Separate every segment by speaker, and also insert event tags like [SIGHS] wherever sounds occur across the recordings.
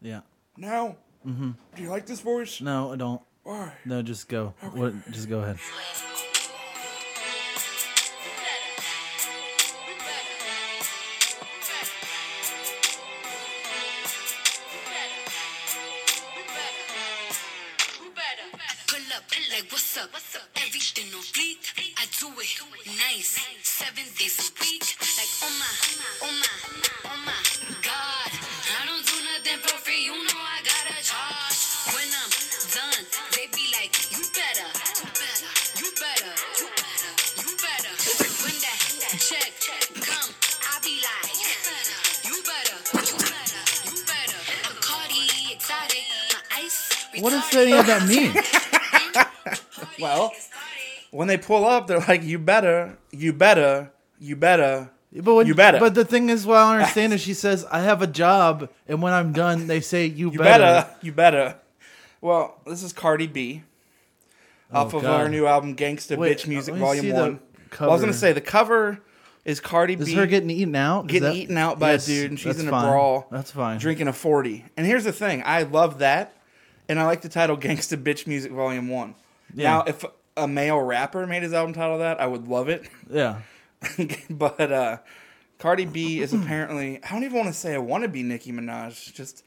Speaker 1: Yeah.
Speaker 2: Now? Mm-hmm. Do you like this voice?
Speaker 1: No, I don't.
Speaker 2: Why?
Speaker 1: No, just go. What? Just go ahead.
Speaker 3: Pull up like what's up, what's up? Everything on fleek, I do it nice, seven days a week. Like oh my, oh my, oh my God, I don't do nothing for free. You know I gotta charge. When I'm done, they be like, you better, you better, you better, you better, you better. When that check come, I be like, you better, you better, you better. I'm Cardi exotic, my ice.
Speaker 1: What does any of that mean?
Speaker 2: Well, when they pull up, they're like, you better, you better, you better.
Speaker 1: But when,
Speaker 2: you better.
Speaker 1: But the thing is, what I don't understand is she says, "I have a job," and when I'm done, they say, "You,
Speaker 2: you better. You better. Well, this is Cardi B off
Speaker 1: Oh,
Speaker 2: of
Speaker 1: God.
Speaker 2: our new album, Gangsta
Speaker 1: Wait,
Speaker 2: Bitch Music
Speaker 1: let me see
Speaker 2: Volume
Speaker 1: the
Speaker 2: 1. Well, I was going
Speaker 1: cover.
Speaker 2: to say, the cover is Cardi
Speaker 1: Is
Speaker 2: B.
Speaker 1: her getting eaten out? Is
Speaker 2: getting
Speaker 1: that-
Speaker 2: eaten out by
Speaker 1: Yes,
Speaker 2: a dude and she's
Speaker 1: that's
Speaker 2: in a
Speaker 1: fine.
Speaker 2: brawl.
Speaker 1: That's fine.
Speaker 2: Drinking a 40. And here's the thing I love that. And I like the title Gangsta Bitch Music Volume 1.
Speaker 1: Yeah.
Speaker 2: Now, if a male rapper made his album title that, I would love it.
Speaker 1: Yeah.
Speaker 2: [LAUGHS] but uh, Cardi B is apparently, I don't even want to say I want to be Nicki Minaj, just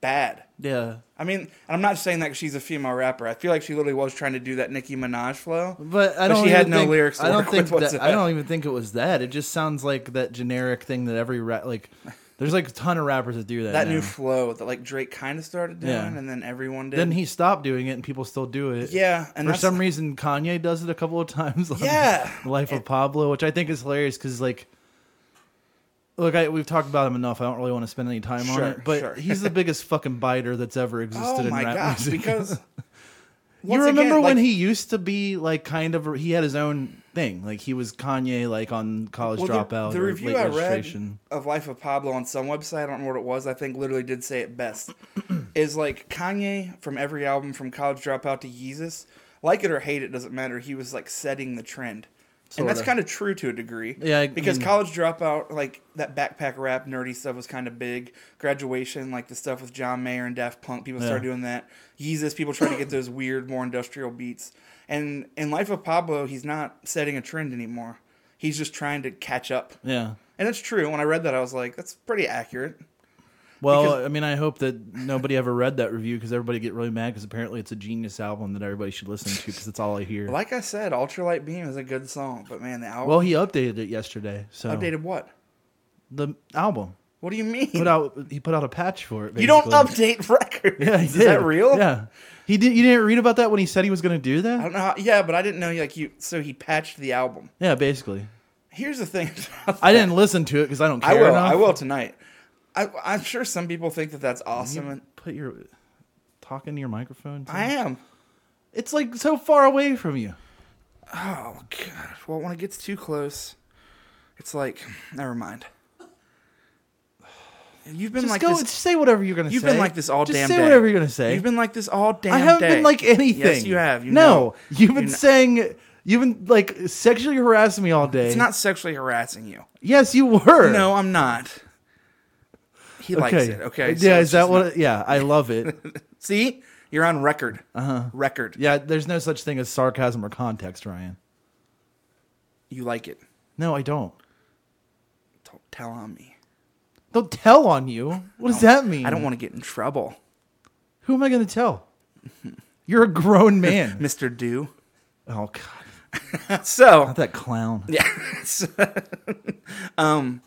Speaker 2: bad.
Speaker 1: Yeah.
Speaker 2: I mean, and I'm not saying that 'cause she's a female rapper. I feel like she literally was trying to do that Nicki Minaj flow.
Speaker 1: But I don't.
Speaker 2: she had
Speaker 1: even
Speaker 2: no
Speaker 1: think,
Speaker 2: lyrics to
Speaker 1: I don't
Speaker 2: work
Speaker 1: think
Speaker 2: with what's
Speaker 1: that.
Speaker 2: that.
Speaker 1: I don't even think it was that. It just sounds like that generic thing that every ra- like. There's like a ton of rappers that do that.
Speaker 2: that
Speaker 1: now.
Speaker 2: new flow that like Drake kind of started doing,
Speaker 1: Yeah.
Speaker 2: and then everyone did.
Speaker 1: then he stopped doing it, and people still do it.
Speaker 2: yeah, and
Speaker 1: for
Speaker 2: that's-
Speaker 1: some reason, Kanye does it a couple of times. [LAUGHS] on
Speaker 2: Yeah.
Speaker 1: Life of Pablo, which I think is hilarious because, like, look, I, we've talked about him enough. I don't really want to spend any time
Speaker 2: Sure,
Speaker 1: on it, but
Speaker 2: sure.
Speaker 1: he's
Speaker 2: [LAUGHS]
Speaker 1: the biggest fucking biter that's ever existed
Speaker 2: oh
Speaker 1: in
Speaker 2: my
Speaker 1: rap
Speaker 2: gosh,
Speaker 1: music.
Speaker 2: because
Speaker 1: [LAUGHS] you
Speaker 2: once again,
Speaker 1: remember when
Speaker 2: like,
Speaker 1: he used to be like kind of he had his own thing, like he was Kanye, like on College
Speaker 2: well, the-
Speaker 1: Dropout
Speaker 2: The,
Speaker 1: or
Speaker 2: review
Speaker 1: Late
Speaker 2: I read
Speaker 1: Registration.
Speaker 2: of Life of Pablo on some website, I don't know what it was. I think literally did say
Speaker 1: [CLEARS THROAT]
Speaker 2: it best. is like Kanye from every album from College Dropout to Yeezus, like it or hate it, doesn't matter. He was like setting the trend. And that's
Speaker 1: Sorta.
Speaker 2: kind of true to a degree.
Speaker 1: Yeah, I
Speaker 2: because
Speaker 1: mean-
Speaker 2: college dropout, like that backpack rap nerdy stuff was kind of big. Graduation, like the stuff with John Mayer and Daft Punk, people started
Speaker 1: Yeah.
Speaker 2: doing that. Yeezus, people trying to get those weird, more industrial beats. And in Life of Pablo, he's not setting a trend anymore. He's just trying to catch up.
Speaker 1: Yeah.
Speaker 2: And it's true. When I read that, I was like, that's pretty accurate.
Speaker 1: Well,
Speaker 2: Because-
Speaker 1: I mean, I hope that nobody ever read that review because everybody get really mad because apparently it's a genius album that everybody should listen to because it's all I hear.
Speaker 2: Like I said, Ultralight Beam is a good song, but man, the album
Speaker 1: Well, he updated it yesterday, so
Speaker 2: updated what?
Speaker 1: the album
Speaker 2: What do you mean?
Speaker 1: put out. He put out a patch for it.
Speaker 2: [LAUGHS] you don't
Speaker 1: basically.
Speaker 2: update [LAUGHS] records.
Speaker 1: Yeah, he
Speaker 2: is
Speaker 1: did.
Speaker 2: that real?
Speaker 1: Yeah, he did. You didn't read about that when he said he was going to do
Speaker 2: I
Speaker 1: that.
Speaker 2: don't know. How, yeah, but I didn't know like you. So he patched the album.
Speaker 1: Yeah, basically.
Speaker 2: Here's the thing. about
Speaker 1: I
Speaker 2: that.
Speaker 1: didn't listen to it because I don't
Speaker 2: I
Speaker 1: care.
Speaker 2: will.
Speaker 1: enough.
Speaker 2: I will tonight. I, I'm sure some people think that that's awesome. And
Speaker 1: Put your talk into your microphone. too?
Speaker 2: I am.
Speaker 1: it's like so far away from you.
Speaker 2: Oh god. Well, when it gets too close, it's like never mind. [SIGHS] You've been
Speaker 1: Just
Speaker 2: like
Speaker 1: go.
Speaker 2: this.
Speaker 1: and say whatever you're going to say.
Speaker 2: You've been like this all
Speaker 1: Just
Speaker 2: damn
Speaker 1: say
Speaker 2: day.
Speaker 1: whatever you're going to say.
Speaker 2: You've been like this all damn
Speaker 1: I haven't
Speaker 2: day.
Speaker 1: been like anything.
Speaker 2: Yes, you have. You
Speaker 1: no,
Speaker 2: know.
Speaker 1: you've been
Speaker 2: You kn-
Speaker 1: saying you've been like sexually harassing me all day.
Speaker 2: It's not sexually harassing you.
Speaker 1: Yes, you were.
Speaker 2: No, I'm not. He likes it. Okay. so
Speaker 1: Yeah.
Speaker 2: it's
Speaker 1: is that
Speaker 2: just
Speaker 1: what?
Speaker 2: not-
Speaker 1: Yeah, I love
Speaker 2: [LAUGHS]
Speaker 1: it.
Speaker 2: See, you're on record. Uh huh. Record.
Speaker 1: yeah. There's no such thing as sarcasm or context, Ryan.
Speaker 2: You like it.
Speaker 1: No, I don't.
Speaker 2: Don't tell on me.
Speaker 1: They'll tell on you. What does that mean?
Speaker 2: I don't want to get in trouble,
Speaker 1: Who am I going to tell? You're a
Speaker 2: [LAUGHS]
Speaker 1: grown man.
Speaker 2: Mister Do.
Speaker 1: oh God,
Speaker 2: So,
Speaker 1: not
Speaker 2: [LAUGHS]
Speaker 1: that clown.
Speaker 2: Um,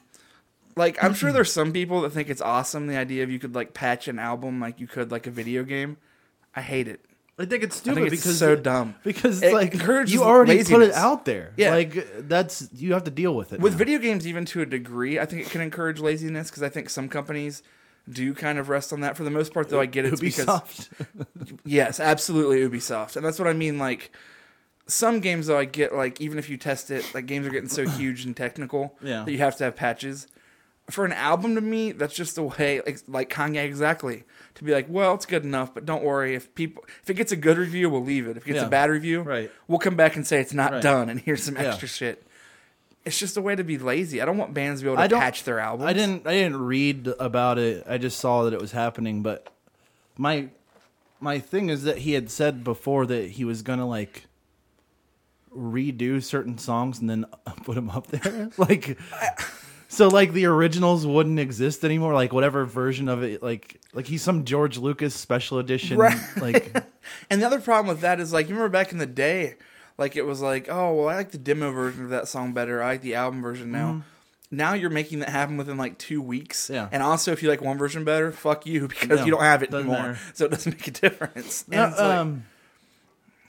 Speaker 2: like, I'm sure there's some people that think it's awesome the idea of you could like patch an album like you could like a video game. I hate it.
Speaker 1: I think it's
Speaker 2: I
Speaker 1: stupid
Speaker 2: think it's
Speaker 1: because
Speaker 2: so dumb.
Speaker 1: Because
Speaker 2: It
Speaker 1: like
Speaker 2: encourages
Speaker 1: you already put it
Speaker 2: laziness.
Speaker 1: out there.
Speaker 2: Yeah.
Speaker 1: Like that's you have to deal with it.
Speaker 2: With
Speaker 1: now.
Speaker 2: video games, even to a degree, I think it can encourage laziness because I think some companies do kind of rest on that. For the most part, though, I get it because
Speaker 1: Ubisoft.
Speaker 2: Yes, absolutely Ubisoft. And that's what I mean like some games though I get like even if you test it, like games are
Speaker 1: [CLEARS THROAT]
Speaker 2: getting so huge and technical
Speaker 1: Yeah.
Speaker 2: that you have to have patches. For an album to me, that's just the way like, like Kanye exactly to be like, well, it's good enough, but don't worry if people if it gets a good review, we'll leave it. If it gets
Speaker 1: Yeah.
Speaker 2: a bad review,
Speaker 1: Right.
Speaker 2: we'll come back and say it's not
Speaker 1: Right.
Speaker 2: done and here's some
Speaker 1: Yeah.
Speaker 2: extra shit. It's just a way to be lazy. I don't want bands to be able
Speaker 1: I
Speaker 2: to
Speaker 1: don't-
Speaker 2: patch their albums.
Speaker 1: I didn't I didn't read about it. I just saw that it was happening, but my my thing is that he had said before that he was going to like redo certain songs and then [LAUGHS] put them up
Speaker 2: [LAUGHS]
Speaker 1: there. like so like the originals wouldn't exist anymore like whatever version of it like like he's some George Lucas special edition
Speaker 2: Right.
Speaker 1: like
Speaker 2: [LAUGHS] And the other problem with that is like you remember back in the day, like it was like, oh well, I like the demo version of that song better. I like the album version now. Now you're making that happen within like two weeks.
Speaker 1: Mm-hmm. Yeah.
Speaker 2: And also, if you like one version better, fuck you [LAUGHS] because
Speaker 1: No,
Speaker 2: you don't have it
Speaker 1: doesn't
Speaker 2: anymore,
Speaker 1: matter.
Speaker 2: so it doesn't make a [LAUGHS] difference. And
Speaker 1: Yeah,
Speaker 2: it's like-
Speaker 1: um,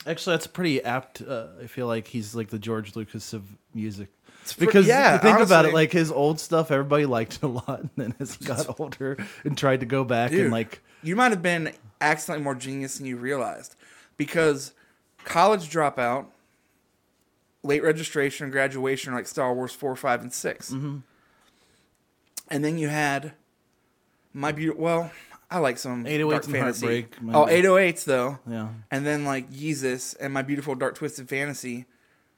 Speaker 1: actually, that's pretty apt. Uh, I feel like he's like the George Lucas of music.
Speaker 2: pre-
Speaker 1: Because
Speaker 2: yeah,
Speaker 1: you think about it,
Speaker 2: honestly.
Speaker 1: like his old stuff, everybody liked a lot, and then as
Speaker 2: [LAUGHS]
Speaker 1: he got older and tried to go back
Speaker 2: Dude,
Speaker 1: and like,
Speaker 2: you might have been accidentally more genius than you realized because college dropout late registration and graduation are like star wars 4 5 and 6
Speaker 1: Mm-hmm.
Speaker 2: and then you had my beautiful well i like some
Speaker 1: 808s
Speaker 2: 808s
Speaker 1: and
Speaker 2: fantasy.
Speaker 1: Heartbreak, my
Speaker 2: oh
Speaker 1: be-
Speaker 2: 808s though
Speaker 1: Yeah.
Speaker 2: and then like Yeezus and my beautiful dark twisted fantasy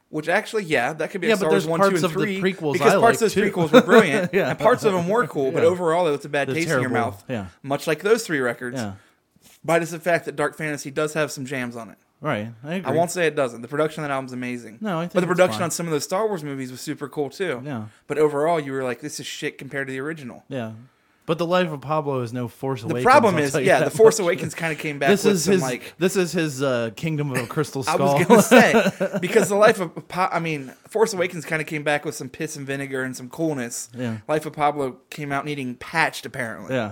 Speaker 2: which actually, yeah, that could be
Speaker 1: Yeah,
Speaker 2: a
Speaker 1: but
Speaker 2: Star Wars
Speaker 1: there's
Speaker 2: one,
Speaker 1: parts
Speaker 2: two, and
Speaker 1: of the
Speaker 2: three.
Speaker 1: prequels
Speaker 2: because
Speaker 1: I
Speaker 2: parts
Speaker 1: like,
Speaker 2: of those
Speaker 1: too.
Speaker 2: prequels were
Speaker 1: [LAUGHS]
Speaker 2: brilliant,
Speaker 1: Yeah.
Speaker 2: and parts of them were cool. But
Speaker 1: Yeah.
Speaker 2: overall, it's a bad
Speaker 1: They're
Speaker 2: taste in your
Speaker 1: terrible.
Speaker 2: mouth.
Speaker 1: Yeah.
Speaker 2: much like those three records
Speaker 1: yeah,
Speaker 2: by just the fact that Dark Fantasy does have some jams on it.
Speaker 1: right. I agree.
Speaker 2: I won't say it doesn't. The production on that album's amazing.
Speaker 1: No, I think
Speaker 2: but the
Speaker 1: it's
Speaker 2: production
Speaker 1: fine.
Speaker 2: on some of those Star Wars movies was super cool too.
Speaker 1: Yeah.
Speaker 2: But overall, you were like, this is shit compared to the original.
Speaker 1: Yeah, but the life of Pablo is no Force
Speaker 2: The
Speaker 1: Awakens.
Speaker 2: problem
Speaker 1: I'll
Speaker 2: is,
Speaker 1: tell you
Speaker 2: yeah,
Speaker 1: that
Speaker 2: the Force
Speaker 1: much.
Speaker 2: Awakens kind of [LAUGHS] came back
Speaker 1: This
Speaker 2: with
Speaker 1: is
Speaker 2: some
Speaker 1: his.
Speaker 2: like.
Speaker 1: this is his uh, Kingdom of a Crystal
Speaker 2: [LAUGHS] I
Speaker 1: Skull.
Speaker 2: was gonna say because the life of Pa- I mean, Force Awakens kind of came back with some piss and vinegar and some coolness.
Speaker 1: Yeah.
Speaker 2: Life of Pablo came out needing patched
Speaker 1: [LAUGHS]
Speaker 2: apparently.
Speaker 1: yeah.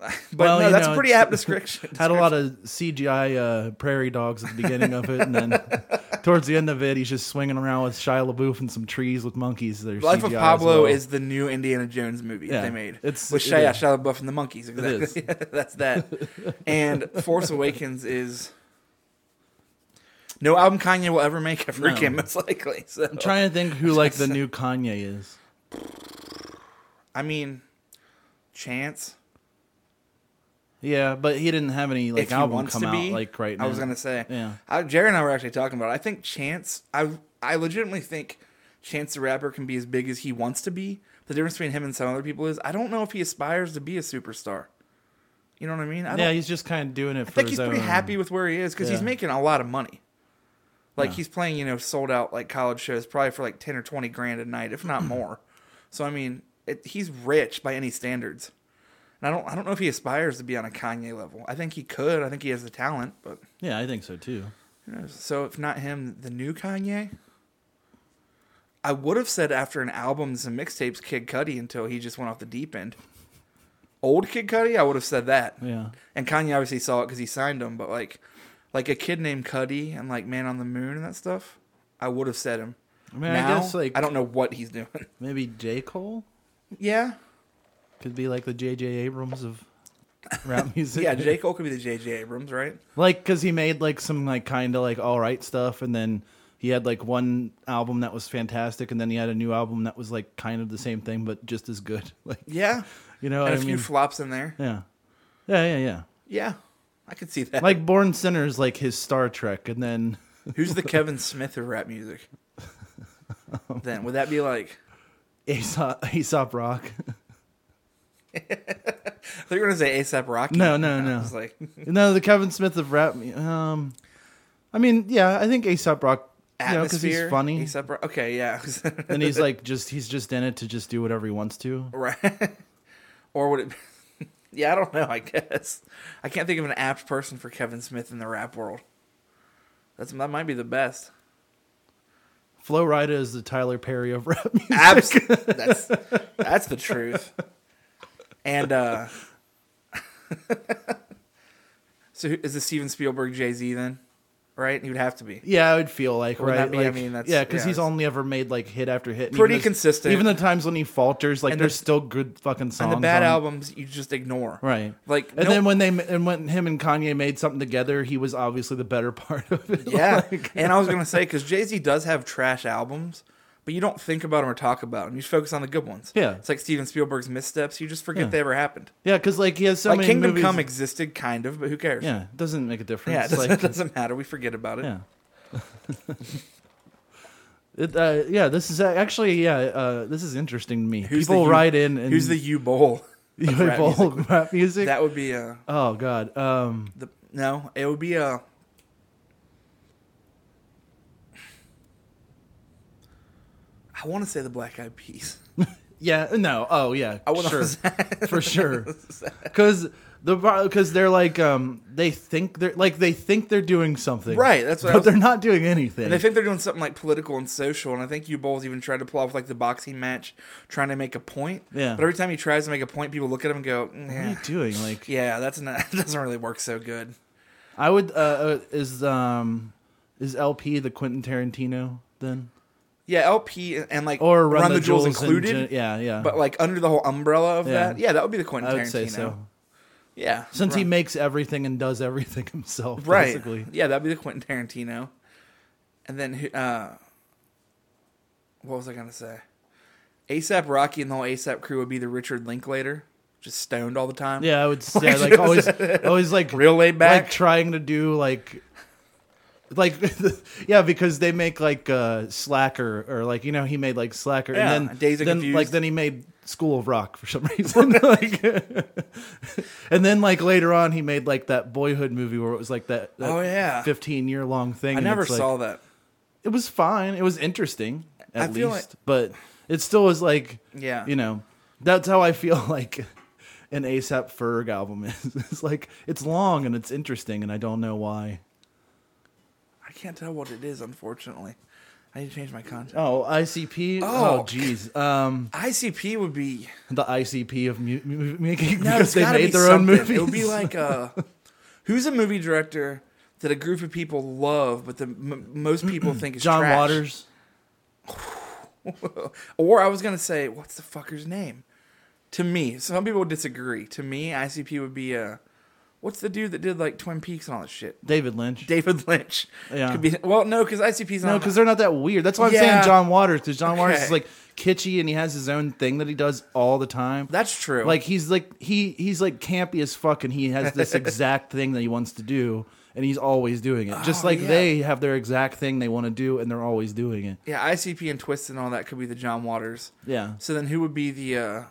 Speaker 2: But
Speaker 1: Well,
Speaker 2: no,
Speaker 1: you
Speaker 2: that's
Speaker 1: know,
Speaker 2: a pretty
Speaker 1: it's-
Speaker 2: apt description.
Speaker 1: [LAUGHS] had a lot of CGI uh, prairie dogs at the beginning of it,
Speaker 2: [LAUGHS]
Speaker 1: and then towards the end of it, he's just swinging around with Shia LaBeouf and some trees with monkeys. That are
Speaker 2: Life
Speaker 1: CGI
Speaker 2: of
Speaker 1: as
Speaker 2: Pablo
Speaker 1: well.
Speaker 2: is the new Indiana Jones movie
Speaker 1: Yeah,
Speaker 2: they made.
Speaker 1: it's-
Speaker 2: with
Speaker 1: it
Speaker 2: Shia,
Speaker 1: is.
Speaker 2: Shia LaBeouf and the monkeys. Exactly. [LAUGHS]
Speaker 1: [LAUGHS]
Speaker 2: That's that. and Force Awakens is no album Kanye will ever make ever
Speaker 1: No.
Speaker 2: again, most likely. So
Speaker 1: I'm trying to think
Speaker 2: [LAUGHS]
Speaker 1: who like the new Kanye is.
Speaker 2: I mean, Chance.
Speaker 1: Yeah, but he didn't have any like
Speaker 2: if he
Speaker 1: album
Speaker 2: wants
Speaker 1: come
Speaker 2: to
Speaker 1: out
Speaker 2: be,
Speaker 1: like right now.
Speaker 2: I was gonna say.
Speaker 1: Yeah.
Speaker 2: I, Jared and I were actually talking about. it. I think Chance. I I legitimately think Chance the rapper can be as big as he wants to be. The difference between him and some other people is I don't know if he aspires to be a superstar. You know what I mean? I don't
Speaker 1: Yeah, he's just kind of doing it.
Speaker 2: I
Speaker 1: for
Speaker 2: think
Speaker 1: his
Speaker 2: he's pretty
Speaker 1: own-
Speaker 2: happy with where he is because he's
Speaker 1: Yeah.
Speaker 2: making a lot of money. Like
Speaker 1: Yeah.
Speaker 2: he's playing, you know, sold out like college shows probably for like ten or twenty grand a night,
Speaker 1: [CLEARS THROAT]
Speaker 2: if not more. so I mean, it, he's rich by any standards. And I don't, I don't know if he aspires to be on a Kanye level. I think he could. I think he has the talent, but
Speaker 1: Yeah, I think so too.
Speaker 2: you know, so if not him, the new Kanye. I would have said after an albums and mixtapes, Kid Cudi until he just went off the deep end. Old Kid Cudi, I would have said that.
Speaker 1: Yeah.
Speaker 2: And Kanye obviously saw it because he signed him, but like, like a kid named Cuddy and like Man on the Moon and that stuff, I would have said him.
Speaker 1: I mean,
Speaker 2: now,
Speaker 1: I guess like
Speaker 2: I don't know what he's
Speaker 1: [LAUGHS]
Speaker 2: doing.
Speaker 1: maybe J Cole
Speaker 2: yeah,
Speaker 1: could be like the J.J. Abrams of rap music.
Speaker 2: [LAUGHS] yeah. J Cole could be the J.J. Abrams, right?
Speaker 1: like because he made like some like kind of like all right stuff and then he had like one album that was fantastic and then he had a new album that was like kind of the same thing but just as good [LAUGHS] like
Speaker 2: Yeah,
Speaker 1: you know what
Speaker 2: and
Speaker 1: i
Speaker 2: a few
Speaker 1: mean
Speaker 2: flops in there.
Speaker 1: yeah yeah yeah yeah
Speaker 2: Yeah, I could see that. Like,
Speaker 1: like born sinner is like his star trek and then [LAUGHS]
Speaker 2: who's the Kevin Smith of rap music? then would that be like?
Speaker 1: aesop, aesop rock [LAUGHS]
Speaker 2: They're gonna say ASAP Rocky.
Speaker 1: No, no,
Speaker 2: And I
Speaker 1: [LAUGHS] no.
Speaker 2: was like
Speaker 1: no the kevin smith of rap um i mean yeah i think aesop rock you know, 'cause
Speaker 2: atmosphere.
Speaker 1: he's funny
Speaker 2: A$AP Rocky. Okay, yeah. [LAUGHS]
Speaker 1: and he's like just he's just in it to just do whatever he wants to
Speaker 2: Right. or would it be- [LAUGHS] Yeah, I don't know, I guess. I can't think of an apt person for Kevin Smith in the rap world. That's that might be the best.
Speaker 1: Flo Rida is the Tyler Perry of [LAUGHS] rap music.
Speaker 2: Abs- that's that's the truth. And uh [LAUGHS] So who- is this Steven Spielberg Jay-Z then? Right? He would have to be.
Speaker 1: Yeah, I would feel like
Speaker 2: Would
Speaker 1: right.
Speaker 2: that be- I
Speaker 1: like,
Speaker 2: mean, that's-
Speaker 1: yeah, because
Speaker 2: yeah,
Speaker 1: he's
Speaker 2: it's-
Speaker 1: only ever made like hit after hit. and
Speaker 2: Pretty
Speaker 1: even the-
Speaker 2: consistent.
Speaker 1: Even the times when he falters, like
Speaker 2: And
Speaker 1: there's
Speaker 2: the-
Speaker 1: still good fucking songs.
Speaker 2: And the bad
Speaker 1: on-
Speaker 2: albums you just ignore.
Speaker 1: right?
Speaker 2: Like
Speaker 1: and then when they and when him and Kanye made something together, he was obviously the better [LAUGHS] part of it.
Speaker 2: [LAUGHS] Yeah,
Speaker 1: [LAUGHS] Like,
Speaker 2: and I was gonna say because Jay Z does have trash albums, but you don't think about them or talk about them. You just focus on the good ones.
Speaker 1: Yeah.
Speaker 2: it's like Steven Spielberg's missteps. You just forget
Speaker 1: Yeah.
Speaker 2: they ever happened.
Speaker 1: yeah, because like he has so
Speaker 2: like
Speaker 1: many
Speaker 2: Kingdom
Speaker 1: movies.
Speaker 2: Come existed, kind of, but who cares?
Speaker 1: yeah, it
Speaker 2: [LAUGHS]
Speaker 1: doesn't make a difference.
Speaker 2: yeah, it doesn't,
Speaker 1: like,
Speaker 2: doesn't matter. We forget about it.
Speaker 1: yeah. [LAUGHS] It, uh, yeah, this is a- actually yeah. Uh, this is interesting to me.
Speaker 2: Who's the
Speaker 1: People
Speaker 2: U-
Speaker 1: write in and [LAUGHS]
Speaker 2: Who's the U Bowl? of rap
Speaker 1: UFO
Speaker 2: music?
Speaker 1: rap music.
Speaker 2: That would be a
Speaker 1: oh god. Um,
Speaker 2: the no. It would be uh, a. I want to say the Black Eyed Peas.
Speaker 1: yeah. No. Oh yeah.
Speaker 2: I want [LAUGHS]
Speaker 1: sure.
Speaker 2: to.
Speaker 1: for sure. Because the because they're like um they think they're like they think they're doing something
Speaker 2: Right, that's what I
Speaker 1: but
Speaker 2: was-
Speaker 1: they're not doing anything.
Speaker 2: And I think they're doing something like political and social, and I think you Bowles even tried to pull off like the boxing match, trying to make a point.
Speaker 1: Yeah.
Speaker 2: But every time he tries to make a point, people look at him and go,
Speaker 1: what are
Speaker 2: "Nah,
Speaker 1: you doing? Like
Speaker 2: "Yeah, that's not [LAUGHS] that doesn't really work so good."
Speaker 1: I would uh, uh is um is LP the Quentin Tarantino then
Speaker 2: Yeah, LP and, and, like
Speaker 1: or Run, the, Jewels,
Speaker 2: included,
Speaker 1: in gen- yeah, yeah.
Speaker 2: but like under the whole umbrella of
Speaker 1: Yeah.
Speaker 2: that. Yeah, that would be the Quentin
Speaker 1: I would
Speaker 2: Tarantino.
Speaker 1: say so.
Speaker 2: Yeah,
Speaker 1: Since he
Speaker 2: Run-
Speaker 1: makes everything and does everything [LAUGHS] himself,
Speaker 2: right.
Speaker 1: basically.
Speaker 2: Yeah, that'd be the Quentin Tarantino. And then who- uh, what was I gonna say? ASAP Rocky and the whole ASAP crew would be the Richard Linklater, just stoned all the time.
Speaker 1: Yeah, I would
Speaker 2: [LAUGHS]
Speaker 1: say
Speaker 2: Like,
Speaker 1: like
Speaker 2: just-
Speaker 1: always, always like
Speaker 2: Real laid
Speaker 1: like
Speaker 2: back.
Speaker 1: trying to do like, like, [LAUGHS] yeah, because they make like uh, Slacker or like you know he made like Slacker
Speaker 2: Yeah,
Speaker 1: and then
Speaker 2: Days Are
Speaker 1: then
Speaker 2: Confused.
Speaker 1: like then he made School of Rock for some [LAUGHS] reason, like, and then like later on he made like that Boyhood movie where it was like that, that
Speaker 2: Oh, yeah.
Speaker 1: fifteen year long thing.
Speaker 2: I
Speaker 1: and
Speaker 2: never
Speaker 1: it's, like,
Speaker 2: saw that.
Speaker 1: it was fine. It was interesting, at
Speaker 2: I
Speaker 1: least.
Speaker 2: feel like-
Speaker 1: but it still was like,
Speaker 2: Yeah.
Speaker 1: you know, that's how I feel [LAUGHS] like an ASAP Ferg album is. [LAUGHS] It's like it's long and it's interesting, and I don't know why.
Speaker 2: I can't tell what it is, unfortunately. I need to change my content.
Speaker 1: Oh, ICP.
Speaker 2: Oh.
Speaker 1: Oh, jeez. um,
Speaker 2: ICP would be
Speaker 1: the ICP of mu- mu- making
Speaker 2: no,
Speaker 1: because
Speaker 2: it's
Speaker 1: they
Speaker 2: gotta
Speaker 1: made
Speaker 2: be
Speaker 1: their own
Speaker 2: something.
Speaker 1: movies.
Speaker 2: It would be
Speaker 1: [LAUGHS]
Speaker 2: like uh, who's a movie director that a group of people love, but the m- most people think is
Speaker 1: John
Speaker 2: trash?
Speaker 1: Waters.
Speaker 2: [LAUGHS] Or I was gonna say, what's the fucker's name? To me, some people would disagree. To me, ICP would be uh, what's the dude that did like Twin Peaks and all that shit?
Speaker 1: David Lynch.
Speaker 2: David Lynch.
Speaker 1: Yeah.
Speaker 2: Could be well, no, because ICP's not.
Speaker 1: no, because they're not that weird. That's why I'm
Speaker 2: Yeah.
Speaker 1: saying John Waters, because John Waters is
Speaker 2: Okay.
Speaker 1: like kitschy and he has his own thing that he does all the time.
Speaker 2: that's true.
Speaker 1: Like he's like he he's like campy as fuck, and he has
Speaker 2: [LAUGHS]
Speaker 1: this exact thing that he wants to do, and he's always doing it. Just
Speaker 2: Oh,
Speaker 1: like
Speaker 2: yeah.
Speaker 1: they have their exact thing they want to do, and they're always doing it.
Speaker 2: yeah, ICP and Twist and all that could be the John Waters.
Speaker 1: Yeah.
Speaker 2: So then, who would be the uh,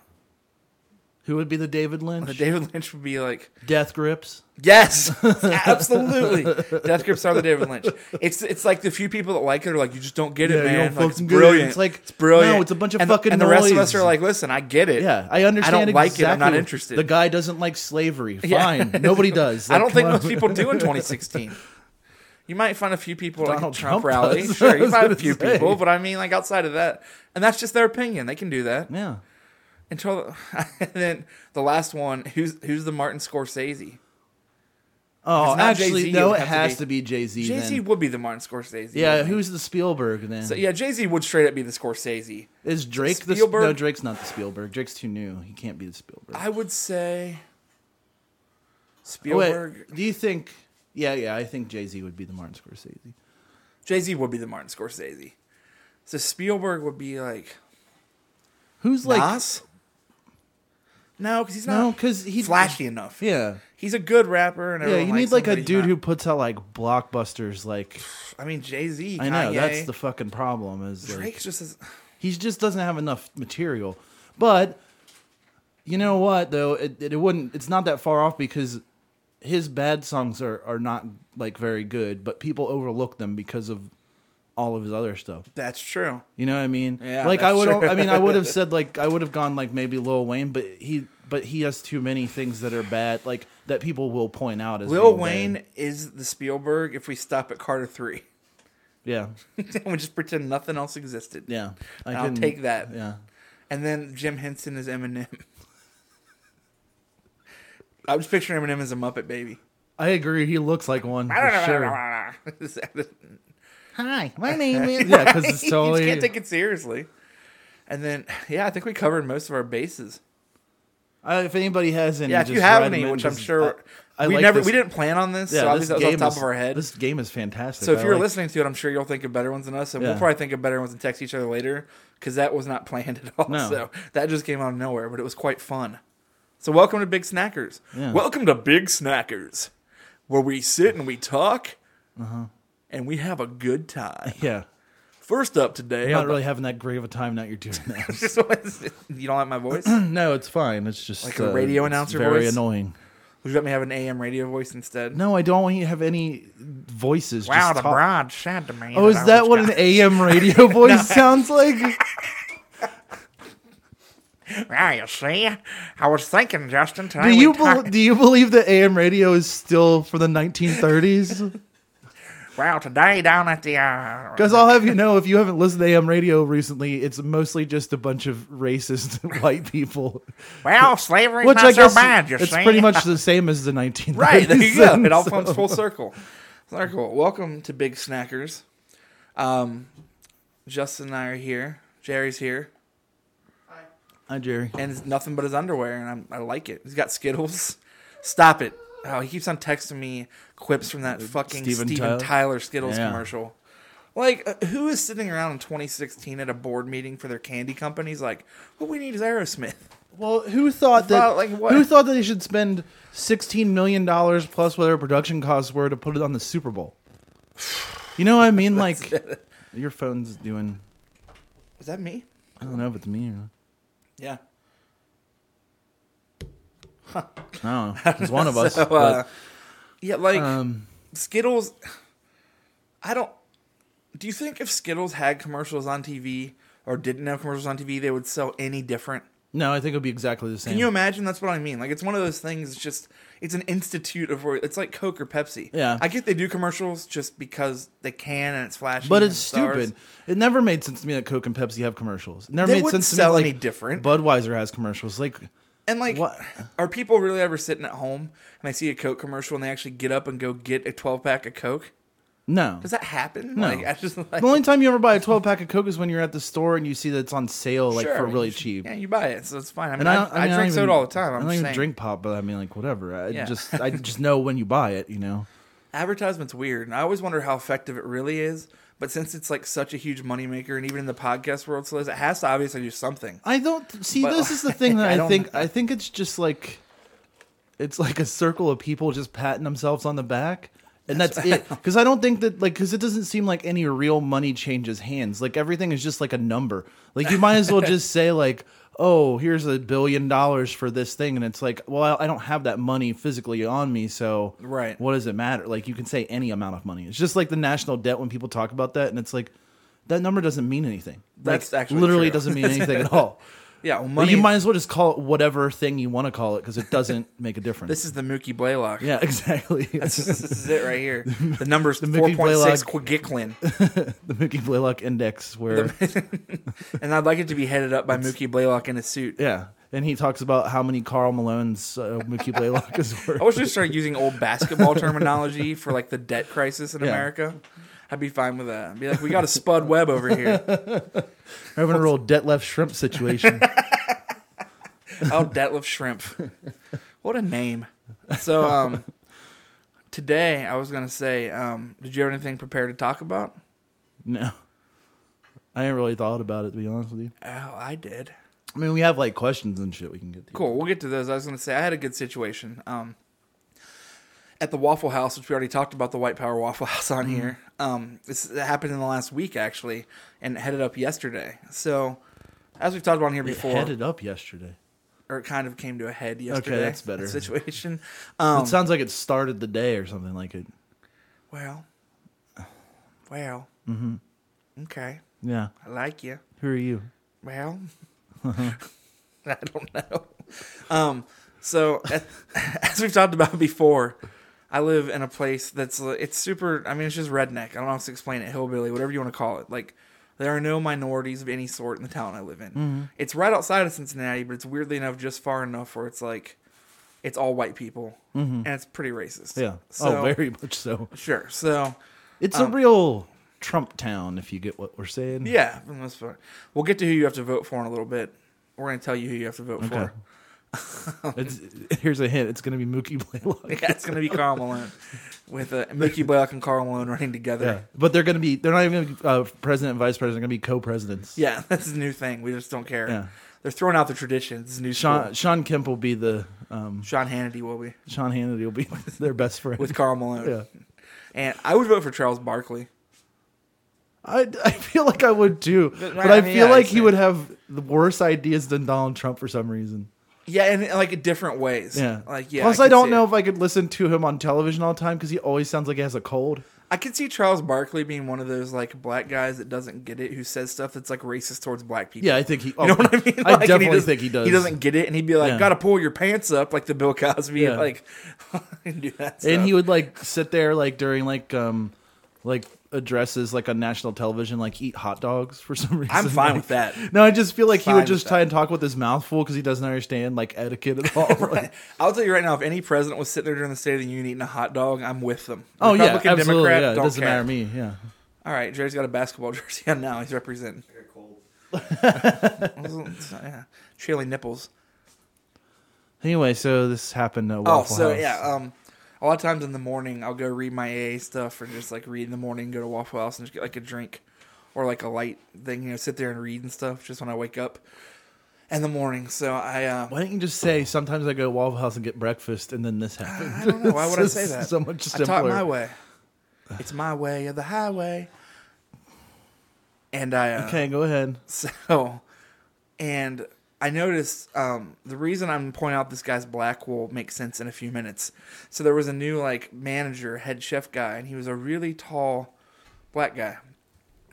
Speaker 1: Who would be the David Lynch?
Speaker 2: the David Lynch? Would be like
Speaker 1: Death Grips. [LAUGHS]
Speaker 2: yes, absolutely. Death Grips are the David Lynch. It's it's like the few people that like it are like you just don't get it,
Speaker 1: Yeah, you
Speaker 2: man.
Speaker 1: don't
Speaker 2: Like, it's
Speaker 1: fucking get it.
Speaker 2: brilliant.
Speaker 1: It's like,
Speaker 2: it's brilliant.
Speaker 1: no, it's a bunch of
Speaker 2: and,
Speaker 1: fucking
Speaker 2: and the rest of us
Speaker 1: noise.
Speaker 2: are like, listen, I get it.
Speaker 1: Yeah, I understand.
Speaker 2: I don't like
Speaker 1: exactly
Speaker 2: it. I'm not
Speaker 1: what-
Speaker 2: interested.
Speaker 1: The guy doesn't like slavery.
Speaker 2: [LAUGHS] Yeah.
Speaker 1: Fine, nobody
Speaker 2: [LAUGHS]
Speaker 1: does.
Speaker 2: I
Speaker 1: Like,
Speaker 2: don't think
Speaker 1: come on.
Speaker 2: most people do
Speaker 1: [LAUGHS]
Speaker 2: in 2016. You might find a few people at like a
Speaker 1: Donald
Speaker 2: Trump,
Speaker 1: Trump
Speaker 2: rally.
Speaker 1: does. [LAUGHS] I
Speaker 2: Sure, you
Speaker 1: was
Speaker 2: find a
Speaker 1: gonna
Speaker 2: few
Speaker 1: say.
Speaker 2: people, but I mean, like outside of that, and that's just their opinion. They can do that
Speaker 1: Yeah,
Speaker 2: until. [LAUGHS] and then the last one, who's who's the Martin Scorsese?
Speaker 1: Oh,
Speaker 2: If it's not
Speaker 1: actually,
Speaker 2: Jay-Z, it
Speaker 1: no,
Speaker 2: would
Speaker 1: it
Speaker 2: have to
Speaker 1: has
Speaker 2: be-
Speaker 1: to be Jay Z.
Speaker 2: Jay Z would be the Martin Scorsese.
Speaker 1: Yeah,
Speaker 2: wouldn't he?
Speaker 1: who's the Spielberg then?
Speaker 2: So, yeah, Jay Z would straight up be the Scorsese.
Speaker 1: Is Drake the
Speaker 2: Spielberg?
Speaker 1: No, Drake's not the Spielberg. Drake's too new. He can't be the Spielberg.
Speaker 2: I would say
Speaker 1: Oh, wait,
Speaker 2: Spielberg.
Speaker 1: do you think? Yeah, yeah, I think Jay Z would be the Martin Scorsese.
Speaker 2: Jay Z would be the Martin Scorsese. So Spielberg would be like
Speaker 1: Who's like
Speaker 2: Nas. No, because he's not
Speaker 1: no, because he
Speaker 2: flashy enough.
Speaker 1: Yeah,
Speaker 2: He's a good rapper, and
Speaker 1: yeah.
Speaker 2: everyone
Speaker 1: You need
Speaker 2: likes
Speaker 1: like
Speaker 2: him,
Speaker 1: a
Speaker 2: but he's
Speaker 1: dude
Speaker 2: not-
Speaker 1: who puts out like blockbusters. Like
Speaker 2: I mean, Jay Z.
Speaker 1: I know that's the fucking problem. Is like,
Speaker 2: Drake's just as,
Speaker 1: he just doesn't have enough material. But you know what though, it, it, wouldn't. It's not that far off because his bad songs are are not like very good, but people overlook them because of all of his other stuff.
Speaker 2: that's true.
Speaker 1: You know what I mean?
Speaker 2: Yeah,
Speaker 1: Like I
Speaker 2: that's
Speaker 1: would.
Speaker 2: true.
Speaker 1: I mean, I
Speaker 2: [LAUGHS]
Speaker 1: would have said like I would have gone like maybe Lil Wayne, but he but he has too many things that are bad, like that people will point out as
Speaker 2: Lil
Speaker 1: being
Speaker 2: Wayne
Speaker 1: bad.
Speaker 2: is the Spielberg. If we stop at Carter Three,
Speaker 1: Yeah,
Speaker 2: [LAUGHS] and we just pretend nothing else existed. [LAUGHS]
Speaker 1: yeah. I
Speaker 2: I'll take that.
Speaker 1: Yeah.
Speaker 2: And then Jim Henson is Eminem. [LAUGHS] I'm just picturing Eminem as a Muppet baby. Ah,
Speaker 1: I agree. He looks like one
Speaker 2: [LAUGHS]
Speaker 1: for sure. Hi, my name is. [LAUGHS] Yeah, because it's
Speaker 2: [LAUGHS] you
Speaker 1: totally.
Speaker 2: just can't take it seriously. And then, yeah, I think we covered most of our bases.
Speaker 1: I- if anybody has any,
Speaker 2: Yeah, if
Speaker 1: just
Speaker 2: you have
Speaker 1: write 'em
Speaker 2: any,
Speaker 1: in,
Speaker 2: which I'm
Speaker 1: just-
Speaker 2: sure
Speaker 1: I, I
Speaker 2: we
Speaker 1: like
Speaker 2: never
Speaker 1: this-
Speaker 2: we didn't plan on this,
Speaker 1: Yeah,
Speaker 2: so
Speaker 1: this
Speaker 2: obviously that was
Speaker 1: game
Speaker 2: off the top
Speaker 1: is-
Speaker 2: of our head.
Speaker 1: This game is fantastic.
Speaker 2: so if
Speaker 1: I
Speaker 2: you're
Speaker 1: like-
Speaker 2: listening to it, I'm sure you'll think of better ones than us, and we'll
Speaker 1: Yeah.
Speaker 2: probably think of better ones and text each other later because that was not planned [LAUGHS] at all.
Speaker 1: No.
Speaker 2: So that just came out of nowhere, but it was quite fun. So welcome to Big Snackers.
Speaker 1: Yeah.
Speaker 2: Welcome to Big Snackers,
Speaker 1: Uh-huh.
Speaker 2: where we sit and we talk, and we have a good time.
Speaker 1: yeah,
Speaker 2: First up today,
Speaker 1: I'm not
Speaker 2: I'd-
Speaker 1: really having that great of a time now. You're doing that.
Speaker 2: [LAUGHS] Just was- [LAUGHS] you don't like my
Speaker 1: [CLEARS THROAT]
Speaker 2: voice? Would
Speaker 1: no, it's fine. It's just
Speaker 2: Like a radio
Speaker 1: it's
Speaker 2: announcer
Speaker 1: Very
Speaker 2: voice?
Speaker 1: annoying.
Speaker 2: you let me have an AM radio voice instead?
Speaker 1: No, I don't want you to have any voices.
Speaker 2: Wow,
Speaker 1: just
Speaker 2: the
Speaker 1: talk.
Speaker 2: broad shed to me.
Speaker 1: Oh, is that what an
Speaker 2: [LAUGHS]
Speaker 1: AM radio voice sounds like?
Speaker 2: Yeah, you see, I was thinking, Justin. Today
Speaker 1: Do
Speaker 2: we
Speaker 1: you
Speaker 2: talked-
Speaker 1: bel do you believe that AM radio is still from the
Speaker 2: [LAUGHS]
Speaker 1: 1930s?
Speaker 2: Well, today down at the uh,
Speaker 1: Because I'll have you know, if you haven't listened to AM radio recently, it's mostly just a bunch of racist [LAUGHS] white people,
Speaker 2: well, slavery's
Speaker 1: which
Speaker 2: not
Speaker 1: I
Speaker 2: so
Speaker 1: guess
Speaker 2: bad. You
Speaker 1: it's
Speaker 2: see,
Speaker 1: pretty
Speaker 2: [LAUGHS]
Speaker 1: much the same as the 1930s.
Speaker 2: right. There you go.
Speaker 1: and
Speaker 2: It
Speaker 1: [LAUGHS]
Speaker 2: all
Speaker 1: so-
Speaker 2: comes full circle. Circle. Welcome to Big Snackers. Um, Justin and I are here. Jerry's here,
Speaker 1: Hi, Jerry.
Speaker 2: and it's nothing but his underwear, and I'm, I like it. He's got Skittles. Stop it! Oh, he keeps on texting me quips from that fucking
Speaker 1: Uh, Steven
Speaker 2: Steven,
Speaker 1: Tyler?
Speaker 2: Tyler. Skittles
Speaker 1: Yeah.
Speaker 2: commercial. Like, uh, who is sitting around in 2016 at a board meeting for their candy companies? Like, what we need is Aerosmith.
Speaker 1: Well, who thought that?
Speaker 2: Thought, like, what?
Speaker 1: Who thought that they should spend 16 million dollars plus whatever production costs were to put it on the Super Bowl? You know what I
Speaker 2: [LAUGHS]
Speaker 1: mean? like, your phone's doing.
Speaker 2: Is that me?
Speaker 1: I don't know if it's me or not.
Speaker 2: Yeah.
Speaker 1: I don't know.
Speaker 2: [LAUGHS]
Speaker 1: It's one of us.
Speaker 2: So, uh, yeah, like
Speaker 1: but, um,
Speaker 2: Skittles. I don't. Do you think if Skittles had commercials on TV or didn't have commercials on TV, they would sell any different?
Speaker 1: no, I think it'll be exactly the same.
Speaker 2: Can you imagine? That's what I mean. Like it's one of those things. It's just it's an institute of where it's like Coke or Pepsi.
Speaker 1: Yeah.
Speaker 2: I get they do commercials just because they can and it's flashy.
Speaker 1: But
Speaker 2: and
Speaker 1: it's
Speaker 2: stars.
Speaker 1: stupid. It never made sense to me that Coke and Pepsi have commercials. It never
Speaker 2: They
Speaker 1: made
Speaker 2: wouldn't
Speaker 1: sense to
Speaker 2: sell
Speaker 1: me
Speaker 2: any
Speaker 1: like,
Speaker 2: different.
Speaker 1: Budweiser has commercials. Like
Speaker 2: And like,
Speaker 1: What-
Speaker 2: are people really ever sitting at home and they see a Coke commercial and they actually get up and go get a twelve pack of Coke?
Speaker 1: no.
Speaker 2: Does that happen?
Speaker 1: No.
Speaker 2: Like, I just like,
Speaker 1: the only time you ever buy a 12 pack of Coke is when you're at the store and you see that it's on sale like
Speaker 2: Sure,
Speaker 1: for
Speaker 2: I mean,
Speaker 1: really
Speaker 2: you should-
Speaker 1: cheap.
Speaker 2: Yeah, you buy it, so it's fine. I mean,
Speaker 1: And
Speaker 2: I,
Speaker 1: don't-
Speaker 2: I,
Speaker 1: mean, don't
Speaker 2: drink
Speaker 1: even-
Speaker 2: soda all the time. I'm
Speaker 1: I don't
Speaker 2: just
Speaker 1: even
Speaker 2: saying.
Speaker 1: drink pop, but I mean, like whatever. I
Speaker 2: Yeah.
Speaker 1: just, I just know when you buy it, you know.
Speaker 2: Advertisement's weird, and I always wonder how effective it really is. But since it's like such a huge moneymaker, and even in the podcast world, so it has to obviously do something.
Speaker 1: I don't see.
Speaker 2: But-
Speaker 1: this is the thing that
Speaker 2: [LAUGHS] I
Speaker 1: I,
Speaker 2: don't
Speaker 1: think.
Speaker 2: know.
Speaker 1: I think it's just like, it's like a circle of people just patting themselves on the back, and that's, it.
Speaker 2: [LAUGHS]
Speaker 1: Because I don't think that like because it doesn't seem like any real money changes hands. Like everything is just like a number. Like you might as well just say like, oh, here's a billion dollars for this thing, and it's like, well, I I don't have that money physically on me, so
Speaker 2: Right.
Speaker 1: What does it matter? Like you can say any amount of money. It's just like the national debt when people talk about that, and it's like. That number doesn't mean anything. Like,
Speaker 2: That's actually
Speaker 1: literally
Speaker 2: true.
Speaker 1: doesn't
Speaker 2: [LAUGHS]
Speaker 1: mean anything at all.
Speaker 2: Yeah, well,
Speaker 1: But
Speaker 2: money.
Speaker 1: you might as well just call it whatever thing you want to call it because it doesn't
Speaker 2: [LAUGHS]
Speaker 1: make a difference.
Speaker 2: this is the Mookie Blaylock.
Speaker 1: yeah, [LAUGHS] exactly.
Speaker 2: [LAUGHS] this is, this is it
Speaker 1: [LAUGHS]
Speaker 2: right here. The number's four
Speaker 1: Mookie
Speaker 2: point six
Speaker 1: Blaylock.
Speaker 2: quigiclin,
Speaker 1: the Mookie Blaylock Index, where
Speaker 2: and I'd like it to be headed up by Mookie Blaylock in a suit.
Speaker 1: yeah, and he talks about how many Carl Malones uh, Mookie Blaylock is worth.
Speaker 2: [LAUGHS] I wish we started using
Speaker 1: [LAUGHS]
Speaker 2: old basketball terminology for like the debt crisis in
Speaker 1: Yeah.
Speaker 2: America. I'd be fine with that. I'd be like, we got a Spud Webb over here.
Speaker 1: We're having a real debt left
Speaker 2: [LAUGHS]
Speaker 1: shrimp situation.
Speaker 2: Oh, Detlef Shrimp. What a name. So, um, today I was going to say, um, did you have anything prepared to talk about?
Speaker 1: no, I ain't really thought about it to be honest with you.
Speaker 2: Oh, I did.
Speaker 1: I mean, we have like questions and shit we can get to.
Speaker 2: Cool. We'll get to those. I was going to say, I had a good situation. Um, at the Waffle House, which we already talked about the White Power Waffle [LAUGHS] House on
Speaker 1: Mm-hmm.
Speaker 2: here. Um, this it happened in the last week, actually, and it headed up yesterday. So, as we've talked about on here
Speaker 1: It
Speaker 2: before,
Speaker 1: headed up yesterday.
Speaker 2: or it kind of came to a head yesterday.
Speaker 1: that's better.
Speaker 2: the Situation. Um,
Speaker 1: It sounds like it started the day or something like it.
Speaker 2: Well, well, mm-hmm. okay,
Speaker 1: Yeah.
Speaker 2: I like you.
Speaker 1: Who are you? [LAUGHS]
Speaker 2: Well, [LAUGHS] I don't know. Um, so as, [LAUGHS] as we've talked about before, I live in a place that's uh, it's super. I mean, it's just redneck. I don't know how to explain it. Hillbilly, whatever you want to call it. Like there are no minorities of any sort in the town I live in.
Speaker 1: Mm-hmm.
Speaker 2: It's right outside of Cincinnati, but it's weirdly enough just far enough where it's like it's all white people, and it's pretty racist.
Speaker 1: Mm-hmm. Yeah.
Speaker 2: So,
Speaker 1: oh, very much so.
Speaker 2: sure. So
Speaker 1: It's a real Trump town, if you get what we're saying.
Speaker 2: Um, Yeah, for the most part. We'll get to who you have to vote for in a little bit. We're going to tell you who you have to vote for.
Speaker 1: It's, here's a hint. It's going to be Mookie Blaylock.
Speaker 2: [LAUGHS] Yeah, it's going to be Carl Malone with uh, Mookie Blaylock and Carl Malone running together.
Speaker 1: But they're going to be, they're not even going to be uh, president and vice president. They're going to be co-presidents.
Speaker 2: Yeah. [LAUGHS] that's a new thing. We just don't care.
Speaker 1: Yeah.
Speaker 2: They're throwing out the traditions. It's new
Speaker 1: Sean,
Speaker 2: school.
Speaker 1: Sean Kemp will be the, um,
Speaker 2: Sean Hannity will be
Speaker 1: Sean Hannity will be [LAUGHS] their best friend.
Speaker 2: with Carl Malone.
Speaker 1: yeah.
Speaker 2: And I would vote for Charles Barkley.
Speaker 1: I, I feel like I would too, but,
Speaker 2: right,
Speaker 1: I,
Speaker 2: I mean,
Speaker 1: feel
Speaker 2: yeah,
Speaker 1: like
Speaker 2: it's
Speaker 1: he
Speaker 2: like-
Speaker 1: would have the worse ideas than Donald Trump for some reason.
Speaker 2: Yeah, and like in different ways.
Speaker 1: Yeah.
Speaker 2: Like yeah.
Speaker 1: Plus,
Speaker 2: could
Speaker 1: I, don't
Speaker 2: see
Speaker 1: know
Speaker 2: it.
Speaker 1: if I could listen to him on television all the time because he always sounds like he has a cold.
Speaker 2: I could see Charles Barkley being one of those like black guys that doesn't get it, who says stuff that's like racist towards black people.
Speaker 1: Yeah, I think he. oh,
Speaker 2: You know what I mean?
Speaker 1: I
Speaker 2: Like, and
Speaker 1: definitely
Speaker 2: doesn't-
Speaker 1: think he does.
Speaker 2: He doesn't get it, and he'd be like,
Speaker 1: Yeah.
Speaker 2: "Gotta pull your pants up," like the Bill Cosby,
Speaker 1: Yeah.
Speaker 2: like [LAUGHS] do that. Stuff.
Speaker 1: and he would like sit there like during like um like addresses like on national television like eat hot dogs for [LAUGHS] some reason.
Speaker 2: I'm fine
Speaker 1: Like-
Speaker 2: with that.
Speaker 1: No, I just feel like he
Speaker 2: Fine
Speaker 1: would
Speaker 2: with
Speaker 1: just
Speaker 2: that.
Speaker 1: try and talk with his mouth full because he doesn't understand like etiquette at
Speaker 2: [LAUGHS]
Speaker 1: all. Like,
Speaker 2: I'll tell you right now, if any president was sitting there during the State of the Union eating a hot dog, I'm with them.
Speaker 1: oh yeah,
Speaker 2: Republican,
Speaker 1: absolutely.
Speaker 2: Democrat,
Speaker 1: yeah, it
Speaker 2: don't
Speaker 1: doesn't
Speaker 2: care.
Speaker 1: matter to me. Yeah.
Speaker 2: All right, Jerry's got a basketball [LAUGHS] jersey on now. He's representing. [LAUGHS] yeah. Trailing nipples.
Speaker 1: Anyway, so this happened at
Speaker 2: Oh,
Speaker 1: Waffle
Speaker 2: so
Speaker 1: House.
Speaker 2: yeah. Um, a lot of times in the morning, I'll go read my AA stuff, or just like read in the morning, go to Waffle House and just get like a drink, or like a light thing. You know, sit there and read and stuff. Just when I wake up in the morning. So I. Uh,
Speaker 1: Why don't you just say sometimes I go to Waffle House and get breakfast and then this happened?
Speaker 2: I don't know. Why
Speaker 1: [LAUGHS]
Speaker 2: would I
Speaker 1: It's
Speaker 2: say that?
Speaker 1: So much
Speaker 2: I taught
Speaker 1: simpler.
Speaker 2: my way. It's my way of the highway. And I. Uh,
Speaker 1: Okay, go ahead.
Speaker 2: [LAUGHS] So, and I noticed um, the reason I'm pointing out this guy's black will make sense in a few minutes. So there was a new like manager, head chef guy, and he was a really tall black guy.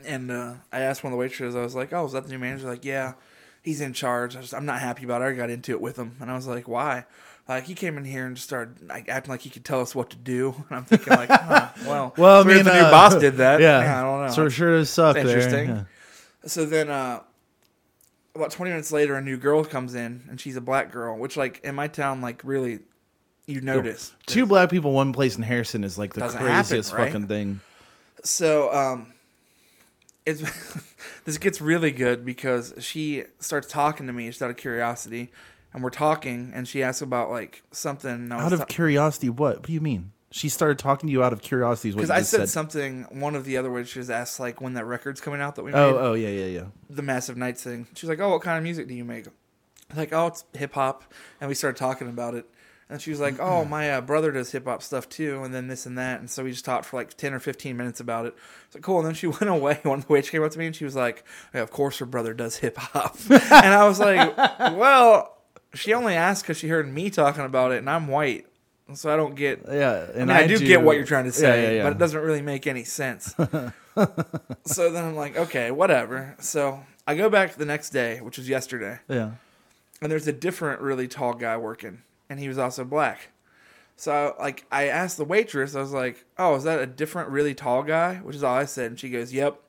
Speaker 2: And uh, I asked one of the waitresses, I was like, "Oh, is that the new manager?" Like, yeah, he's in charge. I just, I'm not happy about it. I got into it with him, and I was like, "Why?" Like he came in here and just started like, acting like he could tell us what to do, [LAUGHS] and I'm thinking like, huh, well,
Speaker 1: [LAUGHS] Well,
Speaker 2: it's
Speaker 1: I
Speaker 2: weird
Speaker 1: mean,
Speaker 2: the new
Speaker 1: uh,
Speaker 2: boss did
Speaker 1: [LAUGHS]
Speaker 2: that.
Speaker 1: Yeah,
Speaker 2: I don't know.
Speaker 1: So it sure does suck.
Speaker 2: It's
Speaker 1: there,
Speaker 2: interesting.
Speaker 1: yeah.
Speaker 2: So then, uh, about 20 minutes later, a new girl comes in, and she's a black girl, which, like, in my town, like, really, you notice.
Speaker 1: Two black people, one place in Harrison is like the
Speaker 2: Doesn't happen,
Speaker 1: craziest
Speaker 2: right?
Speaker 1: fucking thing.
Speaker 2: So, um, it's, [LAUGHS] this gets really good because she starts talking to me just out of curiosity, and we're talking, and she asks about, like, something. and I was
Speaker 1: Out of
Speaker 2: ta-
Speaker 1: curiosity, what? What do you mean? She started talking to you out of curiosity. Is what
Speaker 2: because
Speaker 1: you
Speaker 2: I
Speaker 1: just
Speaker 2: said, something, one of the other waitresses asked, like, when that record's coming out that we made.
Speaker 1: Oh, oh yeah, yeah, yeah.
Speaker 2: the Massive Nights thing. She's like, "Oh, what kind of music do you make?" I'm like, "Oh, it's hip hop," and we started talking about it. And she was like, "Oh, my uh, brother does hip hop stuff too," and then this and that. And so we just talked for like ten or fifteen minutes about it. It's like cool. And then she [LAUGHS] went away. One of the waitresses came up to me and she was like, yeah, "Of course, her brother does hip hop," and I was like, "Well." She only asked because she heard me talking about it, and I'm white, so I don't get
Speaker 1: Yeah, and
Speaker 2: I mean, I, do, get what you're trying to say,
Speaker 1: Yeah, yeah, yeah.
Speaker 2: but it doesn't really make
Speaker 1: [LAUGHS]
Speaker 2: any sense. so then I'm like, okay, whatever. So I go back the next day, which was yesterday,
Speaker 1: Yeah.
Speaker 2: and there's a different really tall guy working, and he was also black. So like I asked the waitress, I was like, "Oh, is that a different really tall guy?" Which is all I said, and she goes, "Yep."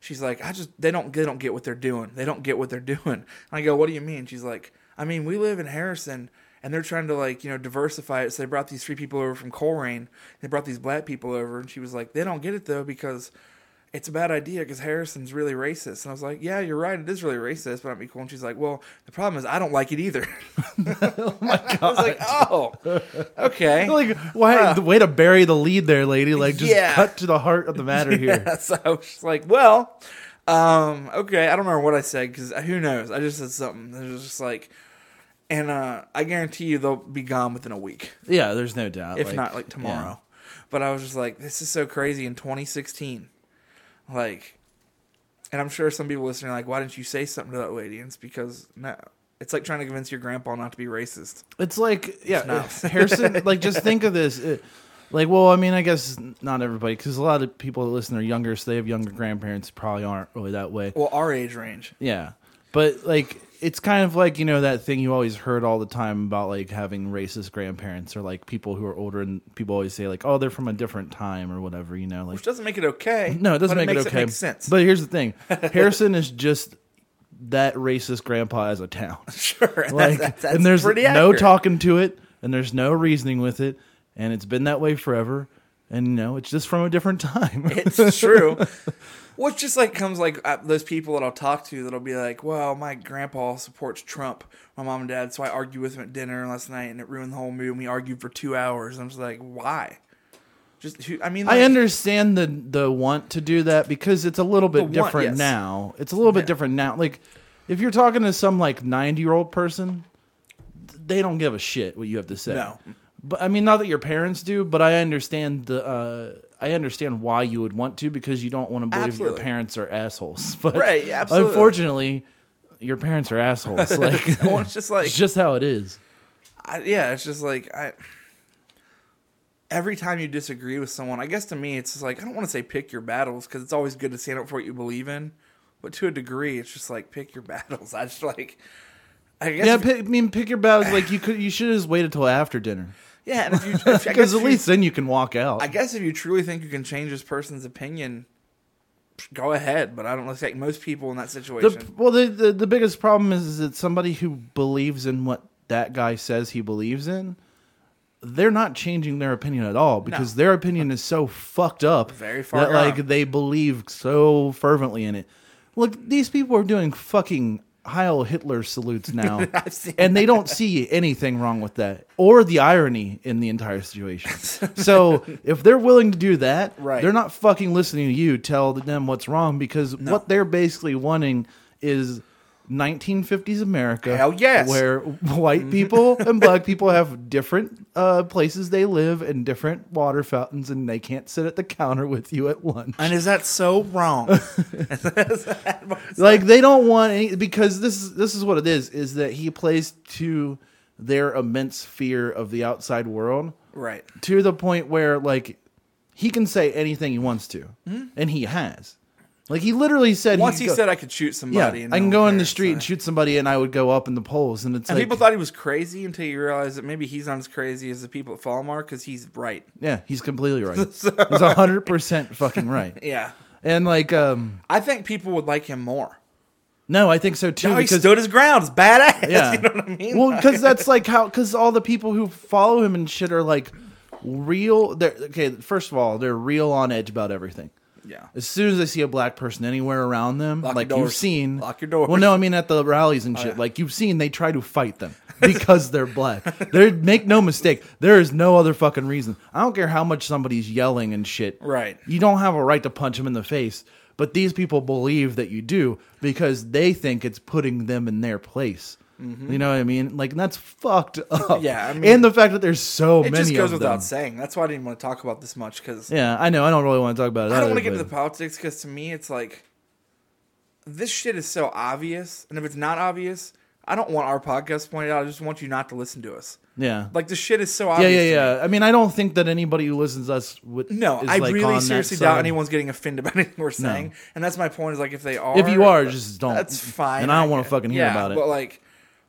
Speaker 2: She's like, "I just they don't they don't get what they're doing. They don't get what they're [LAUGHS] doing." And I go, "What do you mean?" She's like, "I mean, we live in Harrison." And they're trying to like you know diversify it, so they brought these three people over from Colerain. They brought these black people over, and she was like, "They don't get it though because it's a bad idea because Harrison's really racist." And I was like, "Yeah, you're right. It is really racist, but I'm equal." And she's like, "Well, the problem is I don't like it either." [LAUGHS] I was like, "Oh,
Speaker 1: [LAUGHS]
Speaker 2: okay."
Speaker 1: Like, why? the way to bury the lead there, lady. Like, just
Speaker 2: Yeah.
Speaker 1: cut to the heart of the matter
Speaker 2: [LAUGHS]
Speaker 1: here.
Speaker 2: so I was just like, well, um, okay. I don't remember what I said because who knows? I just said something. It was just like, and uh, I guarantee you they'll be gone within a week,
Speaker 1: Yeah, there's no doubt.
Speaker 2: if not like tomorrow. But I was just like, this is so crazy in 2016. Like, and I'm sure some people listening are like, why didn't you say something to that lady? And it's because no. It's like trying to convince your grandpa not to be racist.
Speaker 1: It's like yeah,
Speaker 2: It's
Speaker 1: [LAUGHS]
Speaker 2: not.
Speaker 1: Harrison. Like
Speaker 2: [LAUGHS]
Speaker 1: just think of this. It- like, well, I mean, I guess not everybody, because a lot of people that listen are younger, so they have younger grandparents. who Probably aren't really that way.
Speaker 2: Well, our age range.
Speaker 1: Yeah. But like it's kind of like, you know, that thing you always heard all the time about like having racist grandparents or like people who are older and people always say like, "Oh, they're from a different time" or whatever, you know, like
Speaker 2: Which doesn't make it okay.
Speaker 1: No, it doesn't
Speaker 2: but
Speaker 1: make it,
Speaker 2: makes
Speaker 1: okay.
Speaker 2: makes sense.
Speaker 1: But here's the thing. Harrison is just that racist grandpa as a town.
Speaker 2: [LAUGHS] sure.
Speaker 1: Like
Speaker 2: [LAUGHS] that's, that's
Speaker 1: and there's
Speaker 2: pretty
Speaker 1: no
Speaker 2: accurate.
Speaker 1: talking to it and there's no reasoning with it and it's been that way forever. And you know, it's just from a different [LAUGHS] time.
Speaker 2: It's
Speaker 1: [LAUGHS]
Speaker 2: true. Which just like comes like uh, those people that I'll talk to that'll be like, "Well, my grandpa supports Trump, my mom and dad, so I argued with him at dinner last night, and it ruined the whole mood. And we argued for two hours. And I'm just like, why? Just who, I mean, like,
Speaker 1: I understand the the want to do that because it's a little bit
Speaker 2: want,
Speaker 1: different
Speaker 2: yes.
Speaker 1: now. It's a little bit
Speaker 2: Yeah.
Speaker 1: different now. Like if you're talking to some like 90 year old person, th- they don't give a shit what you have to say.
Speaker 2: No.
Speaker 1: But I mean, not that your parents do, but I understand the. Uh, I understand why you would want to because you don't want to believe
Speaker 2: Absolutely.
Speaker 1: your parents are assholes. [LAUGHS] But
Speaker 2: Right, absolutely.
Speaker 1: Unfortunately, your parents are
Speaker 2: [LAUGHS]
Speaker 1: assholes. Like
Speaker 2: Well, it's just like-
Speaker 1: [LAUGHS] it's just how it is.
Speaker 2: I, yeah, it's just like I. Every time you disagree with someone, I guess to me it's just like I don't want to say pick your battles because it's always good to stand up for what you believe in, but to a degree it's just like pick your [LAUGHS] battles. I just like, I guess
Speaker 1: Yeah,
Speaker 2: if-
Speaker 1: pick, I mean, pick your battles. Like you could, you should just wait until after dinner
Speaker 2: yeah, and if
Speaker 1: [LAUGHS]
Speaker 2: you if, I guess
Speaker 1: because
Speaker 2: if
Speaker 1: at
Speaker 2: you-
Speaker 1: least then you can walk out.
Speaker 2: I guess if you truly think you can change this person's opinion, go ahead. But I don't think most people in that situation.
Speaker 1: the, well, the, the the biggest problem is, is that somebody who believes in what that guy says he believes in, they're not changing their opinion at all because their opinion is so fucked up
Speaker 2: Very far
Speaker 1: that like
Speaker 2: gone.
Speaker 1: they believe so fervently in it. Look, these people are doing fucking Heil Hitler salutes now,
Speaker 2: [LAUGHS] I've seen
Speaker 1: and they don't see anything wrong with that or the irony in the entire
Speaker 2: [LAUGHS]
Speaker 1: situation. so if they're willing to do that,
Speaker 2: Right.
Speaker 1: they're not fucking listening to you tell them what's wrong because what they're basically wanting is 1950s America.
Speaker 2: Hell yes. Mm-hmm.
Speaker 1: Where white
Speaker 2: [LAUGHS]
Speaker 1: people and black people have different uh, places they live and different water fountains, and they can't sit at the counter with you at lunch.
Speaker 2: and is that so wrong?
Speaker 1: like they don't want any because this is this is what it is is that he plays to their immense fear of the outside world
Speaker 2: [LAUGHS] right.
Speaker 1: to the point where like he can say anything he wants to and he has like he literally said
Speaker 2: Mm-hmm. Once
Speaker 1: could
Speaker 2: he
Speaker 1: go-
Speaker 2: said I could shoot
Speaker 1: yeah,
Speaker 2: somebody, and
Speaker 1: I
Speaker 2: no
Speaker 1: can
Speaker 2: one
Speaker 1: go in the
Speaker 2: cares,
Speaker 1: street and
Speaker 2: so-
Speaker 1: shoot somebody, and I would go up in the polls, and it's
Speaker 2: And
Speaker 1: like,
Speaker 2: people thought he was crazy until you realize that maybe he's not as crazy as the people at Falmar because he's right.
Speaker 1: yeah, he's
Speaker 2: [LAUGHS]
Speaker 1: completely right. he's hundred percent fucking right.
Speaker 2: Yeah.
Speaker 1: And like, um,
Speaker 2: I think people would like him more.
Speaker 1: no, I think so too.
Speaker 2: No, he
Speaker 1: because
Speaker 2: stood his ground. It's badass. [LAUGHS]
Speaker 1: yeah,
Speaker 2: You know what I mean?
Speaker 1: Well, because
Speaker 2: [LAUGHS]
Speaker 1: that's like how because all the people who follow him and shit are like real. They're okay. First of all, they're real on edge about everything.
Speaker 2: yeah.
Speaker 1: As soon as they see a black person anywhere around them,
Speaker 2: Lock your
Speaker 1: like you've
Speaker 2: doors.
Speaker 1: seen,
Speaker 2: Lock your doors. Oh,
Speaker 1: Well, no, I mean at the rallies and shit, like you've seen, they try to fight
Speaker 2: [LAUGHS]
Speaker 1: them because they're black. They make no mistake, there is no other fucking reason. I don't care how much somebody's yelling and shit.
Speaker 2: Right.
Speaker 1: You don't have a right to punch them in the face, but these people believe that you do because they think it's putting them in their place. You know what I mean? Like and that's fucked up.
Speaker 2: Mm-hmm. Yeah, I mean-
Speaker 1: and the fact that there's so
Speaker 2: It
Speaker 1: many
Speaker 2: just goes
Speaker 1: of
Speaker 2: without
Speaker 1: them.
Speaker 2: saying. That's why I didn't want to talk about this much because
Speaker 1: Yeah, I know. I don't really want to talk about it.
Speaker 2: I don't
Speaker 1: either,
Speaker 2: want to get
Speaker 1: but-
Speaker 2: into the politics because to me it's like this shit is so obvious, and if it's not obvious, I don't want our podcast pointed out. I just want you not to listen to us.
Speaker 1: yeah.
Speaker 2: Like the shit is so
Speaker 1: Yeah,
Speaker 2: obvious.
Speaker 1: yeah,
Speaker 2: to me.
Speaker 1: yeah. I mean, I don't think that anybody who listens to us would.
Speaker 2: No,
Speaker 1: is,
Speaker 2: I
Speaker 1: like, on
Speaker 2: really
Speaker 1: that
Speaker 2: seriously doubt
Speaker 1: side.
Speaker 2: anyone's getting offended by [LAUGHS] anything we're saying, and that's my point. Is like if they are,
Speaker 1: If you are, just don't.
Speaker 2: That's fine,
Speaker 1: And I don't wanna fucking hear
Speaker 2: yeah,
Speaker 1: about it.
Speaker 2: But like,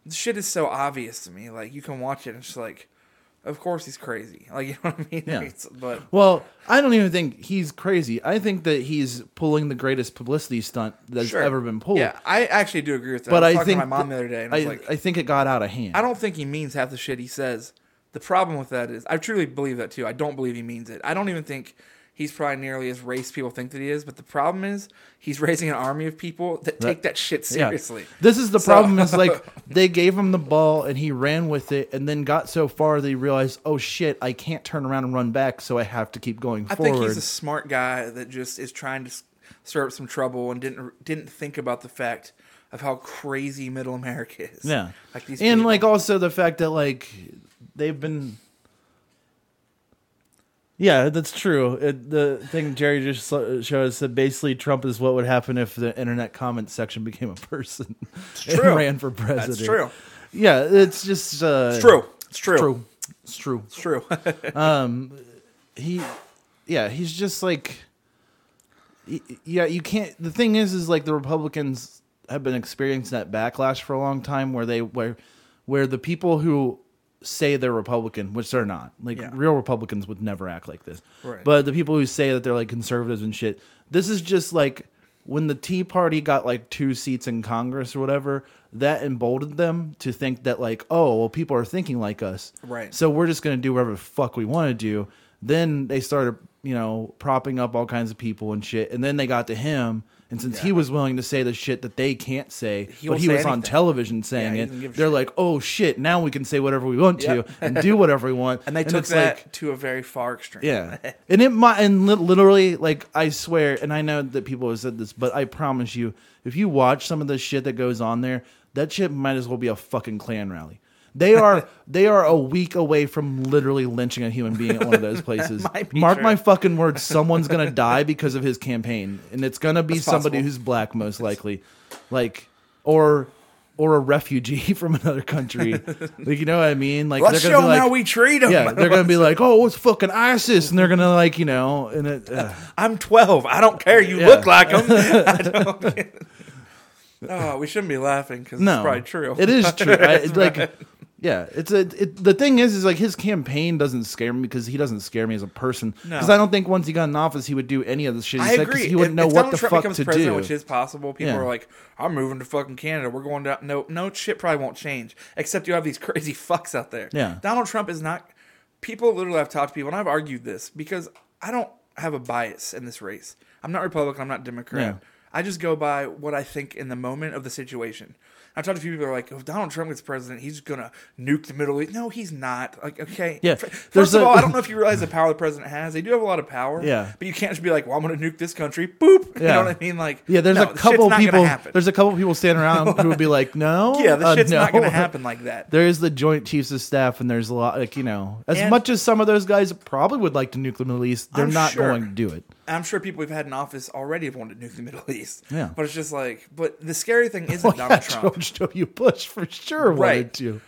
Speaker 2: the shit is so obvious to me. Like you can watch it, and it's just like, of course he's crazy. [LAUGHS] Like you know what I mean?
Speaker 1: Yeah.
Speaker 2: Like, it's- but
Speaker 1: Well, I don't even think he's crazy. I think that he's pulling the greatest publicity stunt that's
Speaker 2: sure.
Speaker 1: ever been pulled.
Speaker 2: Yeah, I actually do agree with that.
Speaker 1: But
Speaker 2: I
Speaker 1: I,
Speaker 2: was talking
Speaker 1: think
Speaker 2: to my mom
Speaker 1: that-
Speaker 2: the other day, and I,
Speaker 1: I,
Speaker 2: was like,
Speaker 1: I think it got out of hand.
Speaker 2: I don't think he means half the shit he says. The problem with that is, I truly believe that too. I don't believe he means it. I don't even think he's probably nearly as race people think that he is. But the problem is, he's raising an army of people that take that shit
Speaker 1: Yeah.
Speaker 2: seriously.
Speaker 1: This is the
Speaker 2: So-
Speaker 1: problem. Is like they gave him the ball and he ran with it, and then got so far they realized, oh shit, I can't turn around and run back, so I have to keep going
Speaker 2: [LAUGHS] I
Speaker 1: forward.
Speaker 2: think he's a smart guy that just is trying to s- stir up some trouble and didn't didn't think about the fact of how crazy middle America is.
Speaker 1: Yeah.
Speaker 2: like these
Speaker 1: and
Speaker 2: people.
Speaker 1: like also the fact that like they've been Yeah, that's true. It, the thing Jerry just so- showed us that basically Trump is what would happen if the internet comment section became a person [LAUGHS]
Speaker 2: true.
Speaker 1: and ran for president.
Speaker 2: That's true.
Speaker 1: Yeah, it's just uh
Speaker 2: It's true. It's true.
Speaker 1: It's true. It's true.
Speaker 2: It's true. [LAUGHS]
Speaker 1: He yeah, he's just like y- yeah, you can't. The thing is, is like the Republicans have been experiencing that backlash for a long time, where they where where the people who say they're Republican, which they're not, like
Speaker 2: Yeah.
Speaker 1: real Republicans would never act like this.
Speaker 2: Right.
Speaker 1: But the people who say that they're like conservatives and shit, this is just like when the Tea Party got like two seats in Congress or whatever. That emboldened them to think that like, oh, well, people are thinking like us,
Speaker 2: Right.
Speaker 1: So we're just gonna do whatever the fuck we want to do. Then they started, you know, propping up all kinds of people and shit. And then they got to him, and since he was willing to say the shit that they can't say,
Speaker 2: He
Speaker 1: but
Speaker 2: won't
Speaker 1: he
Speaker 2: say
Speaker 1: was on
Speaker 2: anything.
Speaker 1: television saying
Speaker 2: he
Speaker 1: it,
Speaker 2: doesn't give a
Speaker 1: they're
Speaker 2: shit.
Speaker 1: like, "Oh shit, now we can say whatever we want
Speaker 2: Yep.
Speaker 1: to and do whatever we want."
Speaker 2: [LAUGHS] and they took
Speaker 1: it's
Speaker 2: that
Speaker 1: like,
Speaker 2: to a very far extreme. [LAUGHS]
Speaker 1: yeah, and it might, and li- literally, like I swear, and I know that people have said this, but I promise you, if you watch some of the shit that goes on there, that shit might as well be a fucking Klan rally. They
Speaker 2: [LAUGHS]
Speaker 1: are they are a week away from literally lynching a human being at one of
Speaker 2: [LAUGHS]
Speaker 1: those places.
Speaker 2: might be
Speaker 1: Mark
Speaker 2: true.
Speaker 1: my fucking words, someone's gonna die because of his campaign, and it's gonna be
Speaker 2: That's
Speaker 1: somebody
Speaker 2: possible.
Speaker 1: who's black, most likely, like or or a refugee [LAUGHS] from another country.
Speaker 2: [LAUGHS]
Speaker 1: like you know what I mean? Like
Speaker 2: Let's
Speaker 1: they're
Speaker 2: show
Speaker 1: gonna
Speaker 2: them
Speaker 1: be like,
Speaker 2: how we treat them.
Speaker 1: yeah, they're gonna be like, oh, it's fucking ISIS, and they're gonna like you know, and it, uh,
Speaker 2: I'm 12. I don't care. You
Speaker 1: Yeah.
Speaker 2: look like them. [LAUGHS] I
Speaker 1: [LAUGHS]
Speaker 2: don't. oh, we shouldn't be laughing because
Speaker 1: no,
Speaker 2: it's probably true.
Speaker 1: It
Speaker 2: [LAUGHS]
Speaker 1: is true. I, it's like, yeah, it's a. It, the thing is, is like his campaign doesn't scare me because he doesn't scare me as a person.
Speaker 2: No.
Speaker 1: Because I don't think once he got in office, he would do any of the shit. He
Speaker 2: I
Speaker 1: said 'cause
Speaker 2: agree.
Speaker 1: He wouldn't
Speaker 2: If-
Speaker 1: know
Speaker 2: if
Speaker 1: what
Speaker 2: Donald
Speaker 1: the
Speaker 2: Trump
Speaker 1: fuck
Speaker 2: becomes
Speaker 1: to
Speaker 2: president,
Speaker 1: do.
Speaker 2: Which is possible. People
Speaker 1: Yeah.
Speaker 2: are like, "I'm moving to fucking Canada. We're going down." No, no shit. Probably won't change. Except you have these [LAUGHS] crazy fucks out there.
Speaker 1: Yeah.
Speaker 2: Donald Trump is not. People literally have talked to people, and I've argued this because I don't have a bias in this race. I'm not Republican. I'm not Democrat.
Speaker 1: Yeah.
Speaker 2: I just go by what I think in the moment of the situation. I've talked to people that are like, "If Donald Trump gets president, he's gonna nuke the Middle East." No, he's not. Like, okay,
Speaker 1: Yeah,
Speaker 2: F- First
Speaker 1: there's
Speaker 2: of
Speaker 1: a-
Speaker 2: all,
Speaker 1: [LAUGHS]
Speaker 2: I don't know if you realize the power the president has. They do have a lot of power.
Speaker 1: Yeah.
Speaker 2: But you can't just be like, "Well, I'm going to nuke this country." Boop. [LAUGHS] You
Speaker 1: Yeah.
Speaker 2: know what I mean? Like,
Speaker 1: yeah, there's
Speaker 2: no,
Speaker 1: a
Speaker 2: the shit's
Speaker 1: couple
Speaker 2: not gonna
Speaker 1: people.
Speaker 2: happen.
Speaker 1: There's a couple people standing around
Speaker 2: [LAUGHS]
Speaker 1: who would be like, "No,
Speaker 2: yeah, the
Speaker 1: uh,
Speaker 2: shit's not
Speaker 1: no.
Speaker 2: going to [LAUGHS] happen like
Speaker 1: [LAUGHS]
Speaker 2: that.
Speaker 1: There is the Joint Chiefs of Staff, and there's a lot, like you know, as
Speaker 2: And-
Speaker 1: much as some of those guys probably would like to nuke the Middle East, they're
Speaker 2: I'm
Speaker 1: not
Speaker 2: sure.
Speaker 1: going to do it.
Speaker 2: I'm sure people we've had in office already have wanted to nuke the Middle East.
Speaker 1: Yeah.
Speaker 2: But it's just like, but the scary thing
Speaker 1: [LAUGHS]
Speaker 2: isn't
Speaker 1: Well,
Speaker 2: Donald
Speaker 1: yeah,
Speaker 2: Trump.
Speaker 1: George W. Bush for sure wanted
Speaker 2: Right.
Speaker 1: to.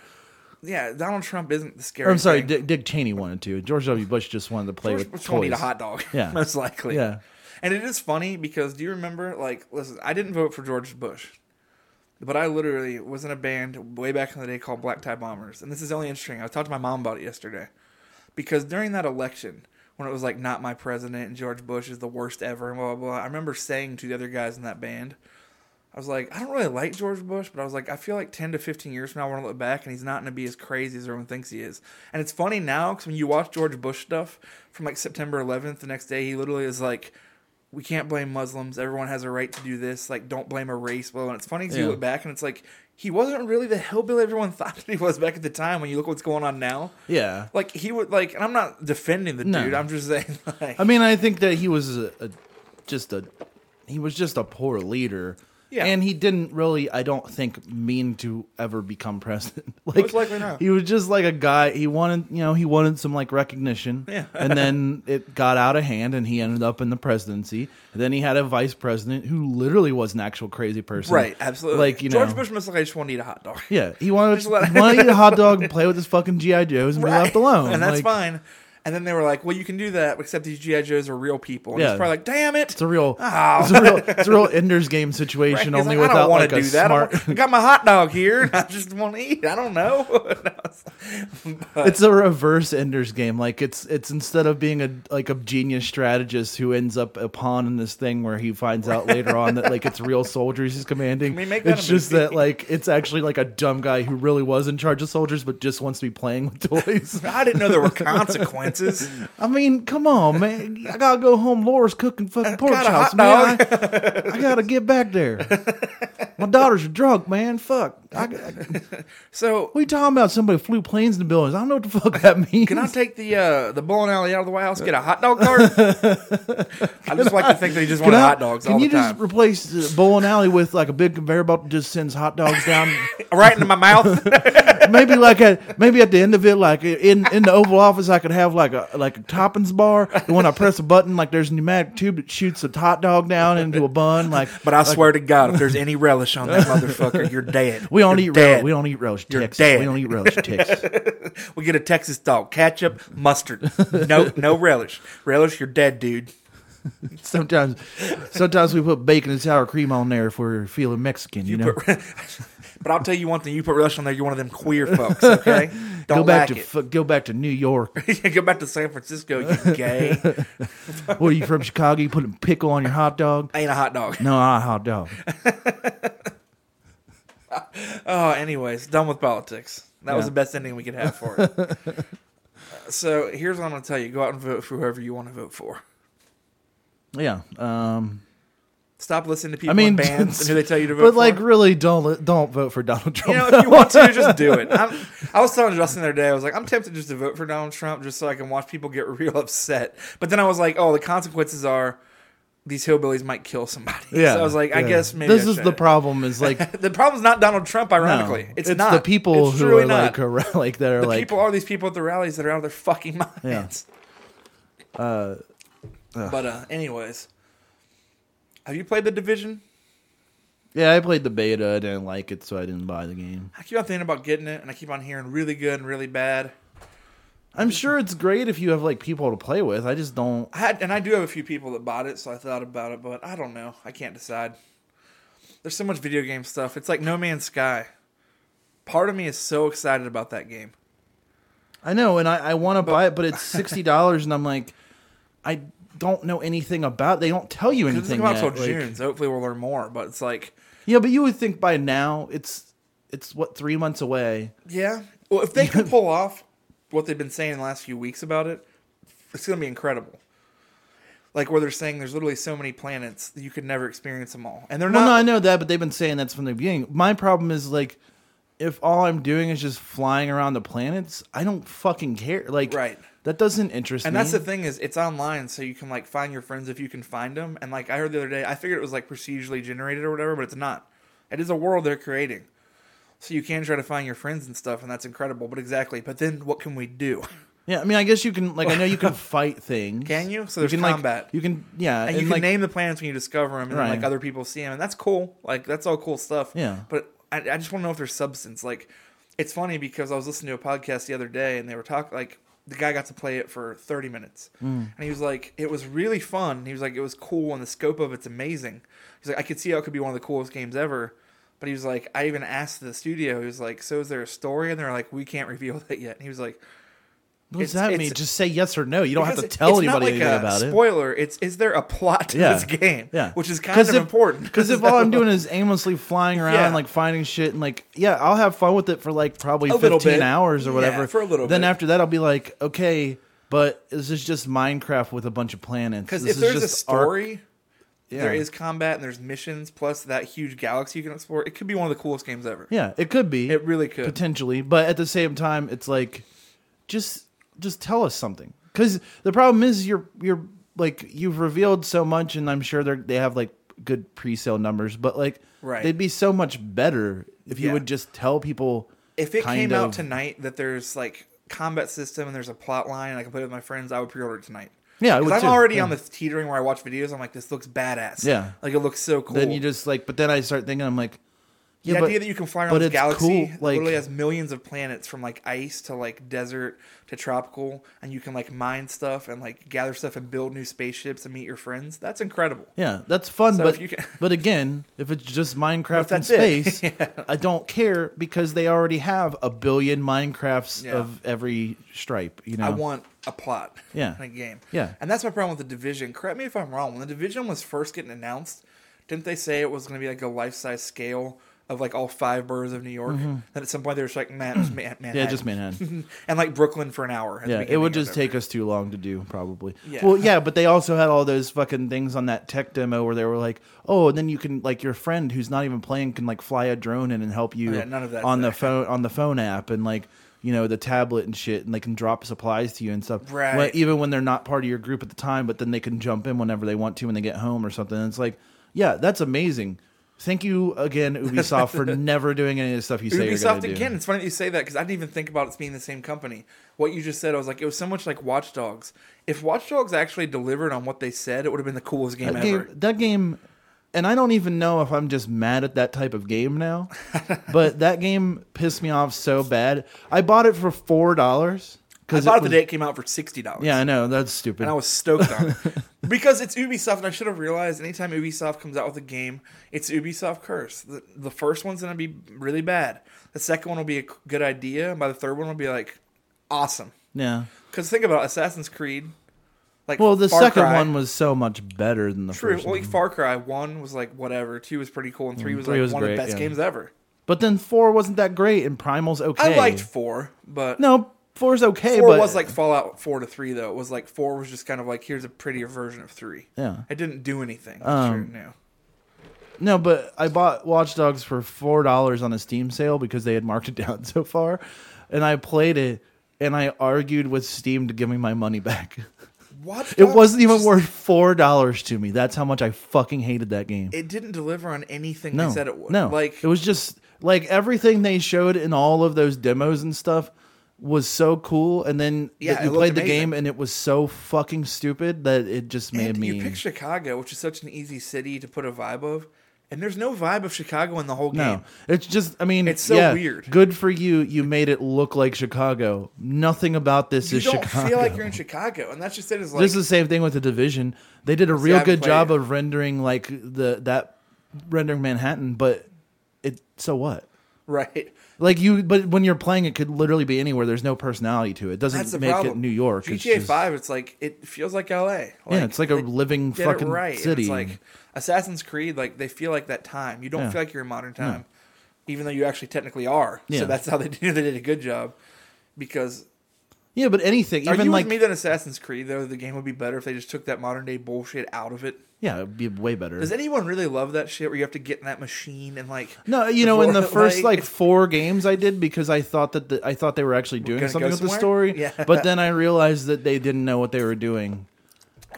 Speaker 2: Yeah, Donald Trump isn't the scary.
Speaker 1: Or, I'm sorry,
Speaker 2: thing.
Speaker 1: Dick, Dick Cheney wanted to. George W. Bush just wanted to play
Speaker 2: We're
Speaker 1: with
Speaker 2: just gonna
Speaker 1: toys.
Speaker 2: eat a hot dog,
Speaker 1: Yeah.
Speaker 2: [LAUGHS] most likely.
Speaker 1: Yeah.
Speaker 2: and it is funny because do you remember? Like, listen, I didn't vote for George Bush, but I literally was in a band way back in the day called Black Tie Bombers, and this is only interesting. I talked to my mom about it yesterday because during that election, when it was like not my president and George Bush is the worst ever and blah blah blah, I remember saying to the other guys in that band. I was like, I don't really like George Bush, but I was like, I feel like 10 to 15 years from now, we're going to look back and he's not going to be as crazy as everyone thinks he is. And it's funny now because when you watch George Bush stuff from like September 11th, the next day, he literally is like, we can't blame Muslims. Everyone has a right to do this. Like, don't blame a race. Blah. blah. And it's funny because
Speaker 1: Yeah.
Speaker 2: you look back and it's like, he wasn't really the hillbilly everyone [LAUGHS] thought that he was back at the time when you look what's going on now.
Speaker 1: Yeah.
Speaker 2: Like, he would, like, and I'm not defending the
Speaker 1: No.
Speaker 2: dude. I'm just saying, [LAUGHS] like,
Speaker 1: I mean, I think that he was a, a, just a he was just a poor leader.
Speaker 2: Yeah.
Speaker 1: And he didn't really, I don't think, mean to ever become [LAUGHS] president. like,
Speaker 2: Most likely not.
Speaker 1: He was just like a guy. He wanted, you know, he wanted some like recognition.
Speaker 2: Yeah.
Speaker 1: and
Speaker 2: [LAUGHS]
Speaker 1: then it got out of hand, and he ended up in the presidency. And then he had a vice president who literally was an actual crazy person.
Speaker 2: right, absolutely.
Speaker 1: Like you
Speaker 2: George
Speaker 1: know,
Speaker 2: Bush must like, I just want to eat a hot dog. [LAUGHS]
Speaker 1: Yeah, he wanted
Speaker 2: Just
Speaker 1: to,
Speaker 2: let-
Speaker 1: he wanted to eat a hot
Speaker 2: [LAUGHS]
Speaker 1: dog and play with his fucking GI Joes and be left alone,
Speaker 2: And that's
Speaker 1: Like,
Speaker 2: fine. And then they were like, well, you can do that, except these G.I. Joes are real people. And
Speaker 1: Yeah.
Speaker 2: he's probably like, damn it.
Speaker 1: It's a real,
Speaker 2: Oh.
Speaker 1: it's a real, it's a real Ender's Game situation.
Speaker 2: He's
Speaker 1: Only
Speaker 2: like, I
Speaker 1: without
Speaker 2: don't want
Speaker 1: like
Speaker 2: to
Speaker 1: a
Speaker 2: do that. I
Speaker 1: smart.
Speaker 2: don't- [LAUGHS] I got my hot dog here. And I just want to eat. I don't know. [LAUGHS] But-
Speaker 1: [LAUGHS] It's a reverse Ender's Game. Like it's it's instead of being a like a genius strategist who ends up a pawn in this thing where he finds out later on that like it's
Speaker 2: [LAUGHS]
Speaker 1: real soldiers he's commanding.
Speaker 2: we make that
Speaker 1: it's
Speaker 2: a
Speaker 1: just
Speaker 2: movie?
Speaker 1: that like it's actually like a dumb guy who really was in charge of soldiers but just wants to be playing with
Speaker 2: [LAUGHS]
Speaker 1: toys.
Speaker 2: I didn't know
Speaker 1: [LAUGHS]
Speaker 2: there were consequences.
Speaker 1: I mean, come on, man. I gotta go home. Laura's cooking fucking pork
Speaker 2: got a
Speaker 1: chops,
Speaker 2: hot
Speaker 1: man. I, I gotta get back
Speaker 2: [LAUGHS]
Speaker 1: there. My daughters are drunk, man. Fuck. I, I,
Speaker 2: So
Speaker 1: we talking about somebody flew planes in the buildings. I don't know what the fuck that [LAUGHS] means.
Speaker 2: can I take the uh, the bowling alley out of the White House? Get a hot
Speaker 1: [LAUGHS]
Speaker 2: dog cart. I just like to think they just
Speaker 1: Can
Speaker 2: want
Speaker 1: I-
Speaker 2: hot dogs
Speaker 1: Can
Speaker 2: all
Speaker 1: you
Speaker 2: the time,
Speaker 1: just replace the bowling alley with like a big conveyor belt that just sends hot
Speaker 2: [LAUGHS]
Speaker 1: dogs down?
Speaker 2: right into
Speaker 1: [LAUGHS]
Speaker 2: my mouth.
Speaker 1: maybe like at maybe at the end of it, like in in the Oval Office, I could have like a like a toppings bar. And when I press a button, like there's a pneumatic tube that shoots a hot dog down into a bun. Like
Speaker 2: but I swear to God, if there's any relish
Speaker 1: [LAUGHS]
Speaker 2: on that motherfucker, you're dead.
Speaker 1: We don't
Speaker 2: You're
Speaker 1: eat
Speaker 2: dead.
Speaker 1: relish. We don't eat relish.
Speaker 2: You're
Speaker 1: Texas.
Speaker 2: dead.
Speaker 1: We don't eat
Speaker 2: [LAUGHS]
Speaker 1: relish. Texas.
Speaker 2: We get a Texas dog, ketchup, mustard, no,
Speaker 1: [LAUGHS]
Speaker 2: no relish. Relish, you're dead, dude.
Speaker 1: sometimes, sometimes we put bacon and sour cream on there if we're feeling Mexican. You, know,
Speaker 2: But, but I'll tell you one thing: you put relish on there, you're one of them queer folks. Okay,
Speaker 1: [LAUGHS]
Speaker 2: don't
Speaker 1: go back
Speaker 2: like
Speaker 1: to fu- go back to New York.
Speaker 2: it. [LAUGHS] Go back to San Francisco.
Speaker 1: [LAUGHS]
Speaker 2: You gay?
Speaker 1: what are you from Chicago? You putting pickle on your hot dog?
Speaker 2: Ain't a hot dog.
Speaker 1: No, I a hot
Speaker 2: [LAUGHS]
Speaker 1: dog.
Speaker 2: Oh, anyways, done with politics. That was
Speaker 1: Yeah.
Speaker 2: the best ending we could have for it.
Speaker 1: [LAUGHS]
Speaker 2: Uh, so here's what I'm going to tell you: go out and vote for whoever you want to vote for.
Speaker 1: Yeah. Um,
Speaker 2: Stop listening to people
Speaker 1: I mean,
Speaker 2: in bands and who they tell you to vote.
Speaker 1: but
Speaker 2: for.
Speaker 1: like, really, don't don't vote for Donald Trump.
Speaker 2: You know, if you
Speaker 1: [LAUGHS]
Speaker 2: want to, just do it. I'm, I was telling Justin the other day, I was like, I'm tempted just to vote [LAUGHS] for Donald Trump just so I can watch people get real upset. But then I was like, oh, the consequences are these hillbillies might kill somebody. [LAUGHS]
Speaker 1: Yeah,
Speaker 2: So I was like, I
Speaker 1: yeah.
Speaker 2: guess maybe
Speaker 1: this
Speaker 2: I
Speaker 1: is the
Speaker 2: shouldn't.
Speaker 1: problem. Is
Speaker 2: [LAUGHS]
Speaker 1: like
Speaker 2: The problem's not Donald Trump, ironically.
Speaker 1: no,
Speaker 2: it's, not
Speaker 1: the people
Speaker 2: It's
Speaker 1: who
Speaker 2: truly
Speaker 1: are
Speaker 2: not.
Speaker 1: like around, like that are
Speaker 2: the
Speaker 1: like
Speaker 2: people are these people at the rallies that are out of their fucking [LAUGHS] minds.
Speaker 1: Uh,
Speaker 2: but uh, anyways, have you played the Division?
Speaker 1: yeah. I played the beta. I didn't like it, so I didn't buy the game.
Speaker 2: I keep on thinking about getting it, and I keep on hearing really good and really bad.
Speaker 1: I'm sure it's great if you have like people to play with. I just don't.
Speaker 2: I had, and I do have a few people that bought it, so I thought about it, but I don't know. I can't decide. There's so much video game stuff. It's like No Man's Sky. Part of me is so excited about that game.
Speaker 1: I know, and I, I want to buy it, but it's sixty dollars, and I'm like, I don't know anything about. They don't
Speaker 2: [LAUGHS]
Speaker 1: tell you
Speaker 2: This doesn't
Speaker 1: anything.
Speaker 2: come out
Speaker 1: yet,
Speaker 2: till
Speaker 1: like-
Speaker 2: June, so hopefully we'll learn more. But it's like,
Speaker 1: Yeah, but you would think by now it's it's what three months away.
Speaker 2: yeah.
Speaker 1: [LAUGHS]
Speaker 2: Well, if they can pull off what they've been saying the last few weeks about it, it's going to be incredible. Like where they're saying there's literally so many planets that you could never experience them all, and they're
Speaker 1: Well, no, I
Speaker 2: not.
Speaker 1: know that, but they've been saying that's from the beginning. My problem is like, if all I'm doing is just flying around the planets, I don't fucking care. Like,
Speaker 2: Right.
Speaker 1: That doesn't interest
Speaker 2: And
Speaker 1: me.
Speaker 2: that's the thing is it's online, so you can like find your friends if you can find them. And like I heard the other day, I figured it was like procedurally generated or whatever, but it's not. It is a world they're creating, so you can try to find your friends and stuff, and that's incredible. But exactly, but then what can we do? [LAUGHS]
Speaker 1: Yeah, I mean, I guess you can. Like, I know you can fight things.
Speaker 2: Can you? So there's
Speaker 1: can, like-
Speaker 2: combat.
Speaker 1: you can. Yeah,
Speaker 2: And, you can
Speaker 1: like,
Speaker 2: name the planets when you discover them, and then, like
Speaker 1: Right.
Speaker 2: other people see them, and that's cool. Like that's all cool stuff.
Speaker 1: Yeah.
Speaker 2: But I, I just want to know if there's substance. Like it's funny because I was listening to a podcast the other day, and they were talking like the guy got to play it for 30 minutes,
Speaker 1: Mm.
Speaker 2: and he was like, it was really fun. He was like, it was cool, and the scope of it's amazing. He's like, I could see how it could be one of the coolest games ever. But he was like, I even asked the studio. He was like, so is there a story? And they're like, we can't reveal [LAUGHS] that yet. And he was like,
Speaker 1: What does
Speaker 2: it's-
Speaker 1: that mean?
Speaker 2: it's-
Speaker 1: Just say yes or no. You don't have to
Speaker 2: because
Speaker 1: tell
Speaker 2: it's not
Speaker 1: anybody
Speaker 2: like
Speaker 1: anything
Speaker 2: a
Speaker 1: about it.
Speaker 2: Spoiler: It's is there a plot [LAUGHS] to
Speaker 1: Yeah.
Speaker 2: this game?
Speaker 1: Yeah,
Speaker 2: which is kind of important
Speaker 1: Because if all I'm doing is aimlessly flying around,
Speaker 2: Yeah.
Speaker 1: like finding shit, and like, yeah, I'll have fun with it for like probably
Speaker 2: A little
Speaker 1: 15
Speaker 2: bit.
Speaker 1: hours or
Speaker 2: Yeah,
Speaker 1: whatever.
Speaker 2: for a little
Speaker 1: Then
Speaker 2: bit.
Speaker 1: after that, I'll be like, okay, but this is just Minecraft with a bunch of planets.
Speaker 2: because
Speaker 1: This
Speaker 2: if
Speaker 1: is
Speaker 2: there's a
Speaker 1: just Ark.
Speaker 2: story, there
Speaker 1: Yeah.
Speaker 2: is combat and there's missions plus that huge galaxy you can explore. It could be one of the coolest games ever.
Speaker 1: yeah, it could be.
Speaker 2: It really could.
Speaker 1: potentially, but at the same time, it's like, just just tell us something. Because the problem is, you're you're like you've revealed so much, and I'm sure they they have like good pre-sale numbers, but like
Speaker 2: Right.
Speaker 1: they'd be so much better if you
Speaker 2: Yeah.
Speaker 1: would just tell people.
Speaker 2: if it
Speaker 1: kind
Speaker 2: came out
Speaker 1: of-
Speaker 2: tonight that there's like combat system and there's a plot line and I can play with my friends, I would pre-order it tonight.
Speaker 1: Yeah, I
Speaker 2: 'Cause
Speaker 1: would
Speaker 2: I'm
Speaker 1: too,
Speaker 2: already
Speaker 1: yeah.
Speaker 2: on the teetering where I watch videos. I'm like, this looks badass.
Speaker 1: Yeah.
Speaker 2: like it looks so cool.
Speaker 1: Then you just like, but then I start thinking, I'm like, yeah,
Speaker 2: the
Speaker 1: but,
Speaker 2: idea that you can fly
Speaker 1: but
Speaker 2: around this
Speaker 1: it's
Speaker 2: galaxy
Speaker 1: cool,
Speaker 2: that
Speaker 1: like-
Speaker 2: literally has millions of planets from like ice to like desert to tropical and you can like mine stuff and like gather stuff and build new spaceships and meet your friends that's incredible
Speaker 1: yeah, that's fun,
Speaker 2: So if
Speaker 1: but
Speaker 2: you can-
Speaker 1: but again, if it's just Minecraft in
Speaker 2: that's it. [LAUGHS]
Speaker 1: space, I don't care because they already have a billion Minecrafts
Speaker 2: Yeah.
Speaker 1: of every stripe. You know,
Speaker 2: i want a plot
Speaker 1: Yeah.
Speaker 2: in a game
Speaker 1: Yeah.
Speaker 2: and that's my problem with the division correct me if i'm wrong when the division was first getting announced didn't they say it was going to be like a life-size scale of like all five boroughs of new york then at some point they were just like
Speaker 1: [CLEARS THROAT]
Speaker 2: man, just man- manhattan.
Speaker 1: Mm-hmm. yeah, just Manhattan.
Speaker 2: [LAUGHS] and like brooklyn for an hour at the
Speaker 1: Yeah, it
Speaker 2: beginning
Speaker 1: would
Speaker 2: or
Speaker 1: just
Speaker 2: whatever.
Speaker 1: take us too long to do, probably.
Speaker 2: Yeah.
Speaker 1: Well, yeah, but they also had all those fucking things on that tech demo where they were like, "Oh, and then you can like your friend who's not even playing can like fly a drone in and help you
Speaker 2: Oh, yeah, none of that's
Speaker 1: on
Speaker 2: there.
Speaker 1: the phone on the phone app and like you know the tablet and shit, and they can drop supplies to you and stuff.
Speaker 2: Right.
Speaker 1: Well, even when they're not part of your group at the time, but then they can jump in whenever they want to when they get home or something. And it's like, yeah, that's amazing. Thank you
Speaker 2: [LAUGHS]
Speaker 1: again, Ubisoft, for never doing any of the stuff you say you're
Speaker 2: Ubisoft
Speaker 1: going to do.
Speaker 2: again. It's funny that you say that because I didn't even think about it being the same company. What you just said, I was like, it was so much like Watch Dogs. If Watch Dogs actually delivered on what they said, it would have been the coolest game
Speaker 1: that
Speaker 2: ever.
Speaker 1: game, that game and i don't even know if i'm just mad at that type of game
Speaker 2: [LAUGHS]
Speaker 1: now but that game pissed me off so bad i bought it for four dollars
Speaker 2: I
Speaker 1: because
Speaker 2: thought the day it came out for sixty dollars.
Speaker 1: yeah i know that's stupid
Speaker 2: and I was stoked on it
Speaker 1: [LAUGHS]
Speaker 2: because it's Ubisoft, and I should have realized anytime Ubisoft comes out with a game, it's Ubisoft curse. The, the first one's gonna be really bad. The second one will be a good idea, and by the third one will be like awesome.
Speaker 1: yeah
Speaker 2: Because think about it, Assassin's Creed. Like
Speaker 1: well the
Speaker 2: Far
Speaker 1: second
Speaker 2: Cry.
Speaker 1: one was so much better than the
Speaker 2: True.
Speaker 1: first
Speaker 2: Well,
Speaker 1: one Mm,
Speaker 2: like Far Cry one was like whatever. Two was pretty cool, and three was
Speaker 1: three
Speaker 2: like
Speaker 1: was
Speaker 2: one of
Speaker 1: great,
Speaker 2: the
Speaker 1: yeah.
Speaker 2: best games ever.
Speaker 1: but then four wasn't that great and primal's okay
Speaker 2: I liked four, but
Speaker 1: no four's okay
Speaker 2: four
Speaker 1: but
Speaker 2: was like Fallout four to three though. It was like four was just kind of like here's a prettier version of three.
Speaker 1: Yeah.
Speaker 2: it didn't do anything.
Speaker 1: Um,
Speaker 2: sure, no.
Speaker 1: No, but I bought Watch Dogs for four dollars on a Steam sale because they had marked it [LAUGHS] down so far, and I played it and I argued with Steam to give me my money back. [LAUGHS]
Speaker 2: What?
Speaker 1: It
Speaker 2: the-
Speaker 1: wasn't even
Speaker 2: just-
Speaker 1: worth four dollars to me. That's how much I fucking hated that game.
Speaker 2: It didn't deliver on anything
Speaker 1: no,
Speaker 2: they said it would.
Speaker 1: no,
Speaker 2: like
Speaker 1: it was just like everything they showed in all of those demos and stuff was so cool, and then
Speaker 2: Yeah,
Speaker 1: that
Speaker 2: it
Speaker 1: you
Speaker 2: looked
Speaker 1: played the
Speaker 2: amazing.
Speaker 1: game and it was so fucking stupid that it just made
Speaker 2: and
Speaker 1: me.
Speaker 2: you pick Chicago, which is such an easy city to put a vibe of, and there's no vibe of Chicago in the whole game.
Speaker 1: No, it's just. I mean,
Speaker 2: It's so
Speaker 1: yeah,
Speaker 2: weird.
Speaker 1: Good for you. You made it look like Chicago. Nothing about this
Speaker 2: You
Speaker 1: is
Speaker 2: don't
Speaker 1: Chicago.
Speaker 2: feel like you're in Chicago, and that's just it. Is like
Speaker 1: this is the same thing with the division. They did a real
Speaker 2: haven't
Speaker 1: good
Speaker 2: played
Speaker 1: job
Speaker 2: it.
Speaker 1: of rendering like the that rendering Manhattan, but it. So what?
Speaker 2: [LAUGHS] right.
Speaker 1: Like you, but when you're playing, it could literally be anywhere. There's no personality to it. It doesn't
Speaker 2: That's the
Speaker 1: make
Speaker 2: problem.
Speaker 1: it New York.
Speaker 2: GTA
Speaker 1: It's just-
Speaker 2: Five, it's like it feels like LA. Like,
Speaker 1: yeah, it's like a
Speaker 2: they
Speaker 1: living
Speaker 2: did
Speaker 1: fucking
Speaker 2: it right. and
Speaker 1: city.
Speaker 2: It's like Assassin's Creed, like they feel like that time. You don't
Speaker 1: Yeah.
Speaker 2: feel like you're in modern time, even though you actually technically are.
Speaker 1: Yeah.
Speaker 2: So that's how they [LAUGHS] do. They did a good job because
Speaker 1: yeah, but anything,
Speaker 2: are
Speaker 1: even
Speaker 2: you
Speaker 1: like
Speaker 2: with me that Assassin's Creed though the game would be better if they just took that modern day bullshit out of it.
Speaker 1: yeah, it'd be way better.
Speaker 2: Does anyone really love that shit where you have to get in that machine and like
Speaker 1: No, you know, in the
Speaker 2: [LAUGHS] before,
Speaker 1: first like
Speaker 2: it's-
Speaker 1: four games I did because I thought that the, I thought they were actually doing
Speaker 2: gonna
Speaker 1: something
Speaker 2: go
Speaker 1: with the
Speaker 2: somewhere?
Speaker 1: story.
Speaker 2: Yeah.
Speaker 1: But then I realized that they didn't know what they were doing.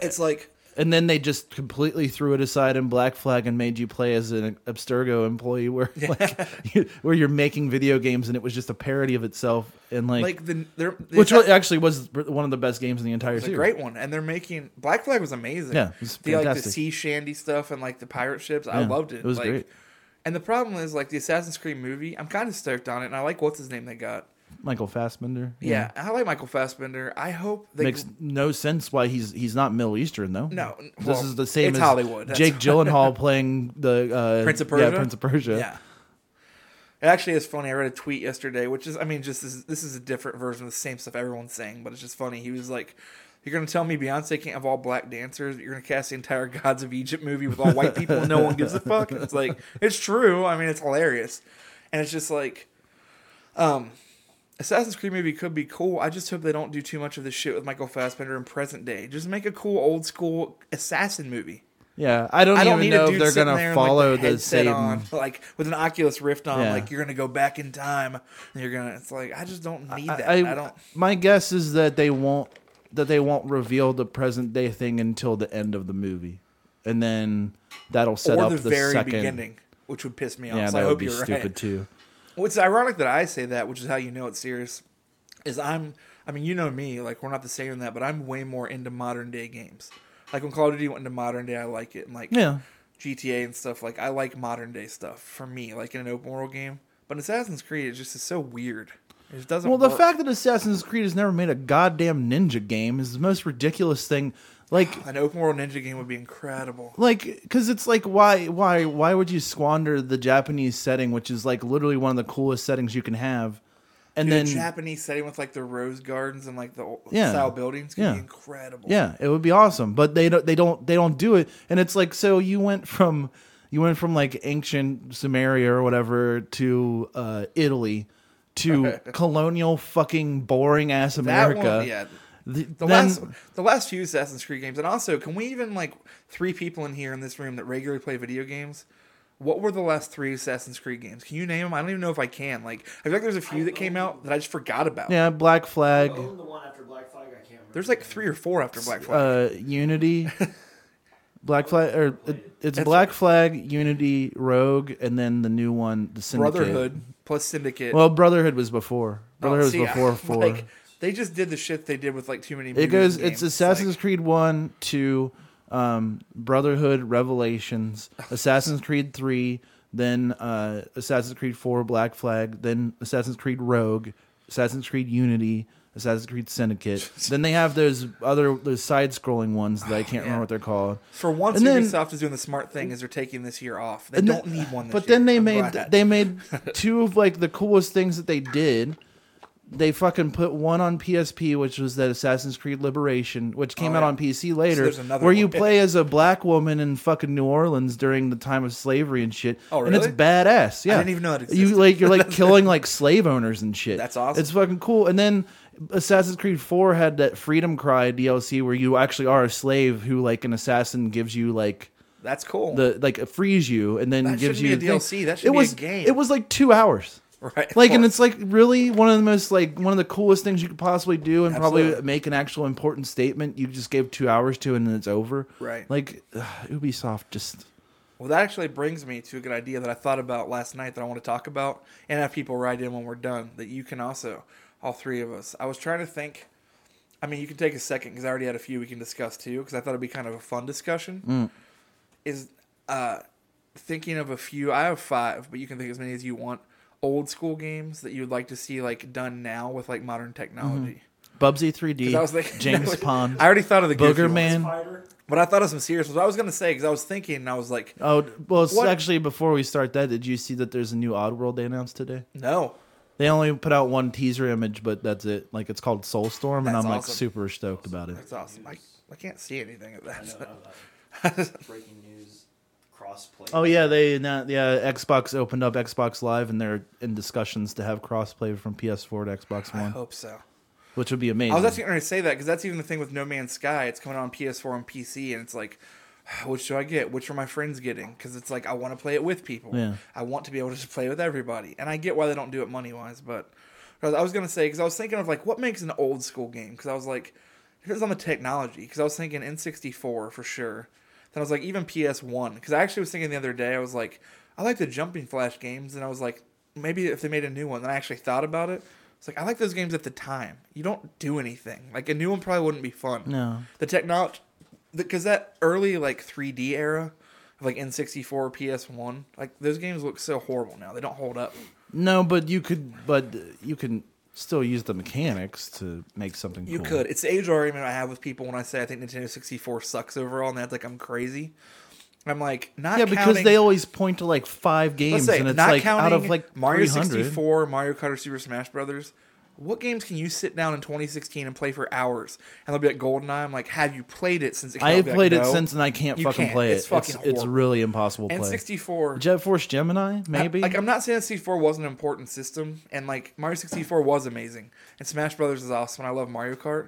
Speaker 2: it's like
Speaker 1: And then they just completely threw it aside in Black Flag and made you play as an Abstergo employee, where like, [LAUGHS] you, where you're making video games, and it was just a parody of itself. And like,
Speaker 2: like the they're
Speaker 1: which
Speaker 2: it's-
Speaker 1: really, actually was one of the best games in the entire
Speaker 2: It's a
Speaker 1: series.
Speaker 2: great one, and they're making Black Flag was amazing.
Speaker 1: Yeah, it was
Speaker 2: the, like the
Speaker 1: fantastic.
Speaker 2: sea shandy stuff and like the pirate ships. I
Speaker 1: Yeah,
Speaker 2: loved it.
Speaker 1: it was
Speaker 2: like,
Speaker 1: great.
Speaker 2: And the problem is like the Assassin's Creed movie. I'm kind of stoked on it, and I like what's his name they got.
Speaker 1: Michael Fassbender.
Speaker 2: Yeah, I like Michael Fassbender. I hope they
Speaker 1: makes no sense why he's he's not Middle Eastern though.
Speaker 2: No, n-
Speaker 1: this
Speaker 2: well,
Speaker 1: is the same
Speaker 2: it's
Speaker 1: as
Speaker 2: Hollywood, that's
Speaker 1: Jake
Speaker 2: why.
Speaker 1: Gyllenhaal playing the uh,
Speaker 2: Prince of
Speaker 1: Yeah,
Speaker 2: Persia?
Speaker 1: Prince of Persia.
Speaker 2: Yeah. It actually is funny. I read a tweet yesterday, which is, I mean, just this, this is a different version of the same stuff everyone's saying, but it's just funny. He was like, "You're gonna tell me Beyonce can't have all black dancers? You're gonna cast the entire Gods of Egypt movie with all white people and no one gives a fuck?" And it's like, it's true. I mean, it's hilarious, and it's just like, um, Assassin's Creed movie could be cool. I just hope they don't do too much of this shit with Michael Fassbender in present day. Just make a cool old school assassin movie.
Speaker 1: Yeah, I don't,
Speaker 2: I don't
Speaker 1: even
Speaker 2: need a
Speaker 1: know if
Speaker 2: dude
Speaker 1: they're
Speaker 2: sitting
Speaker 1: gonna
Speaker 2: there in, like,
Speaker 1: follow
Speaker 2: the
Speaker 1: the
Speaker 2: headset
Speaker 1: same.
Speaker 2: on, [LAUGHS] like with an Oculus Rift on.
Speaker 1: Yeah.
Speaker 2: Like you're gonna go back in time. And you're gonna. It's like I just don't need that. I, don't.
Speaker 1: My guess is that they won't that they won't reveal the present day thing until the end of the movie, and then that'll set
Speaker 2: Or
Speaker 1: up
Speaker 2: the, very
Speaker 1: second.
Speaker 2: beginning, which would piss me off.
Speaker 1: Yeah,
Speaker 2: so
Speaker 1: that
Speaker 2: I
Speaker 1: would
Speaker 2: hope
Speaker 1: be
Speaker 2: you're
Speaker 1: stupid
Speaker 2: right. [LAUGHS]
Speaker 1: too.
Speaker 2: What's ironic that I say that, which is how you know it's serious, is I'm. I mean, you know me. Like we're not the same in that, but I'm way more into modern day games. Like when Call of Duty went into modern day, I like it. And like
Speaker 1: Yeah.
Speaker 2: GTA and stuff. Like I like modern day stuff for me. Like in an open world game, but in Assassin's Creed, it just is so weird. It just doesn't.
Speaker 1: Well, the
Speaker 2: work.
Speaker 1: fact that Assassin's Creed has never made a goddamn ninja game is the most ridiculous thing. Like,
Speaker 2: An open world ninja game would be incredible.
Speaker 1: like because it's like why why why would you squander the japanese setting which is like literally one of the coolest settings you can have and
Speaker 2: Dude,
Speaker 1: then
Speaker 2: a Japanese setting with like the rose gardens and like the old
Speaker 1: Yeah.
Speaker 2: style buildings could
Speaker 1: Yeah.
Speaker 2: be incredible.
Speaker 1: yeah it would be awesome but they don't they don't they don't do it and it's like so you went from you went from like ancient sumeria or whatever to uh italy to [LAUGHS] colonial fucking boring ass
Speaker 2: That
Speaker 1: america
Speaker 2: one, yeah.
Speaker 1: The,
Speaker 2: The
Speaker 1: then-
Speaker 2: last the last few Assassin's Creed games, and also, can we even like three people in here in this room that regularly play video games? What were the last three Assassin's Creed games? Can you name them? I don't even know if I can. Like, I feel like there's a few that came out that I just forgot about.
Speaker 1: yeah black flag
Speaker 4: Own the one after Black Flag. I can't remember.
Speaker 2: There's like three or four after Black Flag.
Speaker 1: uh,
Speaker 2: [LAUGHS]
Speaker 1: Unity, Black Flag, or it, it's Black Flag, Unity, Rogue, and then the new one, the Syndicate.
Speaker 2: Brotherhood plus Syndicate.
Speaker 1: Well, Brotherhood was before.
Speaker 2: Oh,
Speaker 1: Brotherhood
Speaker 2: see,
Speaker 1: was before four.
Speaker 2: [LAUGHS] Like, they just did the shit they did with like too many.
Speaker 1: it
Speaker 2: movies
Speaker 1: goes.
Speaker 2: and
Speaker 1: It's
Speaker 2: games.
Speaker 1: Assassin's Creed one, two, um, Brotherhood,
Speaker 2: [LAUGHS]
Speaker 1: Revelations, Assassin's Creed three, then uh, Assassin's Creed four, Black Flag, then Assassin's Creed Rogue, Assassin's Creed Unity. Assassin's Creed
Speaker 2: [LAUGHS]
Speaker 1: Syndicate. then they have those other those side-scrolling ones that I can't
Speaker 2: yeah.
Speaker 1: remember what they're called.
Speaker 2: For once,
Speaker 1: And then-
Speaker 2: Ubisoft is doing the smart thing is they're taking this year off. They
Speaker 1: And
Speaker 2: don't
Speaker 1: then-
Speaker 2: need one. This
Speaker 1: but
Speaker 2: year.
Speaker 1: then they
Speaker 2: I'm
Speaker 1: made
Speaker 2: glad.
Speaker 1: they made two of like the coolest things that they did. They fucking put one on PSP, which was that Assassin's Creed Liberation, which came
Speaker 2: Oh,
Speaker 1: out
Speaker 2: yeah.
Speaker 1: on PC later,
Speaker 2: there's another
Speaker 1: where you
Speaker 2: one.
Speaker 1: play as a black woman in fucking New Orleans during the time of slavery and shit.
Speaker 2: Oh,
Speaker 1: And it's
Speaker 2: really?
Speaker 1: badass. Yeah,
Speaker 2: didn't even know it
Speaker 1: You
Speaker 2: existed.
Speaker 1: like you're
Speaker 2: [LAUGHS]
Speaker 1: like killing like slave owners and shit.
Speaker 2: That's awesome.
Speaker 1: It's fucking cool. And then Assassin's Creed Four had that Freedom Cry DLC where you actually are a slave who like an assassin gives you like
Speaker 2: that's cool.
Speaker 1: the like it frees you and then
Speaker 2: That
Speaker 1: gives
Speaker 2: shouldn't
Speaker 1: you
Speaker 2: be
Speaker 1: thing.
Speaker 2: a DLC. That should
Speaker 1: it
Speaker 2: be a
Speaker 1: was
Speaker 2: game.
Speaker 1: It was like two hours.
Speaker 2: [LAUGHS] Right.
Speaker 1: Like,
Speaker 2: Of
Speaker 1: and
Speaker 2: course.
Speaker 1: it's like really one of the most like one of the coolest things you could possibly do, and probably
Speaker 2: Absolutely.
Speaker 1: make an actual important statement. You just gave two hours to, and then it's over.
Speaker 2: Right.
Speaker 1: Like ugh, Ubisoft just
Speaker 2: Well, that actually brings me to a good idea that I thought about last night that I want to talk about and have people write in when we're done. That you can also, all three of us. I was trying to think. I mean, you can take a second because I already had a few we can discuss too. Because I thought it'd be kind of a fun discussion.
Speaker 1: Mm.
Speaker 2: Is uh, thinking of a few. I have five, but you can think as many as you want. Old school games that you would like to see like done now with like
Speaker 1: Mm-hmm.
Speaker 2: modern technology.
Speaker 1: Bubsy 3D,
Speaker 2: 'Cause I was
Speaker 1: [LAUGHS]
Speaker 2: [LAUGHS] thinking
Speaker 1: James Pond,
Speaker 2: I already thought of the goofy
Speaker 1: Booger
Speaker 2: ones,
Speaker 1: Man.
Speaker 4: Spider.
Speaker 2: but I thought of some serious ones. I was gonna say because I was thinking and I was like,
Speaker 1: Oh well, it's
Speaker 2: What-
Speaker 1: actually before we start that, did you see that there's a new Oddworld they announced today?
Speaker 2: no,
Speaker 1: They only put out one teaser image, but that's it. Like it's called Soulstorm, and
Speaker 2: That's
Speaker 1: I'm like
Speaker 2: awesome.
Speaker 1: super stoked about it.
Speaker 2: That's awesome. I, I can't see anything of
Speaker 4: I know
Speaker 2: that.
Speaker 4: about that. Breaking news. Crossplay.
Speaker 1: Oh yeah, they now yeah Xbox opened up Xbox Live, and they're in discussions to have crossplay from PS4 to Xbox
Speaker 2: [LAUGHS] I
Speaker 1: One,
Speaker 2: hope so.
Speaker 1: which would be
Speaker 2: I was
Speaker 1: amazing.
Speaker 2: actually going to say that because that's even the thing with No Man's Sky. It's coming on PS4 and PC, and it's like, [SIGHS] which do I get? Which are my friends getting? Because it's like I want to play it with people.
Speaker 1: Yeah.
Speaker 2: I want to be able to just play with everybody, and I get why they don't do it money wise, but 'cause I was going to say because I was thinking of like what makes an old school game because I was like, it depends on the technology because I was thinking N64 for sure. Then I was like even PS1 because I actually was thinking the other day I was like I like the jumping flash games and I was like maybe if they made a new one. Then I actually thought about it. It's like I like those games at the time. You don't do anything. Like a new one probably wouldn't be fun.
Speaker 1: No.
Speaker 2: The technology, because that early like 3D era of like N64, PS1, like those games look so horrible now. They don't hold up.
Speaker 1: No, but you could, but you can still use the mechanics to make something.
Speaker 2: You
Speaker 1: cool.
Speaker 2: could. It's the age argument I have with people when I say I think Nintendo 64 sucks overall, and that's like I'm crazy. I'm like not
Speaker 1: yeah, because
Speaker 2: counting-
Speaker 1: they always point to like five
Speaker 2: Let's
Speaker 1: games,
Speaker 2: say,
Speaker 1: and it's
Speaker 2: not
Speaker 1: like
Speaker 2: counting
Speaker 1: out of like
Speaker 2: Mario
Speaker 1: 300.
Speaker 2: 64, Mario Kart, or Super Smash Brothers. What games can you sit down in 2016 and play for hours? And they'll be like GoldenEye. I'm like, have you played it since? It came out?"
Speaker 1: I
Speaker 2: I'll
Speaker 1: have
Speaker 2: be like,
Speaker 1: played it
Speaker 2: "No."
Speaker 1: since, and I can't
Speaker 2: You
Speaker 1: fucking
Speaker 2: can't.
Speaker 1: play it.
Speaker 2: It's fucking
Speaker 1: it's, it's
Speaker 2: horrible.
Speaker 1: really impossible to
Speaker 2: And
Speaker 1: play.
Speaker 2: 64.
Speaker 1: Jet Force Gemini, maybe.
Speaker 2: Like I'm not saying C4 was an important system, and like Mario 64 was amazing, and Smash Brothers is awesome, and I love Mario Kart.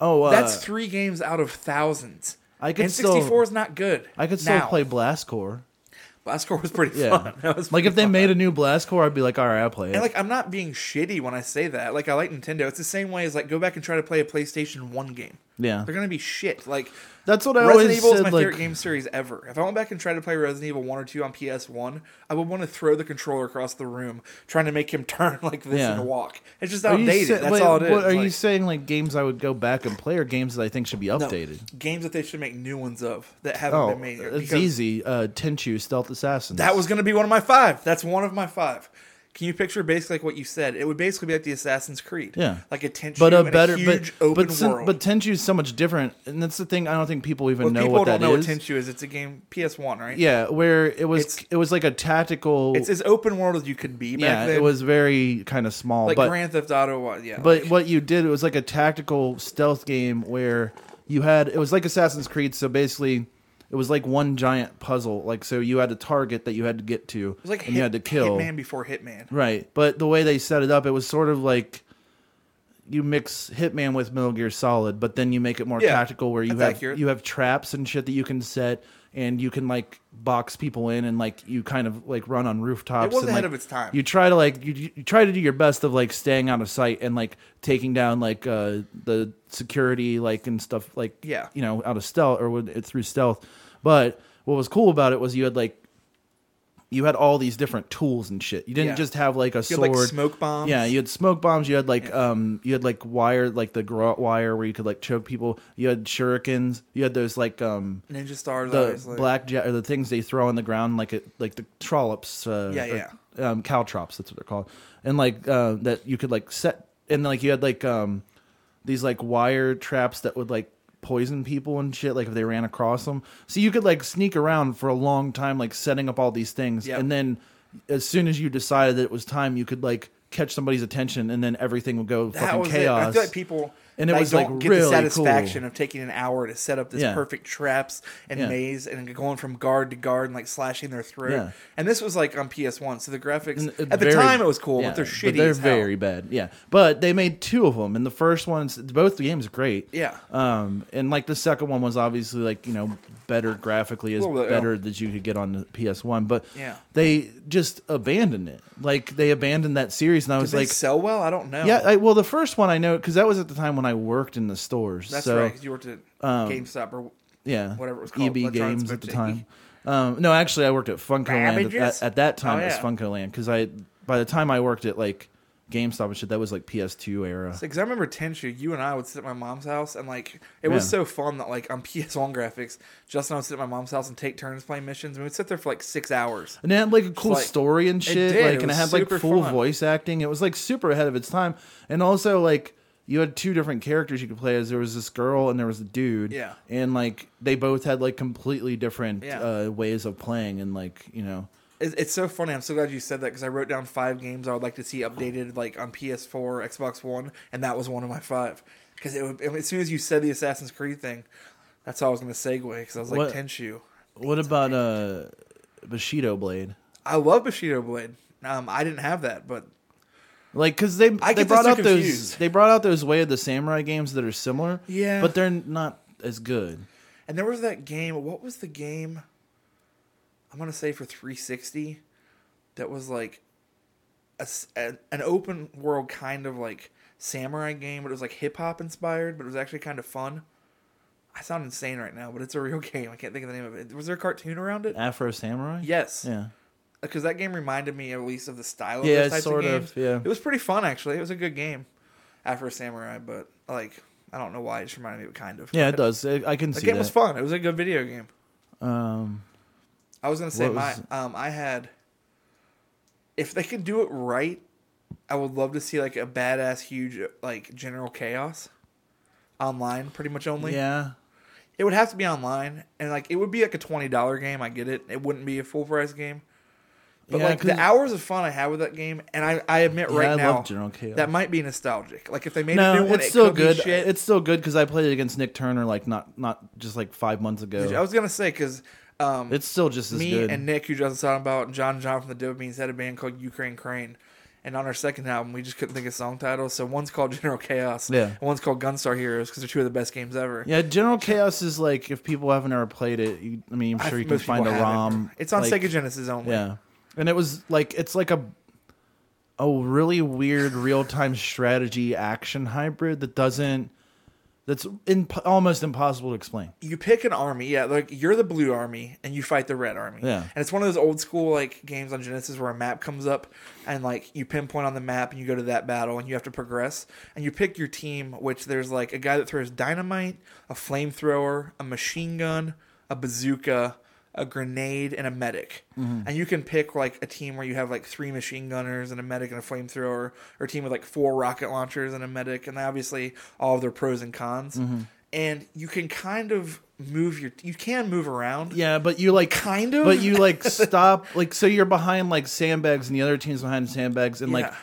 Speaker 1: oh, uh,
Speaker 2: That's three games out of thousands.
Speaker 1: I could
Speaker 2: and
Speaker 1: still-
Speaker 2: 64 is not good.
Speaker 1: I could still
Speaker 2: now. [LAUGHS]
Speaker 1: play Blastcore.
Speaker 2: Last score was pretty
Speaker 1: Yeah,
Speaker 2: fun. [LAUGHS] That was
Speaker 1: like
Speaker 2: pretty
Speaker 1: if they
Speaker 2: fun.
Speaker 1: made a new Blastcore, I'd be like, all right, I'll play it.
Speaker 2: And like I'm not being shitty when I say that. Like I like Nintendo. It's the same way as like go back and try to play a PlayStation One game.
Speaker 1: Yeah.
Speaker 2: they're gonna be shit. Like
Speaker 1: That's what I
Speaker 2: Resident
Speaker 1: always
Speaker 2: Evil is
Speaker 1: said.
Speaker 2: my
Speaker 1: like,
Speaker 2: favorite game series ever. If I went back and tried to play Resident Evil One or Two on PS One, I would want to throw the controller across the room, trying to make him [LAUGHS] turn like this
Speaker 1: Yeah.
Speaker 2: and walk. It's just
Speaker 1: are you
Speaker 2: outdated.
Speaker 1: sa-
Speaker 2: That's
Speaker 1: wait,
Speaker 2: all it is.
Speaker 1: What, are you
Speaker 2: Like,
Speaker 1: saying like games I would go back and play, or games that I think should be
Speaker 2: no.
Speaker 1: updated?
Speaker 2: games that they should make new ones of that haven't
Speaker 1: Oh,
Speaker 2: been made. yet,
Speaker 1: it's
Speaker 2: because
Speaker 1: easy. Uh, Tenchu, Stealth Assassins.
Speaker 2: That was going to be one of my five. That's one of my five. Can you picture basically like what you said? It would basically be like the Assassin's Creed.
Speaker 1: Yeah.
Speaker 2: Like a tension,
Speaker 1: but a
Speaker 2: and
Speaker 1: better,
Speaker 2: huge
Speaker 1: but
Speaker 2: open
Speaker 1: but, sin-
Speaker 2: world.
Speaker 1: but Tenchu is so much different, and that's the thing. I don't think people even
Speaker 2: Well,
Speaker 1: know
Speaker 2: people
Speaker 1: what
Speaker 2: don't
Speaker 1: that
Speaker 2: know
Speaker 1: is.
Speaker 2: what Tenchu is. It's a game PS1, right?
Speaker 1: yeah, where it was,
Speaker 2: It's-
Speaker 1: it was like a tactical.
Speaker 2: It's as open world as you could be back
Speaker 1: yeah,
Speaker 2: then.
Speaker 1: it was very kind of small,
Speaker 2: like
Speaker 1: but
Speaker 2: Grand Theft Auto was. Yeah.
Speaker 1: But
Speaker 2: like-
Speaker 1: what you did it was like a tactical stealth game where you had it was like Assassin's Creed. So basically, it was like one giant puzzle. Like so, you had a target that you had to get to,
Speaker 2: it was like
Speaker 1: and you had to kill.
Speaker 2: Hitman before Hitman.
Speaker 1: Right, but the way they set it up, it was sort of like you mix Hitman with Metal Gear Solid, but then you make it more
Speaker 2: Yeah,
Speaker 1: tactical, where you
Speaker 2: that's
Speaker 1: have
Speaker 2: accurate.
Speaker 1: you have traps and shit that you can set, and you can like box people in, and like you kind of like run on rooftops.
Speaker 2: It was
Speaker 1: and,
Speaker 2: ahead
Speaker 1: like,
Speaker 2: of its time.
Speaker 1: You try to like you, you try to do your best of like staying out of sight and like taking down like uh the security like and stuff like
Speaker 2: Yeah.
Speaker 1: you know out of stealth or with- it's through stealth, but what was cool about it was you had like you had all these different tools and shit. You didn't
Speaker 2: Yeah.
Speaker 1: just have like a
Speaker 2: You
Speaker 1: sword,
Speaker 2: had, like, smoke bombs.
Speaker 1: Yeah, you had smoke bombs. You had like um, you had like wire, like the garrote wire where you could like choke people. You had shurikens. You had those like um,
Speaker 2: Ninja Stars.
Speaker 1: the
Speaker 2: obviously.
Speaker 1: black ja- or the things they throw on the ground, like it, like the trollops. Uh,
Speaker 2: Yeah,
Speaker 1: or,
Speaker 2: yeah.
Speaker 1: um, caltrops. That's what they're called. And like uh, that, you could like set and like you had like um, these like wire traps that would like poison people and shit. Like if they ran across them, so you could like sneak around for a long time, like setting up all these things,
Speaker 2: Yeah.
Speaker 1: and then as soon as you decided that it was time, you could like catch somebody's attention, and then everything would go
Speaker 2: That
Speaker 1: fucking
Speaker 2: was it.
Speaker 1: chaos.
Speaker 2: I feel like people.
Speaker 1: And it was,
Speaker 2: I
Speaker 1: like,
Speaker 2: don't get
Speaker 1: really
Speaker 2: the satisfaction
Speaker 1: cool.
Speaker 2: of taking an hour to set up this
Speaker 1: Yeah.
Speaker 2: perfect traps and
Speaker 1: Yeah.
Speaker 2: maze and going from guard to guard and like slashing their throat.
Speaker 1: Yeah.
Speaker 2: And this was like on PS1, so the graphics
Speaker 1: And it's
Speaker 2: at the
Speaker 1: uh, very-
Speaker 2: time it was cool,
Speaker 1: yeah,
Speaker 2: but they're shitty.
Speaker 1: they're
Speaker 2: as hell.
Speaker 1: very bad. Yeah, but they made two of them, and the first one's both the games are great.
Speaker 2: Yeah.
Speaker 1: Um, and like the second one was obviously like you know better graphically, is
Speaker 2: Well, well,
Speaker 1: better that you could get on the PS One, but
Speaker 2: Yeah.
Speaker 1: they just abandoned it. Like they abandoned that series, and I
Speaker 2: Did
Speaker 1: was
Speaker 2: they
Speaker 1: like,
Speaker 2: sell well? I don't know.
Speaker 1: yeah. uh, I, well, the first one I know because that was at the time when I worked in the stores.
Speaker 2: that's
Speaker 1: so, um,
Speaker 2: right. 'cause you worked at GameStop or
Speaker 1: yeah,
Speaker 2: whatever it was called,
Speaker 1: EB
Speaker 2: Electronics
Speaker 1: Games at the
Speaker 2: Boutique.
Speaker 1: time. Um, no, actually, I worked at Funko Land at
Speaker 2: Babbage's?
Speaker 1: that, at that time.
Speaker 2: Oh,
Speaker 1: It was
Speaker 2: yeah.
Speaker 1: Funko Land because I by the time I worked at like GameStop and shit, that was like PS2 era.
Speaker 2: Because I remember Tenshu, you and I would sit at my mom's house, and like it was
Speaker 1: Yeah. so
Speaker 2: so fun that like on [LAUGHS] PS1 graphics, Justin and I would sit at my mom's house and take turns playing missions, and we'd sit there for like six hours.
Speaker 1: and it had like a cool
Speaker 2: like-
Speaker 1: story and
Speaker 2: it
Speaker 1: shit.
Speaker 2: did,
Speaker 1: Like,
Speaker 2: it
Speaker 1: and it
Speaker 2: was
Speaker 1: had like
Speaker 2: super
Speaker 1: full
Speaker 2: fun.
Speaker 1: voice acting. It was like super ahead of its time. And also like you had two different characters you could play as. There was this girl and there was a dude.
Speaker 2: Yeah.
Speaker 1: And like they both had like completely different
Speaker 2: Yeah.
Speaker 1: uh, ways of playing and like you know.
Speaker 2: It's, it's so funny. I'm so glad you said that because I wrote down five games I would like to see updated like on PS4, Xbox One, and that was one of my five. Because it would, as soon as you said the Assassin's Creed thing, that's how I was going to segue. Because I was like
Speaker 1: What-
Speaker 2: Tenshu,
Speaker 1: What about uh, Bushido Blade?
Speaker 2: I love Bushido Blade. Um, I didn't have that, but
Speaker 1: Like, cause they
Speaker 2: I
Speaker 1: they
Speaker 2: get
Speaker 1: brought
Speaker 2: so
Speaker 1: out those
Speaker 2: confused.
Speaker 1: they brought out those Way of the Samurai games that are similar.
Speaker 2: Yeah.
Speaker 1: but they're not as good.
Speaker 2: And there was that game. What was the game? I'm gonna say for 360, that was like a s a- an open world kind of like samurai game, but it was like hip hop inspired, but it was actually kind of fun. I sound insane right now, but it's a real [LAUGHS] game. I can't think of the name of it. Was there a cartoon around it?
Speaker 1: Afro Samurai.
Speaker 2: Yes,
Speaker 1: Yeah.
Speaker 2: because that game reminded me at least of the style. Of
Speaker 1: Yeah,
Speaker 2: those types
Speaker 1: sort
Speaker 2: of,
Speaker 1: of,
Speaker 2: games.
Speaker 1: yeah.
Speaker 2: it was pretty fun actually. It was a good game, Afro Samurai, but like I don't know why it just reminded me of it, kind of.
Speaker 1: Yeah, it does. I, I can
Speaker 2: That
Speaker 1: see
Speaker 2: game
Speaker 1: that.
Speaker 2: was fun. It was a good video game.
Speaker 1: Um,
Speaker 2: I was gonna say
Speaker 1: What
Speaker 2: my
Speaker 1: was-
Speaker 2: um I had if they could do it right, I would love to see like a badass huge like general chaos online pretty much only.
Speaker 1: yeah.
Speaker 2: It would have to be online and like it would be like a twenty dollar game, I get it. It wouldn't be a full price game. But
Speaker 1: Yeah,
Speaker 2: like
Speaker 1: 'cause-
Speaker 2: the hours of fun I had with that game, and I, I admit
Speaker 1: Yeah,
Speaker 2: right
Speaker 1: I
Speaker 2: now
Speaker 1: love General Chaos.
Speaker 2: that might be nostalgic. Like if they made a new
Speaker 1: No,
Speaker 2: one,
Speaker 1: it's
Speaker 2: it
Speaker 1: still
Speaker 2: could be
Speaker 1: good.
Speaker 2: shit.
Speaker 1: It's still good because I played it against Nick Turner like not not just like five months
Speaker 2: I
Speaker 1: ago.
Speaker 2: was gonna say because um,
Speaker 1: It's still just as
Speaker 2: me
Speaker 1: good.
Speaker 2: and Nick, who Justin's talking about, and John and John from the Dope Beans had a band called Ukraine Crane. And on our second album, we just couldn't think of song titles. So one's called General Chaos,
Speaker 1: Yeah.
Speaker 2: and one's called Gunstar Heroes because they're two of the best games ever.
Speaker 1: yeah, General Chaos is like if people haven't ever played it, you, I mean, I'm
Speaker 2: I
Speaker 1: sure you
Speaker 2: think
Speaker 1: can
Speaker 2: most people
Speaker 1: find a
Speaker 2: haven't.
Speaker 1: ROM.
Speaker 2: It's on
Speaker 1: like,
Speaker 2: Sega Genesis only.
Speaker 1: Yeah, and it was like it's like a a really weird real time strategy action hybrid that doesn't that's in, almost impossible to explain.
Speaker 2: You pick an army, yeah, like you're the blue army, and you fight the red army.
Speaker 1: Yeah.
Speaker 2: And it's one of those old school like games on Genesis where a map comes up, and like you pinpoint on the map, and you go to that battle, and you have to progress, and you pick your team. Which there's like a guy that throws dynamite, a flamethrower, a machine gun, a bazooka, a grenade, and a medic. And you can pick like a team where you have like three machine gunners and a medic and a flamethrower, or a team with like four rocket launchers and a medic, and obviously all of their pros and cons. And you can kind of move your you can move around
Speaker 1: Yeah, but you like
Speaker 2: Kind of.
Speaker 1: but you [LAUGHS] like stop like so you're behind like sandbags and the other team's behind sandbags and like
Speaker 2: Yeah.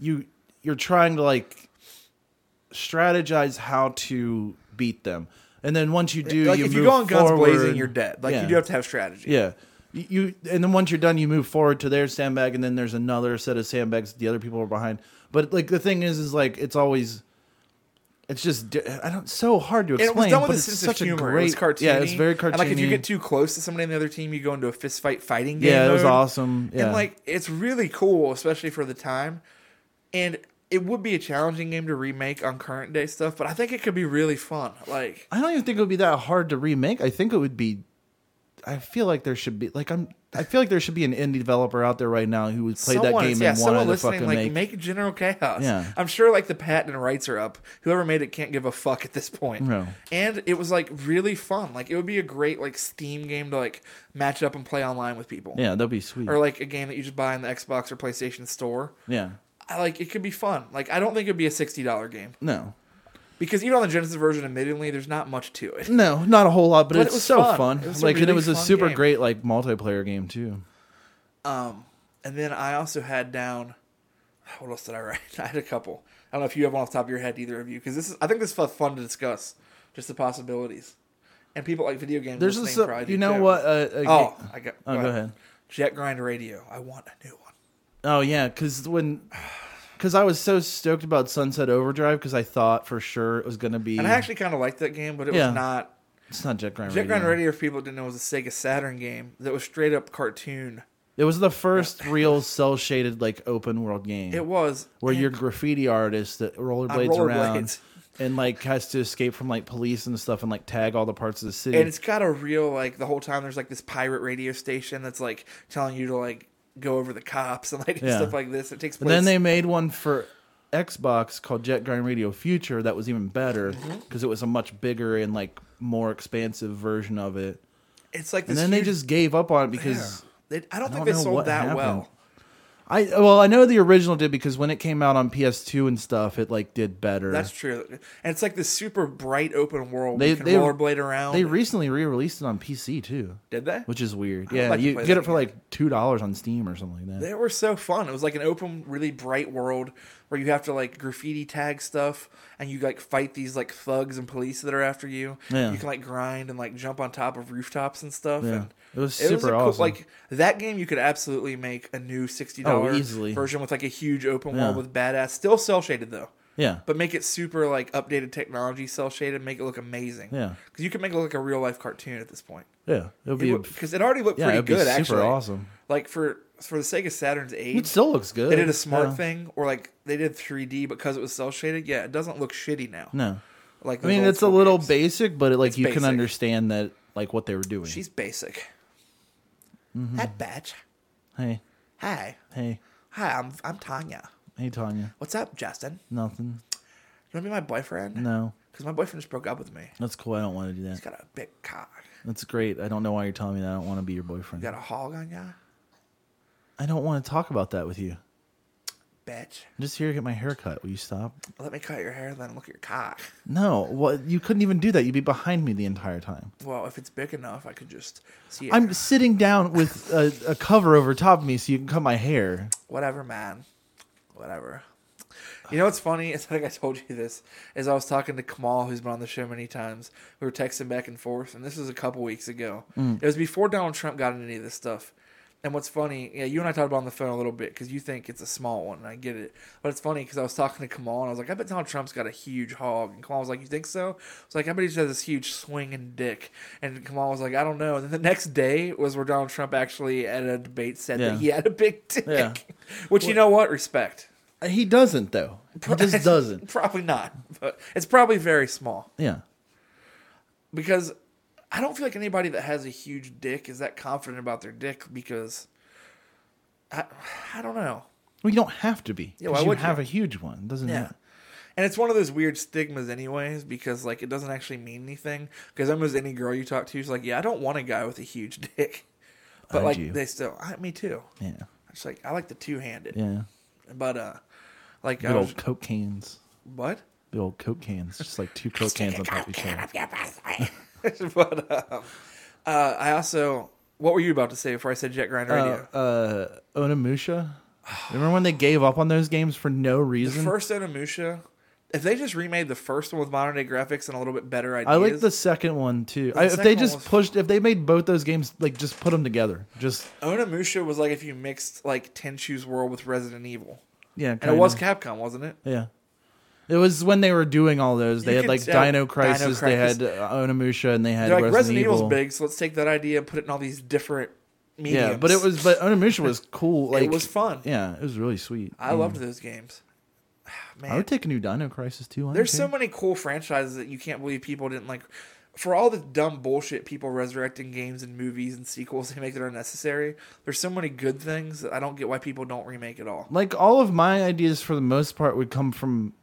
Speaker 1: you you're trying to like strategize how to beat them. And then once you do,
Speaker 2: like
Speaker 1: you
Speaker 2: if
Speaker 1: move
Speaker 2: you go on guns
Speaker 1: forward.
Speaker 2: blazing, you're dead. Like
Speaker 1: Yeah.
Speaker 2: you do have to have strategy.
Speaker 1: Yeah. You- You and then once you're done, you move forward to their sandbag, and then there's another set of sandbags that the other people are behind. But like the thing is, is like it's always, it's just di- I don't so hard to
Speaker 2: And
Speaker 1: explain.
Speaker 2: it was done with
Speaker 1: but
Speaker 2: a
Speaker 1: it's
Speaker 2: sense
Speaker 1: such
Speaker 2: of
Speaker 1: a
Speaker 2: humor.
Speaker 1: great,
Speaker 2: it was cartoony.
Speaker 1: Yeah, it's very cartoony.
Speaker 2: And like if you get too close to somebody on the other team, you go into a fist fight fighting game.
Speaker 1: yeah, it was
Speaker 2: mode.
Speaker 1: awesome. Yeah,
Speaker 2: And like it's really cool, especially for the time. And it would be a challenging game to remake on current day stuff, but I think it could be really fun. Like
Speaker 1: I don't even think it would be that hard to remake. I think it would be. I feel like there should be like I'm. I feel like there should be an indie developer out there right now who has played
Speaker 2: someone,
Speaker 1: that game
Speaker 2: yeah,
Speaker 1: and
Speaker 2: someone
Speaker 1: wanted to
Speaker 2: listening,
Speaker 1: fucking
Speaker 2: like
Speaker 1: make.
Speaker 2: General Chaos.
Speaker 1: Yeah.
Speaker 2: I'm sure like the patent rights are up. Whoever made it can't give a fuck at this point.
Speaker 1: No.
Speaker 2: And it was like really fun. Like it would be a great like Steam game to like match up and play online with people.
Speaker 1: yeah, that'd be sweet.
Speaker 2: Or like a game that you just buy in the Xbox or PlayStation store.
Speaker 1: yeah,
Speaker 2: I like it could be fun. Like I don't think it'd be a sixty dollar game.
Speaker 1: no,
Speaker 2: Because even on the Genesis version, admittedly, there's not much to it.
Speaker 1: No, not a whole lot, but,
Speaker 2: But
Speaker 1: it's
Speaker 2: it was
Speaker 1: so fun.
Speaker 2: fun. It was a
Speaker 1: like and it
Speaker 2: really
Speaker 1: was a
Speaker 2: fun
Speaker 1: super
Speaker 2: game.
Speaker 1: great like multiplayer game too.
Speaker 2: [SIGHS] Um, and then I also had down. What else did I write? [LAUGHS] I had a couple. I don't know if you have one off the top of your head, either of you, because this is I think this is fun to discuss, just the possibilities, and people like video games.
Speaker 1: There's
Speaker 2: listening
Speaker 1: just a,
Speaker 2: probably do
Speaker 1: you know
Speaker 2: too.
Speaker 1: what? Uh, a
Speaker 2: Oh,
Speaker 1: ga-
Speaker 2: I got.
Speaker 1: Oh, go ahead.
Speaker 2: Jet Grind Radio. I want a new one.
Speaker 1: oh yeah, because when because I was so stoked about Sunset Overdrive because I thought for sure it was gonna be.
Speaker 2: And I actually kind of liked that game, but it
Speaker 1: Mm. Yeah.
Speaker 2: was not.
Speaker 1: it's not Jet Grind.
Speaker 2: Jet Grind
Speaker 1: Radio.
Speaker 2: Radio, for people who didn't know, was a Sega Saturn game that was straight up cartoon.
Speaker 1: It was the first real cell shaded like open world game.
Speaker 2: It was
Speaker 1: where
Speaker 2: and
Speaker 1: you're graffiti artist that rollerblades around
Speaker 2: rollerblades.
Speaker 1: and like has to escape from like police and stuff and like tag all the parts of the city.
Speaker 2: and it's got a real like the whole time there's like this pirate radio station that's like telling you to like go over the cops and like [LAUGHS] do
Speaker 1: Yeah.
Speaker 2: stuff like this. It takes
Speaker 1: And
Speaker 2: place.
Speaker 1: then they made one for Xbox called Jet Grind Radio Future that was even better because
Speaker 2: Mm-hmm.
Speaker 1: it was a much bigger and like more expansive version of it.
Speaker 2: it's like
Speaker 1: And
Speaker 2: this
Speaker 1: then they
Speaker 2: huge-
Speaker 1: just gave up on it because
Speaker 2: They, I don't
Speaker 1: I
Speaker 2: think
Speaker 1: don't
Speaker 2: they
Speaker 1: know
Speaker 2: sold
Speaker 1: what
Speaker 2: that
Speaker 1: happened.
Speaker 2: well.
Speaker 1: I well I know the original did because when it came out on PS2 and stuff it like did better.
Speaker 2: That's true. And it's like this super bright open world.
Speaker 1: They-
Speaker 2: They, you can
Speaker 1: they-
Speaker 2: rollerblade around.
Speaker 1: they recently re-released it on PC too,
Speaker 2: did they?
Speaker 1: which is weird.
Speaker 2: would
Speaker 1: Yeah,
Speaker 2: like to
Speaker 1: you
Speaker 2: play
Speaker 1: get
Speaker 2: that
Speaker 1: it for like two dollars on Steam or something like that.
Speaker 2: They were so fun. It was like an open, really bright world where you have to like graffiti tag stuff and you like fight these like thugs and police that are after you.
Speaker 1: Yeah.
Speaker 2: You can like grind and like jump on top of rooftops and stuff.
Speaker 1: Yeah.
Speaker 2: And
Speaker 1: It was
Speaker 2: a
Speaker 1: super awesome.
Speaker 2: like that game you could absolutely make a new sixty dollar
Speaker 1: Oh, easily.
Speaker 2: version with like a huge open
Speaker 1: Yeah.
Speaker 2: world with badass still cell shaded though.
Speaker 1: yeah,
Speaker 2: But make it super like updated technology cell shaded, make it look amazing.
Speaker 1: Yeah.
Speaker 2: Because you can make it look like a real life cartoon at this point.
Speaker 1: yeah, it would be a-
Speaker 2: Because it, already looked
Speaker 1: yeah,
Speaker 2: pretty
Speaker 1: it'd be
Speaker 2: good
Speaker 1: super
Speaker 2: actually.
Speaker 1: awesome.
Speaker 2: Like for for the Sega Saturn's age.
Speaker 1: It still looks good.
Speaker 2: They did a smart
Speaker 1: Yeah.
Speaker 2: thing, or like they did 3D because it was cell shaded. Yeah, it doesn't look shitty now.
Speaker 1: No,
Speaker 2: Like
Speaker 1: I
Speaker 2: those
Speaker 1: mean
Speaker 2: old
Speaker 1: it's a
Speaker 2: school
Speaker 1: little
Speaker 2: games.
Speaker 1: basic, but it, like
Speaker 2: It's
Speaker 1: you
Speaker 2: basic.
Speaker 1: can understand that like what they were doing.
Speaker 2: She's basic.
Speaker 1: Mm-hmm.
Speaker 2: That bitch.
Speaker 1: hey,
Speaker 2: Hi,
Speaker 1: hey,
Speaker 2: hi. I'm I'm Tanya.
Speaker 1: hey, Tanya.
Speaker 2: What's up, Justin?
Speaker 1: Nothing.
Speaker 2: You want to be my boyfriend?
Speaker 1: No,
Speaker 2: Because my boyfriend just broke up with me.
Speaker 1: that's cool. I don't want to do
Speaker 2: He's
Speaker 1: that.
Speaker 2: got a big cock.
Speaker 1: That's great. I don't know why you're telling me that. I don't want to be your boyfriend.
Speaker 2: You got a hog on ya,
Speaker 1: I don't want to talk about that with you. I'm
Speaker 2: bitch.
Speaker 1: just here to get my hair cut. Will you stop?
Speaker 2: Let me cut your hair, then look at your cock.
Speaker 1: No. Well, you couldn't even do that. You'd be behind me the entire time.
Speaker 2: Well, if it's big enough, I could just see it.
Speaker 1: I'm sitting down with a, a cover over top of me so you can cut my hair.
Speaker 2: whatever, man. Whatever. You know what's funny? It's like I told you this. Is I was talking to Kamal, who's been on the show many times. We were texting back and forth, and this was a couple weeks ago. It was before Donald Trump got into any of this stuff. And what's funny? Yeah, you and I talked about it on the phone a little bit because you think it's a small one, and I get it. But it's funny because I was talking to Kamal, and I was like, "I bet Donald Trump's got a huge hog." And Kamal was like, "You think so?" I was like, "I bet he just has this huge swinging dick." And Kamal was like, "I don't know." And then the next day was where Donald Trump actually at a debate said
Speaker 1: Yeah.
Speaker 2: that he had a big dick.
Speaker 1: Yeah.
Speaker 2: Which you know what? Respect.
Speaker 1: Uh, He doesn't though. He
Speaker 2: [LAUGHS]
Speaker 1: just doesn't.
Speaker 2: probably not. But it's probably very small
Speaker 1: Yeah.
Speaker 2: because I don't feel like anybody that has a huge dick is that confident about their dick because I I don't know.
Speaker 1: Well, you don't have to be.
Speaker 2: Yeah,
Speaker 1: 'cause
Speaker 2: why
Speaker 1: you
Speaker 2: would you?
Speaker 1: have a huge one. It Doesn't
Speaker 2: Yeah.
Speaker 1: matter.
Speaker 2: And it's one of those weird stigmas, anyways, because like it doesn't actually mean anything. Because almost any girl you talk to is like, "Yeah, I don't want a guy with a huge [LAUGHS] dick," but
Speaker 1: I
Speaker 2: like
Speaker 1: do.
Speaker 2: they still, I, me too.
Speaker 1: Yeah.
Speaker 2: It's like I like the two handed,
Speaker 1: Yeah.
Speaker 2: but uh, like I
Speaker 1: Big
Speaker 2: was,
Speaker 1: old coke cans.
Speaker 2: what?
Speaker 1: Big old coke cans. Just like two coke cans on top of each other.
Speaker 2: [LAUGHS] but um, uh, I also, what were you about to say before I said Jet Grind Radio?
Speaker 1: Uh, uh, Onimusha.
Speaker 2: [SIGHS]
Speaker 1: Remember when they gave up on those games for no
Speaker 2: the
Speaker 1: reason?
Speaker 2: first Onimusha, if they just remade the first one with modern day graphics and a little bit better ideas,
Speaker 1: I like the second one too. I, if
Speaker 2: second
Speaker 1: they
Speaker 2: one
Speaker 1: just
Speaker 2: was-
Speaker 1: pushed, if they made both those games, like just put them together, just
Speaker 2: Onimusha was like if you mixed like Tenchu's World with Resident Evil,
Speaker 1: yeah.
Speaker 2: and it was Capcom, wasn't it?
Speaker 1: yeah. It was when they were doing all those. They
Speaker 2: You
Speaker 1: had
Speaker 2: could
Speaker 1: like
Speaker 2: tell-
Speaker 1: Dino
Speaker 2: Dino
Speaker 1: Crisis, they
Speaker 2: Crisis.
Speaker 1: had uh, Onimusha, and they had
Speaker 2: They're like
Speaker 1: Resident,
Speaker 2: Resident
Speaker 1: Evil.
Speaker 2: Evil's big, so let's take that idea and put it in all these different mediums.
Speaker 1: Yeah, but it was but Onimusha
Speaker 2: [LAUGHS]
Speaker 1: was cool. Like
Speaker 2: was fun.
Speaker 1: Yeah, it was really sweet.
Speaker 2: I loved those games. [SIGHS] Man,
Speaker 1: I would take a new Dino Crisis too.
Speaker 2: There's so many cool franchises that you can't believe people didn't like. For all the dumb bullshit people resurrecting games and movies and sequels [LAUGHS] they make that are necessary, there's so many good things that I don't get why people don't remake at all.
Speaker 1: like all of my ideas for the most part would come from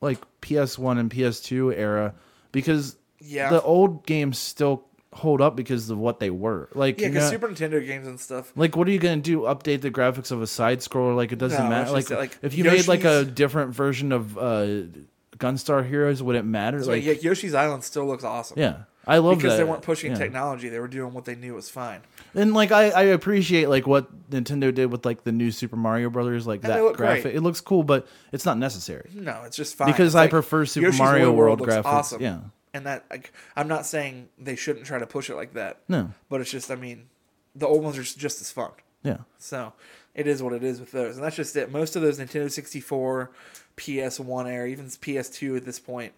Speaker 1: like PS1 and PS2 era because
Speaker 2: Yeah.
Speaker 1: the old games still hold up because of what they were. Like
Speaker 2: Yeah,
Speaker 1: you
Speaker 2: because
Speaker 1: know-
Speaker 2: Super Nintendo games and stuff.
Speaker 1: like what are you gonna do? Update the graphics of a side scroller? Like it doesn't
Speaker 2: No,
Speaker 1: matter.
Speaker 2: it's
Speaker 1: Like,
Speaker 2: just that, like,
Speaker 1: if you made like a
Speaker 2: Yoshi's-
Speaker 1: different version of uh, Gunstar Heroes, would it matter?
Speaker 2: Like,
Speaker 1: Like
Speaker 2: yeah, Yoshi's Island still looks awesome.
Speaker 1: yeah. I love
Speaker 2: because they
Speaker 1: that,
Speaker 2: weren't pushing
Speaker 1: yeah.
Speaker 2: technology; they were doing what they knew was fine.
Speaker 1: And like I, I appreciate like what Nintendo did with like the new Super Mario Brothers, like
Speaker 2: And they
Speaker 1: that
Speaker 2: look
Speaker 1: graphic.
Speaker 2: great.
Speaker 1: It looks cool, but it's not necessary.
Speaker 2: No, it's just fine
Speaker 1: Because
Speaker 2: It's
Speaker 1: I
Speaker 2: like,
Speaker 1: prefer Super
Speaker 2: Yoshi's
Speaker 1: Mario
Speaker 2: Woolly
Speaker 1: World
Speaker 2: looks
Speaker 1: graphics, yeah.
Speaker 2: and that like, I'm not saying they shouldn't try to push it like that.
Speaker 1: No.
Speaker 2: but it's just I mean, the old ones are just as fun.
Speaker 1: Yeah.
Speaker 2: So it is what it is with those, and that's just it. Most of those Nintendo 64, PS1 era, even PS2 at this point,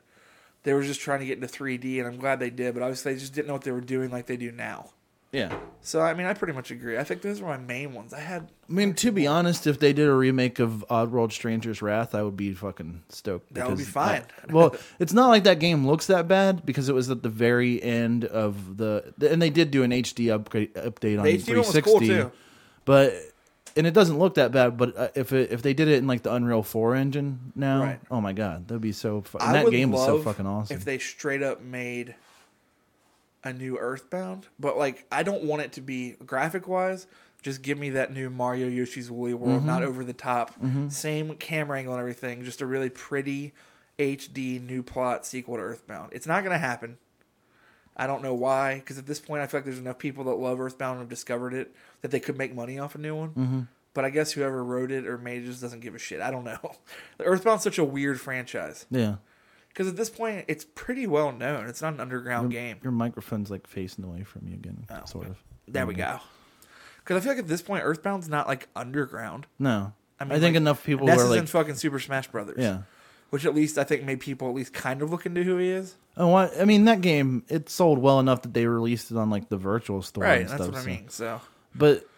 Speaker 2: they were just trying to get into 3D, and I'm glad they did. But obviously, they just didn't know what they were doing like they do now.
Speaker 1: Yeah.
Speaker 2: So I mean, I pretty much agree. I think those were my main ones. I had
Speaker 1: I mean, to be honest, if they did a remake of Oddworld Stranger's Wrath, I would be fucking stoked.
Speaker 2: That would be
Speaker 1: because
Speaker 2: fine.
Speaker 1: I- well, it's not like that game looks that bad because it was at the very end of the, and they did do an HD upgrade update on
Speaker 2: The
Speaker 1: the
Speaker 2: HD
Speaker 1: 360.
Speaker 2: one was cool, too.
Speaker 1: But and it doesn't look that bad. But uh, if it, if they did it in like the Unreal Four engine now,
Speaker 2: Right.
Speaker 1: oh my god, that'd be so. Fu-
Speaker 2: I
Speaker 1: and that
Speaker 2: would
Speaker 1: game was so
Speaker 2: love
Speaker 1: fucking awesome.
Speaker 2: If they straight up made a new Earthbound, but like I don't want it to be graphic wise. Just give me that new Mario Yoshi's Woolly World,
Speaker 1: Mm-hmm.
Speaker 2: not over the top, same camera angle and everything. Just a really pretty HD new plot sequel to Earthbound. It's not gonna happen. I don't know why, because at this point I feel like there's enough people that love Earthbound and have discovered it that they could make money off a new one.
Speaker 1: Mm-hmm.
Speaker 2: But I guess whoever wrote it or made it just doesn't give a shit. I don't know. [LAUGHS] Earthbound's such a weird franchise.
Speaker 1: yeah,
Speaker 2: Because at this point, it's pretty well known. It's not an underground game.
Speaker 1: your microphone's like facing away from you again, sort of.
Speaker 2: Oh, There we
Speaker 1: Mm-hmm.
Speaker 2: go. Because I feel like at this point, Earthbound's not like underground.
Speaker 1: No, I,
Speaker 2: mean,
Speaker 1: think
Speaker 2: like,
Speaker 1: enough people
Speaker 2: Ness
Speaker 1: were
Speaker 2: is
Speaker 1: like,
Speaker 2: in fucking Super Smash Brothers.
Speaker 1: yeah.
Speaker 2: Which at least I think made people at least kind of look into who he is.
Speaker 1: Oh, I, I mean that game it sold well enough that they released it on like the virtual store.
Speaker 2: Right.
Speaker 1: and
Speaker 2: That's
Speaker 1: stuff,
Speaker 2: what I
Speaker 1: so-
Speaker 2: mean. So
Speaker 1: But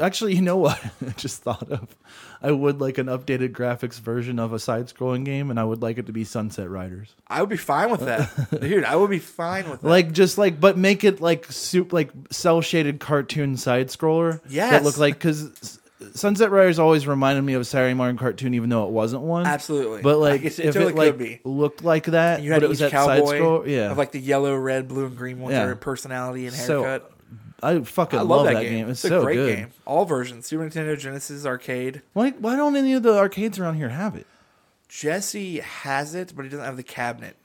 Speaker 1: actually, you know what? [LAUGHS] I just thought of. I would like an updated graphics version of a side-scrolling game, and I would like it to be Sunset Riders.
Speaker 2: I would be fine
Speaker 1: [LAUGHS]
Speaker 2: with that, dude. I would be fine with that.
Speaker 1: Like just like, but make it like soup, like cel-shaded cartoon side-scroller.
Speaker 2: Yes.
Speaker 1: that look like because. Sunset Riders always reminded me of a Saturday morning cartoon, even though it wasn't one.
Speaker 2: Absolutely.
Speaker 1: but like,
Speaker 2: Like, it- it
Speaker 1: if
Speaker 2: totally
Speaker 1: it like
Speaker 2: could be.
Speaker 1: looked like that,
Speaker 2: you had
Speaker 1: but it
Speaker 2: each
Speaker 1: was that side
Speaker 2: cowboy
Speaker 1: scroll, yeah,
Speaker 2: of like the yellow, red, blue, and green ones.
Speaker 1: Yeah.
Speaker 2: Their personality and
Speaker 1: So,
Speaker 2: haircut.
Speaker 1: I fucking
Speaker 2: I
Speaker 1: love, that game. It's,
Speaker 2: a
Speaker 1: so
Speaker 2: great
Speaker 1: good.
Speaker 2: game. All versions: Super Nintendo, Genesis, arcade.
Speaker 1: Why why don't any of the arcades around here have it?
Speaker 2: Jesse has it, but he doesn't have the cabinet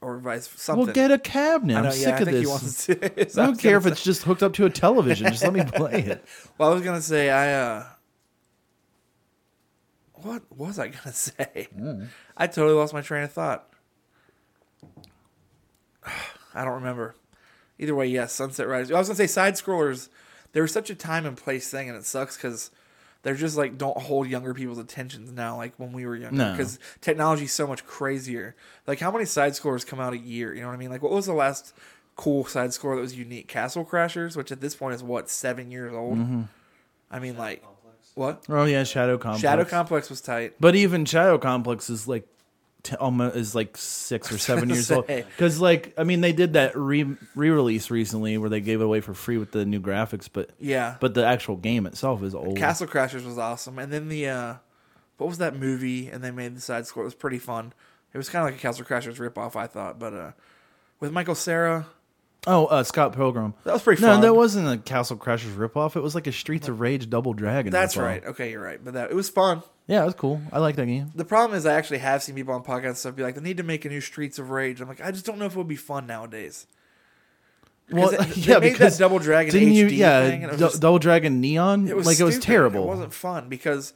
Speaker 2: or vice something.
Speaker 1: Well, get a cabinet. I'm sick of this. [LAUGHS]
Speaker 2: this.
Speaker 1: I don't care if it's just hooked up to a television. just let me play
Speaker 2: [LAUGHS]
Speaker 1: it.
Speaker 2: Well, I was gonna say I. uh What was I gonna [LAUGHS] say? I totally lost my train of thought. [SIGHS] I don't remember. Either way, yes, Sunset Riders. I was gonna say side scrollers. They were such a time and place thing, and it sucks because they're just like don't hold younger people's attentions now, like when we were younger.
Speaker 1: No.
Speaker 2: Because technology's so much crazier. Like how many side scrollers come out a year? You know what I mean? Like what was the last cool side scroller that was unique? Castle Crashers, which at this point is what seven years old. I mean, like
Speaker 4: Complex.
Speaker 2: what?
Speaker 1: Oh yeah, Shadow Complex.
Speaker 2: Shadow Complex was tight.
Speaker 1: But even Shadow Complex is like t- almost is like six
Speaker 2: [LAUGHS]
Speaker 1: or seven
Speaker 2: gonna
Speaker 1: years old.
Speaker 2: say.
Speaker 1: Because like I mean, they did that re release recently where they gave it away for free with the new graphics, but
Speaker 2: Yeah.
Speaker 1: but the actual game itself is old.
Speaker 2: Castle Crashers was awesome, and then the uh, what was that movie? And they made the side score. It was pretty fun. It was kind of like a Castle Crashers ripoff, I thought, but uh, with Michael Sarah.
Speaker 1: oh, uh, Scott Pilgrim.
Speaker 2: That was pretty
Speaker 1: No,
Speaker 2: fun.
Speaker 1: that wasn't a Castle Crashers ripoff. It was like a Streets of Rage Double Dragon.
Speaker 2: That's
Speaker 1: ripoff.
Speaker 2: right. Okay, you're right. But that it was fun.
Speaker 1: Yeah, it was cool. I like that game.
Speaker 2: The problem is, I actually have seen people on podcasts and stuff be like, they need to make a new Streets of Rage. I'm like, I just don't know if it would be fun nowadays.
Speaker 1: Well, [LAUGHS]
Speaker 2: Because it- they
Speaker 1: yeah,
Speaker 2: made that
Speaker 1: because
Speaker 2: Double Dragon
Speaker 1: didn't you?
Speaker 2: HD
Speaker 1: Yeah,
Speaker 2: thing, and it was
Speaker 1: Dou-
Speaker 2: just-
Speaker 1: Double Dragon Neon.
Speaker 2: It was
Speaker 1: like it was
Speaker 2: stupid.
Speaker 1: terrible.
Speaker 2: It wasn't fun because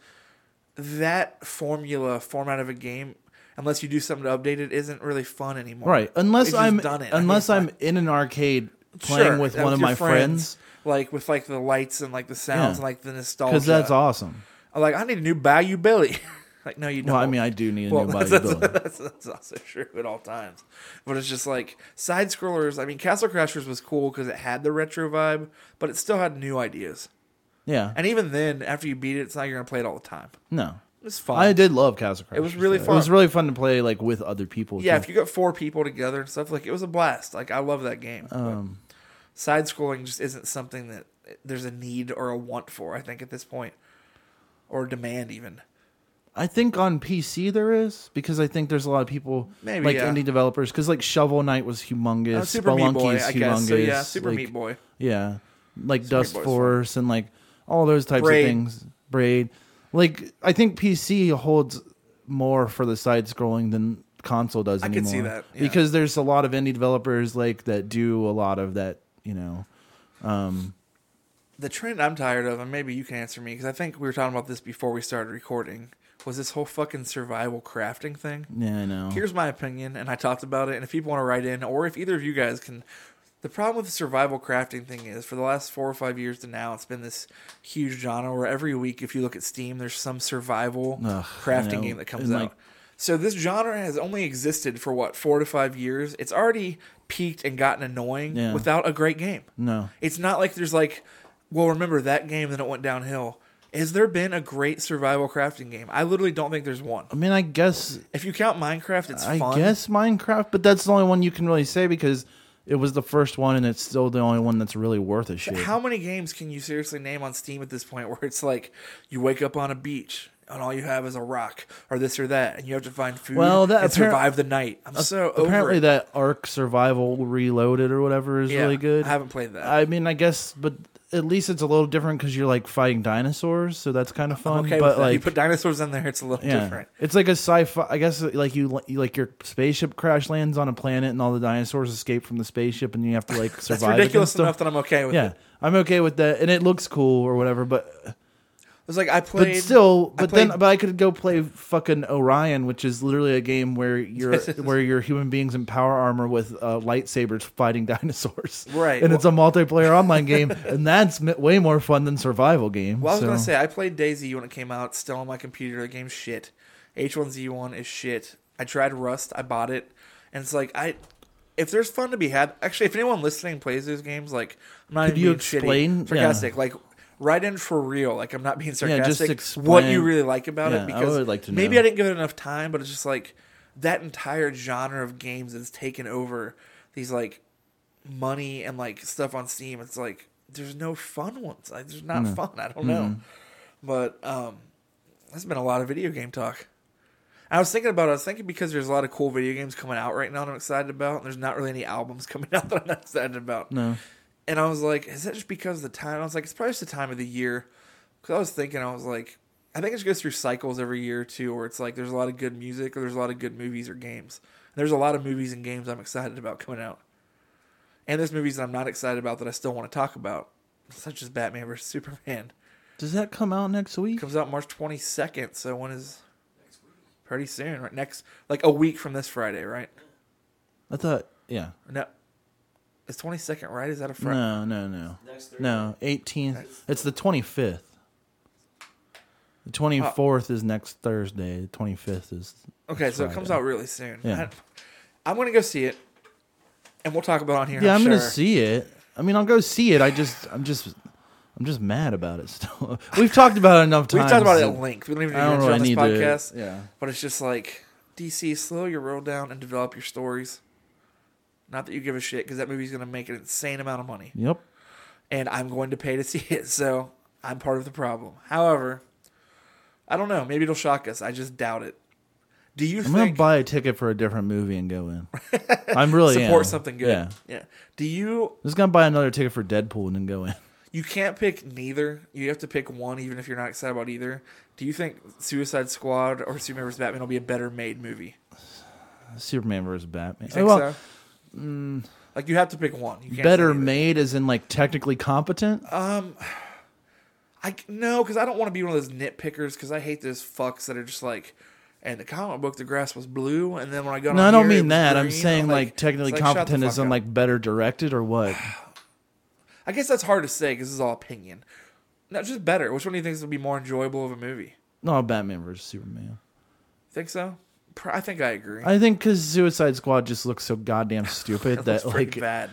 Speaker 2: that formula format of a game, unless you do something to update it, isn't really fun anymore.
Speaker 1: right.
Speaker 2: They
Speaker 1: Unless
Speaker 2: just
Speaker 1: I'm
Speaker 2: done it. I
Speaker 1: unless
Speaker 2: hate
Speaker 1: I'm
Speaker 2: that.
Speaker 1: in an arcade playing
Speaker 2: Sure,
Speaker 1: with
Speaker 2: and
Speaker 1: one of
Speaker 2: your
Speaker 1: my friends
Speaker 2: like with like the lights and like the sounds
Speaker 1: Yeah.
Speaker 2: and like the nostalgia.
Speaker 1: because that's awesome.
Speaker 2: I'm like I need a new Bayou Billy. [LAUGHS] like no, you don't.
Speaker 1: Well, I mean, I do need a
Speaker 2: Well, [LAUGHS]
Speaker 1: new body
Speaker 2: that's, that's,
Speaker 1: building.
Speaker 2: that's, that's also true at all times. But it's just like side scrollers. I mean, Castle Crashers was cool because it had the retro vibe, but it still had new ideas.
Speaker 1: Yeah,
Speaker 2: And even then, after you beat it, it's not you're gonna play it all the time.
Speaker 1: no,
Speaker 2: It's fun.
Speaker 1: I did love Castle Crashers.
Speaker 2: It was really
Speaker 1: though.
Speaker 2: fun.
Speaker 1: It was really fun to play like with other people.
Speaker 2: Yeah,
Speaker 1: too.
Speaker 2: if you got four people together and stuff, like it was a blast. Like I love that game. Um, Side scrolling just isn't something that there's a need or a want for. I think at this point, or demand even.
Speaker 1: I think on PC there is because I think there's a lot of people
Speaker 2: Maybe,
Speaker 1: like
Speaker 2: yeah.
Speaker 1: indie developers because like Shovel Knight was humongous,
Speaker 2: Uh, Super Meat
Speaker 1: Spelunky
Speaker 2: Boy,
Speaker 1: is
Speaker 2: I
Speaker 1: humongous,
Speaker 2: guess. So yeah, Super
Speaker 1: like-
Speaker 2: Meat Boy.
Speaker 1: Yeah. Like Dust
Speaker 2: Boy's
Speaker 1: Force and like all those types
Speaker 2: Braid.
Speaker 1: of things. Braid. Like I think PC holds more for the side scrolling than console does
Speaker 2: I
Speaker 1: anymore.
Speaker 2: could see that, yeah.
Speaker 1: Because there's a lot of indie developers like that do a lot of that, you know.
Speaker 2: the trend I'm tired of, and maybe you can answer me because I think we were talking about this before we started recording, was this whole fucking survival crafting thing.
Speaker 1: Yeah, I know.
Speaker 2: Here's my opinion, and I talked about it. And if people want to write in, or if either of you guys can, the problem with the survival crafting thing is for the last four or five years to now, it's been this huge genre where every week, if you look at Steam, there's some survival
Speaker 1: Ugh, I know.
Speaker 2: crafting game that comes
Speaker 1: And,
Speaker 2: out.
Speaker 1: like-
Speaker 2: so this genre has only existed for what four to five years. It's already peaked and gotten annoying
Speaker 1: Yeah.
Speaker 2: without a great game.
Speaker 1: no.
Speaker 2: It's not like there's like, well, remember that game then it went downhill. Has there been a great survival crafting game? I literally don't think there's one.
Speaker 1: I mean, I guess
Speaker 2: If you count Minecraft, it's
Speaker 1: I
Speaker 2: fun.
Speaker 1: guess Minecraft, but that's the only one you can really say because it was the first one and it's still the only one that's really worth a shit.
Speaker 2: How many games can you seriously name on Steam at this point [LAUGHS] where it's like you wake up on a beach and all you have is a rock or this or that and you have to find food
Speaker 1: Well, that
Speaker 2: and
Speaker 1: appar-
Speaker 2: survive the night? I'm so over
Speaker 1: Apparently,
Speaker 2: it.
Speaker 1: that Ark Survival Reloaded or whatever is
Speaker 2: Yeah,
Speaker 1: really good.
Speaker 2: I haven't played that.
Speaker 1: I mean, I guess, but at least it's a little different because you're like fighting dinosaurs, so that's kind of fun.
Speaker 2: okay,
Speaker 1: but
Speaker 2: but
Speaker 1: like,
Speaker 2: you put dinosaurs in there, it's a little
Speaker 1: yeah,
Speaker 2: different.
Speaker 1: it's like a sci-fi. I guess like you, you- like your spaceship crash lands on a planet, and all the dinosaurs escape from the spaceship, and you have
Speaker 2: [LAUGHS]
Speaker 1: to like survive.
Speaker 2: It's ridiculous
Speaker 1: against them.
Speaker 2: enough that I'm okay with
Speaker 1: yeah,
Speaker 2: it.
Speaker 1: I'm okay with that, and it looks cool or whatever. But
Speaker 2: It was like I
Speaker 1: but
Speaker 2: played,
Speaker 1: still,
Speaker 2: I
Speaker 1: but then,
Speaker 2: played-
Speaker 1: but I could go play fucking Orion, which is literally a game
Speaker 2: [LAUGHS]
Speaker 1: where you're where you're human beings in power armor with uh, lightsabers fighting [LAUGHS] dinosaurs.
Speaker 2: Right.
Speaker 1: and it's a multiplayer
Speaker 2: [LAUGHS]
Speaker 1: online game, and that's m- way more fun than survival game.
Speaker 2: Well, I was
Speaker 1: so-
Speaker 2: gonna say I played Daisy when it came out. It's Still on my computer, the game's shit. H1Z1 is shit. I tried Rust. I bought it, and it's like I. If there's fun to be had, actually, if anyone listening plays those games, like I'm not
Speaker 1: Could
Speaker 2: even
Speaker 1: you
Speaker 2: being shitty,
Speaker 1: explain? Yeah.
Speaker 2: sarcastic, like write in for real. Like I'm not being
Speaker 1: Yeah, just
Speaker 2: sarcastic. what you
Speaker 1: explain.
Speaker 2: really like about
Speaker 1: Yeah, I
Speaker 2: it because
Speaker 1: would like to
Speaker 2: maybe
Speaker 1: know.
Speaker 2: I didn't give it enough time, but it's just like that entire genre of games is taken over these like money and like stuff on Steam, it's like there's no fun ones. Like there's not fun. I
Speaker 1: Mm-hmm.
Speaker 2: don't know. But um that's been a lot of video game talk. I was thinking about it. I was thinking because there's a lot of cool video games coming out right now that I'm excited about, and there's not really any albums [LAUGHS] coming out that I'm not excited about.
Speaker 1: No.
Speaker 2: And I was like, is that just because of the time? I was like, it's probably just the time of the year. Because I was thinking, I was like, I think it just goes through cycles every year too, where it's like there's a lot of good music or there's a lot of good movies or games. And there's a lot of movies and games I'm excited about coming out. And there's movies that I'm not excited about that I still want to talk about, such as Batman vs Superman.
Speaker 1: does that come out next week?
Speaker 2: Comes out March 22nd, so when is pretty soon, right? Next, like a week from this Friday, right?
Speaker 1: I thought, yeah.
Speaker 2: No, it's 22nd, right? Is that a Friday?
Speaker 1: No, no, no,
Speaker 4: Next Thursday.
Speaker 1: no. 18th. It's the 25th. The 24th is next Thursday. The 25th is
Speaker 2: Okay, so it comes
Speaker 1: Friday.
Speaker 2: out really soon.
Speaker 1: Yeah.
Speaker 2: I, am gonna go see it, and we'll talk about it on here.
Speaker 1: Yeah, I'm, gonna
Speaker 2: sure.
Speaker 1: see it. I mean, I'll go see it. I just, I'm just, I'm just mad about it. Still, [LAUGHS] we've talked about it enough
Speaker 2: We've
Speaker 1: times.
Speaker 2: talked about it at length. We don't even
Speaker 1: I don't
Speaker 2: need to
Speaker 1: really
Speaker 2: on
Speaker 1: need to-
Speaker 2: this podcast.
Speaker 1: yeah.
Speaker 2: but it's just like DC, slow your roll down and develop your stories. Not that you give a shit, because that movie's gonna make an insane amount of money.
Speaker 1: Yep.
Speaker 2: and I'm going to [LAUGHS] pay to see it. So I'm part of the problem. However, I don't know. Maybe it'll shock us. I just doubt it. Do you
Speaker 1: I'm gonna
Speaker 2: think
Speaker 1: buy a ticket for a different movie and go in. I'm really
Speaker 2: [LAUGHS] support
Speaker 1: am.
Speaker 2: something good?
Speaker 1: Yeah.
Speaker 2: Do you?
Speaker 1: I'm just gonna buy another ticket for Deadpool and then go in. [LAUGHS]
Speaker 2: You can't pick neither. You have to pick one, even if you're not excited about either. Do you think Suicide Squad or Superman vs Batman will be a better made movie?
Speaker 1: Superman versus Batman.
Speaker 2: You think
Speaker 1: well, mm,
Speaker 2: so? like you have to pick one. You can't
Speaker 1: better
Speaker 2: say either.
Speaker 1: made as in like technically competent.
Speaker 2: I no, because I don't want to be one of those nitpickers. Because I hate those fucks that are just like, and the comic book, the grass was blue, and then when I got
Speaker 1: no,
Speaker 2: on
Speaker 1: I don't
Speaker 2: here, it
Speaker 1: mean
Speaker 2: was
Speaker 1: that. I'm
Speaker 2: green,"
Speaker 1: saying like, technically
Speaker 2: it's shut the
Speaker 1: competent
Speaker 2: fuck
Speaker 1: as in
Speaker 2: up.
Speaker 1: like better directed or what? [SIGHS]
Speaker 2: I guess that's hard to say because this is all opinion. No, just better. Which one do you think will be more enjoyable of a movie?
Speaker 1: No, Batman versus Superman.
Speaker 2: Think so? Pr- I think I agree.
Speaker 1: I think because Suicide Squad just looks so
Speaker 2: [LAUGHS]
Speaker 1: goddamn stupid
Speaker 2: That's
Speaker 1: that
Speaker 2: pretty
Speaker 1: like
Speaker 2: bad.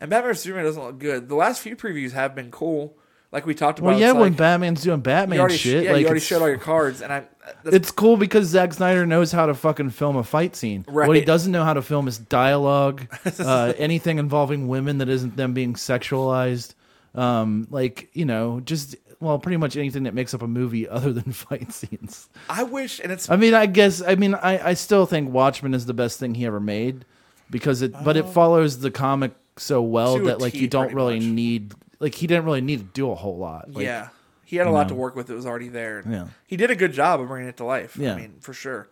Speaker 2: And Batman vs Superman doesn't look good. The last few previews have been cool. Like we talked about.
Speaker 1: Well, yeah,
Speaker 2: it's
Speaker 1: when
Speaker 2: like,
Speaker 1: Batman's doing
Speaker 2: you
Speaker 1: Batman
Speaker 2: already,
Speaker 1: shit,
Speaker 2: yeah,
Speaker 1: like
Speaker 2: you already
Speaker 1: it's,
Speaker 2: showed all your cards, and I. That's,
Speaker 1: it's cool because Zack Snyder knows how to fucking film a fight scene. What he
Speaker 2: Right.
Speaker 1: doesn't know how to film is
Speaker 2: [LAUGHS]
Speaker 1: dialogue, uh, anything involving women that isn't them being sexualized. Um, like you know, just well, pretty much anything that makes up a movie [LAUGHS] other than fight scenes.
Speaker 2: I wish, and it's
Speaker 1: I mean, I guess. I mean, I, I still think Watchmen is the best thing he ever made because it, but it follows the comic so well
Speaker 2: Oh. To a
Speaker 1: that like
Speaker 2: T,
Speaker 1: you don't
Speaker 2: pretty
Speaker 1: really
Speaker 2: much.
Speaker 1: need, like he didn't really need to do a whole lot. Like,
Speaker 2: yeah. He had a lot to work with. It was already there.
Speaker 1: Yeah.
Speaker 2: He did a good job of bringing it to life.
Speaker 1: Yeah.
Speaker 2: I mean, for sure.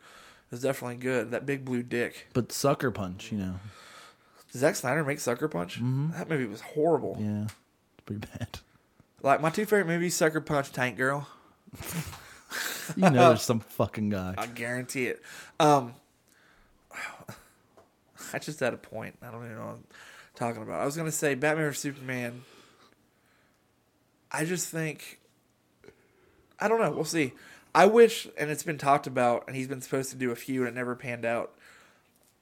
Speaker 2: is definitely good. That big blue dick.
Speaker 1: But Sucker Punch, you know.
Speaker 2: Does Zack Snyder make Sucker Punch? That movie was horrible.
Speaker 1: Mm-hmm. Yeah. It's pretty bad. [LAUGHS]
Speaker 2: Like my two favorite movies: Sucker Punch, Tank Girl.
Speaker 1: You know there's some fucking
Speaker 2: I [LAUGHS]
Speaker 1: guy.
Speaker 2: guarantee it. Um, [SIGHS] I just had a point. I don't even know what I'm talking about. I was gonna say Batman or Superman. I just think I don't know. We'll see. I wish, and it's been talked about, and he's been supposed to do a few, and it never panned out.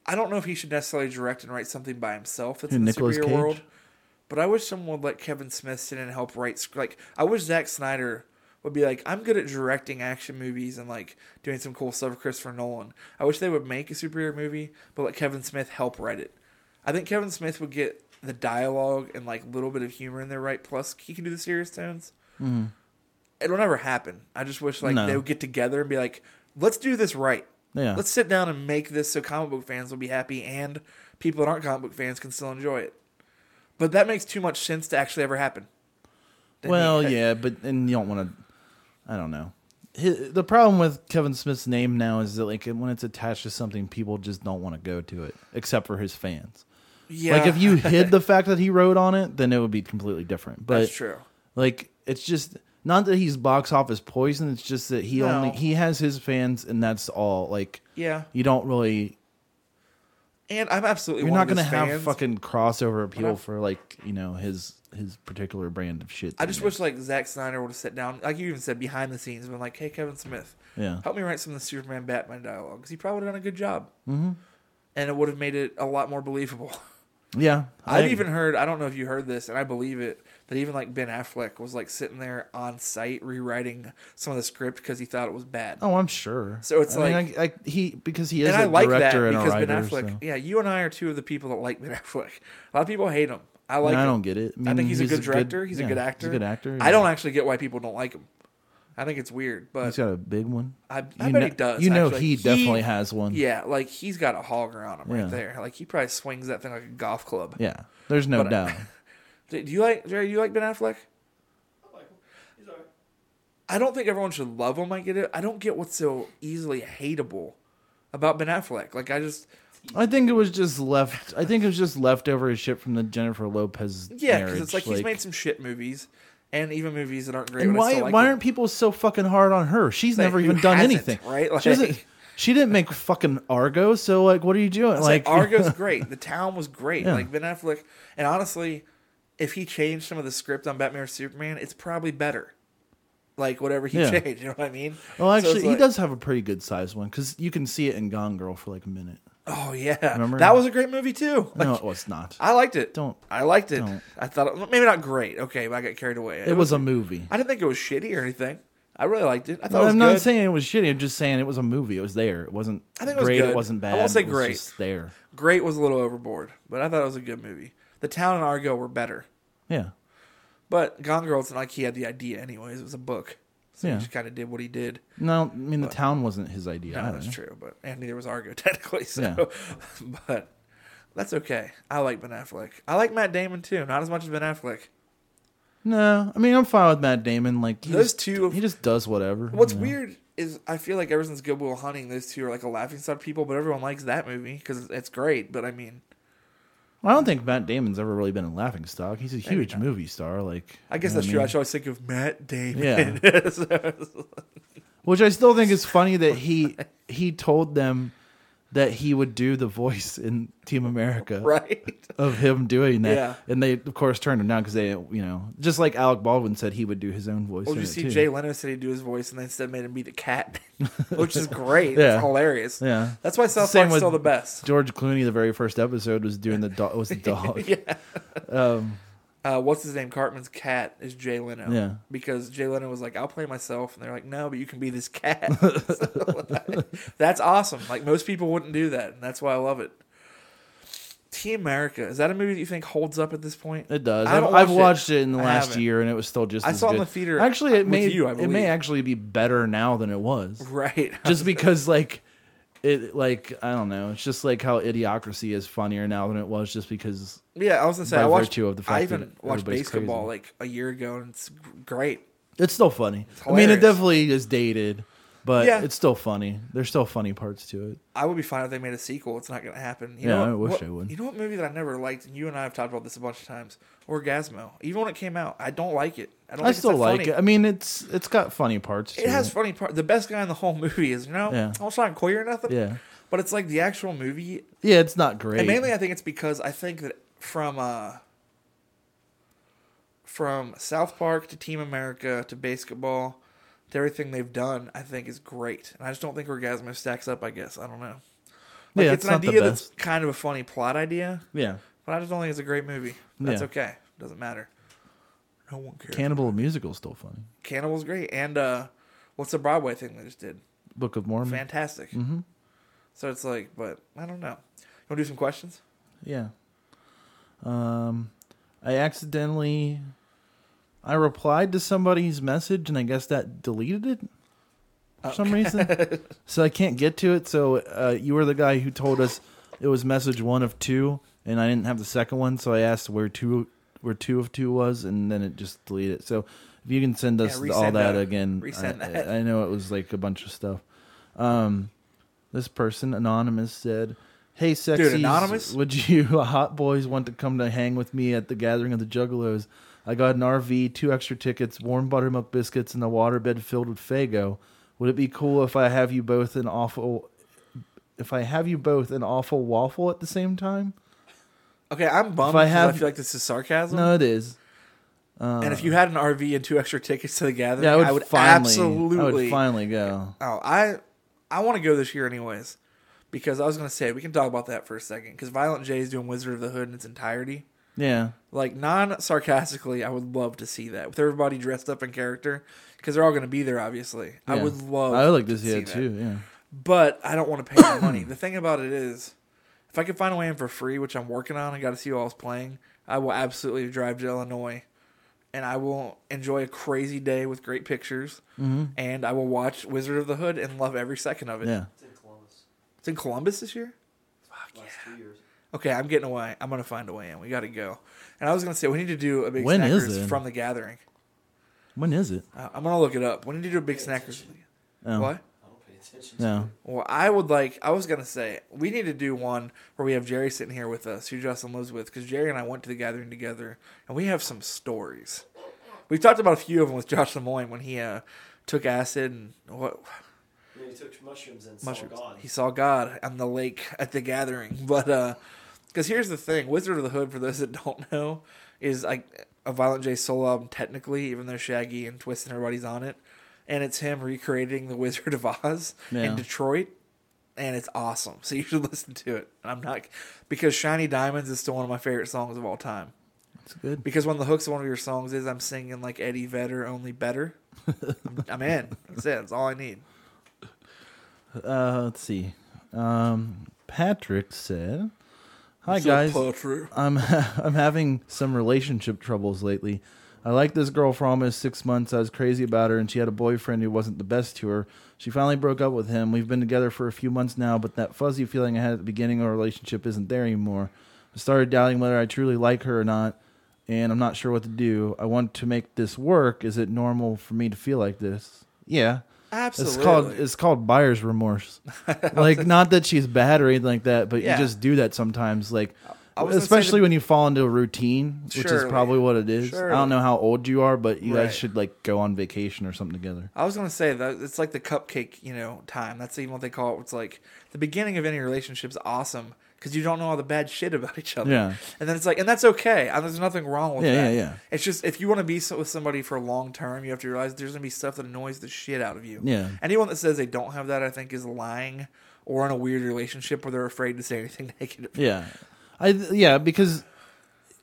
Speaker 2: I don't know if he should necessarily direct and write something by himself. It's
Speaker 1: Who,
Speaker 2: in the
Speaker 1: Nicolas
Speaker 2: superhero
Speaker 1: Cage?
Speaker 2: world, but I wish someone would let Kevin Smith sit in and help write. sc- Like I wish Zack Snyder would be like, I'm good at directing action movies and like doing some cool stuff. with Christopher Nolan. I wish they would make a superhero movie, but let Kevin Smith help write it. I think Kevin Smith would get the dialogue and like little bit of humor in there right. Plus, he can do the serious tones it'll never happen. I just wish like
Speaker 1: No.
Speaker 2: they would get together and be like, let's do this right.
Speaker 1: Yeah.
Speaker 2: Let's sit down and make this so comic book fans will be happy and people that aren't comic book fans can still enjoy it. But that makes too much sense to actually ever happen. Didn't
Speaker 1: Well,
Speaker 2: he-
Speaker 1: yeah, but and you don't want to. I don't know. Hi- The problem with Kevin Smith's name now is that like when it's attached to something, people just don't want to go to it, except for his fans.
Speaker 2: yeah.
Speaker 1: Like if
Speaker 2: [LAUGHS]
Speaker 1: you hid the fact that he wrote on it, then it would be completely different. But
Speaker 2: That's true.
Speaker 1: Like it's just not that he's box office poison. It's just that he
Speaker 2: No.
Speaker 1: only he has his fans, and that's all. Like
Speaker 2: Yeah.
Speaker 1: you don't really.
Speaker 2: And I'm absolutely
Speaker 1: You're
Speaker 2: one
Speaker 1: not going
Speaker 2: of
Speaker 1: to
Speaker 2: his
Speaker 1: have
Speaker 2: fans.
Speaker 1: fucking crossover appeal
Speaker 2: Whatever.
Speaker 1: for like you know his his particular brand of shit.
Speaker 2: I
Speaker 1: that he
Speaker 2: just
Speaker 1: makes.
Speaker 2: wish like Zack Snyder would have sat down, like you even said, behind the scenes, been like, "Hey, Kevin Smith,
Speaker 1: Yeah.
Speaker 2: help me write some of the Superman Batman dialogue." 'Cause he probably would have done a good job, mm-hmm. and it would have made it a lot more believable. [LAUGHS]
Speaker 1: yeah. I
Speaker 2: I've even heard, I don't know if you heard this, and I believe it, that even like Ben Affleck was like sitting there on site rewriting some of the script because he thought it was bad.
Speaker 1: Oh, I'm sure.
Speaker 2: So it's
Speaker 1: I mean,
Speaker 2: like-
Speaker 1: I, I, he because he is
Speaker 2: and I
Speaker 1: a
Speaker 2: like that
Speaker 1: director
Speaker 2: because
Speaker 1: and a writer.
Speaker 2: Ben Affleck,
Speaker 1: so-
Speaker 2: yeah, you and I are two of the people that like Ben [LAUGHS] Affleck. A lot of people hate him. I like
Speaker 1: And I
Speaker 2: him.
Speaker 1: don't get it. I,
Speaker 2: I
Speaker 1: mean,
Speaker 2: think he's, a good director. he's,
Speaker 1: yeah,
Speaker 2: a good actor.
Speaker 1: He's a good actor.
Speaker 2: I don't
Speaker 1: yeah.
Speaker 2: actually get why people don't like him. I think it's weird, but
Speaker 1: He's got a big one.
Speaker 2: I- I
Speaker 1: you
Speaker 2: bet
Speaker 1: know,
Speaker 2: he does,
Speaker 1: You know,
Speaker 2: actually.
Speaker 1: he
Speaker 2: He-
Speaker 1: definitely has one.
Speaker 2: yeah, like he's got a hogger on him
Speaker 1: Yeah.
Speaker 2: right there. Like he probably swings that thing like a golf club.
Speaker 1: Yeah. There's no
Speaker 2: But I-
Speaker 1: doubt.
Speaker 2: Do do you like Jerry? Do you like Ben Affleck?
Speaker 4: I like him. He's alright.
Speaker 2: I don't think everyone should love him. I get it. I don't get what's so easily hateable about Ben Affleck. Like I just
Speaker 1: I think it was just left. I think it was just leftover shit from the Jennifer Lopez.
Speaker 2: yeah,
Speaker 1: because
Speaker 2: because it's like, he's made some shit movies and even movies that aren't great.
Speaker 1: And
Speaker 2: but I
Speaker 1: why
Speaker 2: still like
Speaker 1: why
Speaker 2: them.
Speaker 1: aren't people so fucking hard on her? She's
Speaker 2: Like,
Speaker 1: never
Speaker 2: who
Speaker 1: even done
Speaker 2: hasn't,
Speaker 1: anything,
Speaker 2: right?
Speaker 1: she doesn't.
Speaker 2: Like- [LAUGHS]
Speaker 1: She didn't make fucking Argo. So like, what are you doing?
Speaker 2: It's like,
Speaker 1: Like [LAUGHS]
Speaker 2: Argo's great. The town was great.
Speaker 1: Yeah.
Speaker 2: Like Ben Affleck, and honestly, if he changed some of the script on Batman or Superman, it's probably better. Like whatever he
Speaker 1: Yeah.
Speaker 2: [LAUGHS] changed, you know what I mean?
Speaker 1: Well,
Speaker 2: So it's
Speaker 1: actually, he
Speaker 2: like-
Speaker 1: does have a pretty good sized one because you can see it in Gone Girl for like a minute.
Speaker 2: Oh yeah,
Speaker 1: Remember?
Speaker 2: that was a great movie too. Like,
Speaker 1: no, it was not.
Speaker 2: I liked it.
Speaker 1: Don't-
Speaker 2: I liked it?
Speaker 1: don't.
Speaker 2: I thought it, maybe not great. Okay, but I got carried away.
Speaker 1: it, was, a movie.
Speaker 2: I didn't think it was shitty or anything. I really liked it. I
Speaker 1: No,
Speaker 2: thought it was
Speaker 1: I'm
Speaker 2: good.
Speaker 1: not saying it was shitty. I'm just saying it was a movie. It was there. It wasn't
Speaker 2: I think it was
Speaker 1: great.
Speaker 2: good.
Speaker 1: It wasn't
Speaker 2: I
Speaker 1: bad.
Speaker 2: won't say
Speaker 1: it was
Speaker 2: great.
Speaker 1: Just there.
Speaker 2: Great was a little overboard, but I thought it was a good movie. The Town and Argo were better,
Speaker 1: Yeah.
Speaker 2: but Gone Girl, it's not like he had the idea anyways. It was a book, so
Speaker 1: Yeah.
Speaker 2: he just kind of did what he did.
Speaker 1: No, I mean the town wasn't his idea.
Speaker 2: No,
Speaker 1: I don't
Speaker 2: that's
Speaker 1: know.
Speaker 2: true, but and neither was Argo [LAUGHS] technically. So, [LAUGHS] but that's okay. I like Ben Affleck. I like Matt Damon too, not as much as Ben Affleck.
Speaker 1: No, I mean I'm fine with Matt Damon. Like he
Speaker 2: Those
Speaker 1: just,
Speaker 2: two-
Speaker 1: he just does whatever.
Speaker 2: What's
Speaker 1: you know?
Speaker 2: weird is I feel like ever since Good Will Hunting, those two are like a laughing stock people, but everyone likes that movie because it's great. But I mean,
Speaker 1: I don't think Matt Damon's ever really been a laughing stock. He's a huge movie star. Like
Speaker 2: I guess
Speaker 1: you know
Speaker 2: that's
Speaker 1: what
Speaker 2: true. I should always think of Matt Damon. [LAUGHS] So it's like-
Speaker 1: Which I still think is funny
Speaker 2: [LAUGHS]
Speaker 1: that he he told them that he would do the voice in Team America.
Speaker 2: [LAUGHS] right?
Speaker 1: of him doing that.
Speaker 2: Yeah.
Speaker 1: And they, of course, turned him down because they, you know, just like Alec Baldwin said, he would do his own voice.
Speaker 2: Well,
Speaker 1: in
Speaker 2: Oh, did you
Speaker 1: it,
Speaker 2: see
Speaker 1: too.
Speaker 2: Jay Leno said he'd do his voice, and they instead made him be the cat, [LAUGHS] which is great.
Speaker 1: [LAUGHS] Yeah.
Speaker 2: It's hilarious.
Speaker 1: Yeah.
Speaker 2: That's why South
Speaker 1: Same
Speaker 2: Park's
Speaker 1: with
Speaker 2: still the best.
Speaker 1: George Clooney, the very first episode, was doing the dog.
Speaker 2: [LAUGHS]
Speaker 1: Was the dog?
Speaker 2: Yeah. Uh, what's his name? Cartman's cat is Jay Leno.
Speaker 1: Yeah.
Speaker 2: Because Jay Leno was like, "I'll play myself," and they're like, "No, but you can be
Speaker 1: [LAUGHS]
Speaker 2: this cat." [LAUGHS] So, like, that's awesome. Like most people wouldn't do that, and that's why I love it. Team America is that a movie that you think holds up at this point?
Speaker 1: It does.
Speaker 2: I
Speaker 1: I've,
Speaker 2: haven't
Speaker 1: I've
Speaker 2: watched
Speaker 1: watched
Speaker 2: it.
Speaker 1: it, in the
Speaker 2: I
Speaker 1: last
Speaker 2: haven't.
Speaker 1: year, and it was still just.
Speaker 2: I
Speaker 1: as
Speaker 2: saw it in
Speaker 1: good.
Speaker 2: the theater
Speaker 1: Actually, it
Speaker 2: with
Speaker 1: may
Speaker 2: you, I
Speaker 1: it
Speaker 2: believe.
Speaker 1: may actually be better now than it was,
Speaker 2: [LAUGHS] Right.
Speaker 1: just because like it like I don't know. It's just like how Idiocracy is funnier now than it was, just because
Speaker 2: [LAUGHS] yeah, I was gonna say
Speaker 1: by
Speaker 2: I watched.
Speaker 1: virtue of the
Speaker 2: I
Speaker 1: fact
Speaker 2: even
Speaker 1: that
Speaker 2: watched
Speaker 1: everybody's
Speaker 2: basketball like a year ago, and it's great.
Speaker 1: it's still funny. I mean,
Speaker 2: hilarious.
Speaker 1: it definitely is dated, But
Speaker 2: Yeah.
Speaker 1: it's still funny. There's still funny parts to it.
Speaker 2: I would be fine if they made a sequel. It's not going to happen. You
Speaker 1: Yeah,
Speaker 2: know
Speaker 1: I
Speaker 2: what-
Speaker 1: wish
Speaker 2: what-
Speaker 1: they would.
Speaker 2: You know what movie that I never liked, and you and I have talked about this a bunch of times. Orgasmo. Even when it came out, I don't like it. I don't.
Speaker 1: I
Speaker 2: think it's
Speaker 1: still
Speaker 2: that
Speaker 1: like
Speaker 2: funny.
Speaker 1: it. I mean, it's it's got funny parts. To
Speaker 2: It has funny part. The best guy in the whole [LAUGHS] movie is you know.
Speaker 1: Yeah.
Speaker 2: I'm not queer or nothing.
Speaker 1: Yeah.
Speaker 2: But it's like the actual movie
Speaker 1: Yeah, it's not great.
Speaker 2: And mainly, I think it's because I think that from uh, from South Park to Team America to basketball to everything they've done, I think is great. And I just don't think Orgasmo stacks up. I guess I don't know. Like,
Speaker 1: Yeah,
Speaker 2: it's,
Speaker 1: it's
Speaker 2: an
Speaker 1: not the
Speaker 2: idea that's kind of a funny plot idea,
Speaker 1: yeah.
Speaker 2: but I just don't think it's a great movie. That's
Speaker 1: Yeah.
Speaker 2: okay. Doesn't matter. No one cares.
Speaker 1: Cannibal the musical's still funny.
Speaker 2: Cannibal's great, and uh, what's the Broadway thing they just did?
Speaker 1: Book of Mormon.
Speaker 2: Fantastic. Mm-hmm. So it's like, but I don't know. You want to do some questions?
Speaker 1: Yeah. Um, I accidentally, I replied to somebody's message, and I guess that deleted it for
Speaker 2: Oh.
Speaker 1: some
Speaker 2: [LAUGHS]
Speaker 1: reason. so I can't get to it. So uh, you were the guy who told us it was message one of two, and I didn't have the second one. So I asked where two where two of two was, and then it just deleted it. So if you can send us
Speaker 2: Yeah,
Speaker 1: all
Speaker 2: resend
Speaker 1: that,
Speaker 2: that.
Speaker 1: again,
Speaker 2: Resend
Speaker 1: I,
Speaker 2: that.
Speaker 1: I know it was like a bunch of stuff. Um, this person anonymous said. Hey, sexy.
Speaker 2: anonymous?
Speaker 1: Would you [LAUGHS] hot boys want to come to hang with me at the gathering of the Juggalos? I got an RV, two extra tickets, warm buttermilk biscuits, and a waterbed filled with Fago. Would it be cool if I have you both an awful, if I have you both an awful waffle at the same time?
Speaker 2: Okay, I'm bummed.
Speaker 1: If I
Speaker 2: I,
Speaker 1: have-
Speaker 2: I feel like this is sarcasm.
Speaker 1: No, it is.
Speaker 2: and if you had an RV and two extra tickets to the gathering,
Speaker 1: Yeah, I would,
Speaker 2: I would
Speaker 1: finally,
Speaker 2: absolutely.
Speaker 1: I would finally go.
Speaker 2: Oh, I, I want to go this year anyways, because I was gonna say we can talk about that for a second. Because Violent J is doing Wizard of the Hood in its entirety.
Speaker 1: Yeah,
Speaker 2: Like non sarcastically, I would love to see that with everybody dressed up in character, because they're all gonna be there. Obviously, I
Speaker 1: yeah.
Speaker 2: would love.
Speaker 1: I would like to
Speaker 2: to
Speaker 1: see it
Speaker 2: that.
Speaker 1: too. Yeah,
Speaker 2: but I don't want to pay
Speaker 1: [CLEARS THROAT]
Speaker 2: the money. The thing about it is, if I can find a way in for free, which I'm working on, I got to see who else playing. I will absolutely drive to Illinois, and I will enjoy a crazy day with great pictures, and I will watch Wizard of the Hood and love every second of it.
Speaker 1: Mm-hmm. yeah.
Speaker 4: It's in Columbus.
Speaker 2: It's in Columbus this year.
Speaker 4: Last two years.
Speaker 2: Okay, I'm getting away. I'm gonna find a way in. We got to go. And I was gonna say we need to do a big
Speaker 1: When is
Speaker 2: snackers
Speaker 1: it?
Speaker 2: from the gathering.
Speaker 1: When is it?
Speaker 2: Uh, I'm gonna look it up. We need to do a big snackers.
Speaker 1: Oh,
Speaker 2: What?
Speaker 4: I don't pay attention.
Speaker 1: No.
Speaker 2: Well, I would like. I was gonna say we need to do one where we have Jerry sitting here with us, who Justin lives with, because Jerry and I went to the gathering together, and we have some stories. We've talked about a few of them with Josh Lemoyne when he uh, took acid and what
Speaker 4: Yeah, he took mushrooms and
Speaker 2: mushrooms.
Speaker 4: saw God.
Speaker 2: He saw God on the lake at the gathering. [LAUGHS] But uh, because here's the thing, Wizard of the Hood, for those that [LAUGHS] don't know, is like a Violent J solo album technically, even though Shaggy and Twist and everybody's on it, and it's him recreating the [LAUGHS] Wizard of Oz
Speaker 1: Yeah.
Speaker 2: in Detroit. And it's awesome, so you [LAUGHS] should listen to it. And I'm not because "Shiny Diamonds" is still one of my favorite songs of all time.
Speaker 1: It's good.
Speaker 2: Because one of the hooks of one of your songs is I'm singing like Eddie Vedder,
Speaker 1: [LAUGHS]
Speaker 2: only better. I'm, I'm in. That's it. That's all I need.
Speaker 1: Uh, let's see. Um, Patrick said, "Hi
Speaker 2: So
Speaker 1: guys,
Speaker 2: Patrick.
Speaker 1: I'm [LAUGHS] I'm having some relationship troubles lately. I liked this girl for almost six months. I was crazy about her, and she had a boyfriend who wasn't the best to her. She finally broke up with him. We've been together for a few months now, but that fuzzy feeling I had at the beginning of our relationship isn't there anymore. I started doubting whether I truly like her or not, and I'm not sure what to do. I want to make this work. Is it normal for me to feel like this? Yeah,
Speaker 2: Absolutely.
Speaker 1: It's called it's called buyer's
Speaker 2: [LAUGHS]
Speaker 1: remorse. like not that she's bad or anything like that, but
Speaker 2: Yeah.
Speaker 1: you just do that sometimes. Like
Speaker 2: I was gonna say
Speaker 1: especially
Speaker 2: that-
Speaker 1: when you fall into a routine, which
Speaker 2: Surely.
Speaker 1: is probably what it is. I
Speaker 2: Surely.
Speaker 1: don't know how old you are, but you
Speaker 2: Right.
Speaker 1: guys should like go on vacation or something together.
Speaker 2: I was gonna say that it's like the cupcake, you know, time. That's even what they call it. It's like the beginning of any relationship's awesome because you don't know all the bad shit about each other.
Speaker 1: Yeah.
Speaker 2: and then it's like, and that's okay. And there's nothing wrong with
Speaker 1: Yeah, yeah,
Speaker 2: that.
Speaker 1: yeah.
Speaker 2: It's just if you want to be so, with somebody for long term, you have to realize there's gonna be stuff that annoys the shit out of you.
Speaker 1: Yeah.
Speaker 2: Anyone that says they don't have that, I think, is lying or in a weird relationship where they're afraid to say anything [LAUGHS] negative.
Speaker 1: Yeah, I yeah because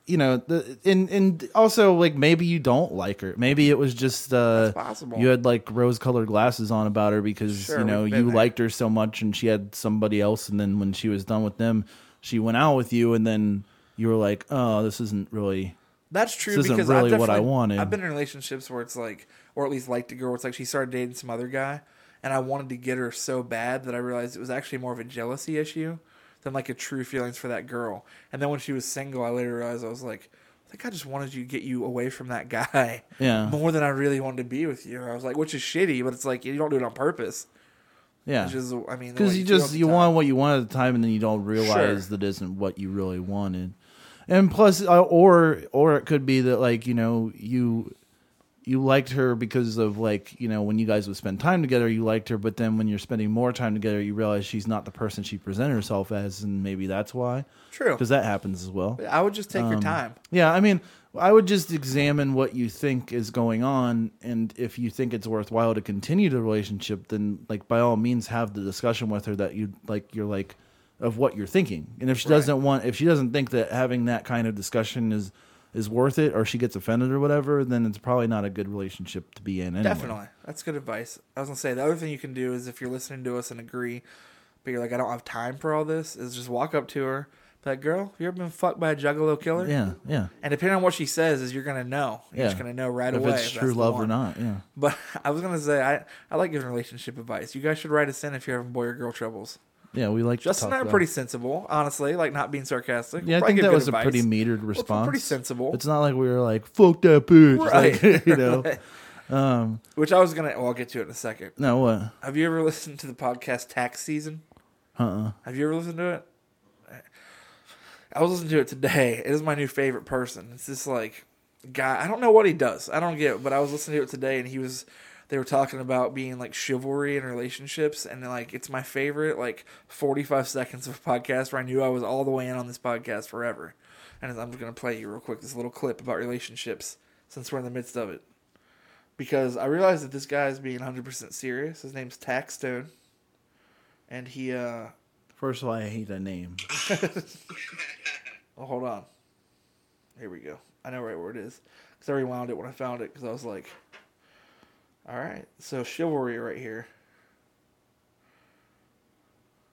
Speaker 1: you know the and and also like maybe you don't like her. Maybe it was just uh
Speaker 2: That's possible.
Speaker 1: you had like rose colored glasses on about her because
Speaker 2: Sure,
Speaker 1: you know
Speaker 2: we've been
Speaker 1: you
Speaker 2: there.
Speaker 1: liked her so much and she had somebody else and then when she was done with them she went out with you and then you were like oh this isn't really
Speaker 2: That's true.
Speaker 1: This isn't
Speaker 2: because
Speaker 1: really
Speaker 2: I've
Speaker 1: what I
Speaker 2: definitely-
Speaker 1: wanted.
Speaker 2: I've been in relationships where it's like, or at least liked a girl. Where it's like she started dating some other guy, and I wanted to get her so bad that I realized it was actually more of a jealousy issue than like a true feelings for that girl. And then when she was single, I later realized I was like, I think I just wanted you to get you away from that guy
Speaker 1: [LAUGHS] Yeah.
Speaker 2: more than I really wanted to be with you. I was like, which is shitty, but it's like you don't do it on purpose.
Speaker 1: Yeah.
Speaker 2: Which is, I mean, the way
Speaker 1: because you
Speaker 2: feel
Speaker 1: just
Speaker 2: at the
Speaker 1: you
Speaker 2: time.
Speaker 1: want what you want at the time, and then you don't realize that isn't what you really wanted. And plus, uh, or or it could be that like you know you you liked her because of like you know when you guys would spend time together, you liked her, but then when you're spending more time together, you realize she's not the person she presented herself as, and maybe that's why.
Speaker 2: True.
Speaker 1: because that happens as well.
Speaker 2: I would just take
Speaker 1: um,
Speaker 2: your time.
Speaker 1: Yeah, I mean, I would just examine what you think is going on, and if you think it's worthwhile to continue the relationship, then like by all means have the discussion with her that you like. You're like of what you're thinking, and if she
Speaker 2: Right.
Speaker 1: doesn't want, if she doesn't think that having that kind of discussion is is worth it, or she gets offended or whatever, then it's probably not a good relationship to be in. Anyway.
Speaker 2: Definitely. That's good advice. I was going to say, the other thing you can do is if you're listening to us and agree, but you're like, I don't have time for all this, is just walk up to her. Be like, girl, you ever been fucked by a juggalo killer?
Speaker 1: Yeah, yeah.
Speaker 2: And depending on what she says, is you're going to know. You're
Speaker 1: yeah.
Speaker 2: just going to know right
Speaker 1: if
Speaker 2: away.
Speaker 1: it's
Speaker 2: if
Speaker 1: true
Speaker 2: that's the
Speaker 1: love or
Speaker 2: one.
Speaker 1: not. Yeah.
Speaker 2: But [LAUGHS] I was going to say, I, I like giving relationship advice. You guys should write us in if you're having boy or girl troubles.
Speaker 1: Yeah, we like
Speaker 2: Justin
Speaker 1: to
Speaker 2: and
Speaker 1: talk
Speaker 2: I are
Speaker 1: about-
Speaker 2: pretty sensible, honestly, like not being sarcastic. We'll
Speaker 1: Yeah, I
Speaker 2: probably
Speaker 1: think
Speaker 2: give
Speaker 1: that
Speaker 2: good
Speaker 1: was
Speaker 2: advice.
Speaker 1: a pretty metered response.
Speaker 2: sensible.
Speaker 1: It's not like we were like "fuck that bitch," like, [LAUGHS]
Speaker 2: Right. [LAUGHS]
Speaker 1: you know.
Speaker 2: Which I was going to, well, I'll get to it in a second.
Speaker 1: No, what?
Speaker 2: Have you ever [LAUGHS] listened to the podcast Tax Season?
Speaker 1: Uh-uh.
Speaker 2: Have you ever listened to it? I was listening to it today. It is my new favorite person. It's this like guy. I don't know what he does. I don't get. It, but I was listening to it today, and he was. They were talking about being like chivalry and relationships, and like it's my favorite like forty five seconds of a podcast where I knew I was all the way in on this podcast forever. And I'm gonna play you real quick this little clip about relationships since we're in the midst of it, because I realized that this guy is being hundred percent serious. His name's Tax Stone, and he uh
Speaker 1: First of all, I hate that name.
Speaker 2: Oh, hold on. Here we go. I know right where it is. Because I rewound it when I found it because I was like, all right. So, chivalry right here.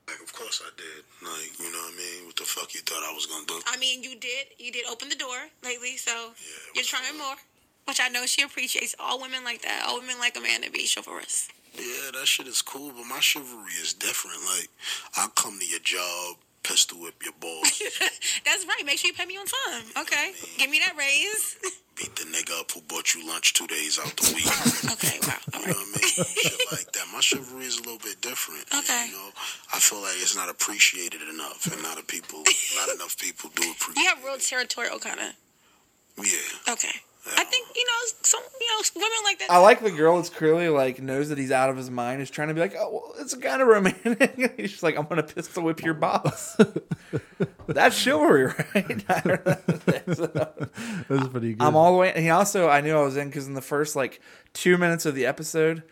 Speaker 5: Like, of course I did. Like, you know what I mean? What the fuck you thought I was gonna do?
Speaker 6: I mean, you did. You did open the door lately, so you're
Speaker 5: what's
Speaker 6: trying more, which I know she appreciates. All women like that. All women like a man to be chivalrous.
Speaker 5: Yeah, that shit is cool, but my chivalry is different. Like, I come to your job, pistol whip your boss,
Speaker 6: [LAUGHS] That's right. Make sure you pay me on time. Okay. Give me that raise.
Speaker 5: beat the nigga up who bought you lunch two days out
Speaker 6: [LAUGHS]
Speaker 5: the week.
Speaker 6: Okay. Wow. All
Speaker 5: You know
Speaker 6: right.
Speaker 5: what I mean? Shit like that. My chivalry is a little bit different. and,
Speaker 6: Okay.
Speaker 5: You know, I feel like it's not appreciated enough, and not a people, not enough people do
Speaker 6: [LAUGHS]
Speaker 5: appreciate.
Speaker 6: You have real territorial kind of.
Speaker 5: it. Yeah.
Speaker 6: Okay. I think you know some. You know women like that.
Speaker 2: I like the girl that's clearly like knows that he's out of his mind. Is trying to be like, oh, well, it's kind of romantic. [LAUGHS] She's like, I'm gonna pistol whip your boss. [LAUGHS] That's chivalry, right? [LAUGHS] I don't know.
Speaker 1: [LAUGHS] That's pretty good.
Speaker 2: I'm all the way. And he also, I knew I was in because in the first like two minutes of the episode,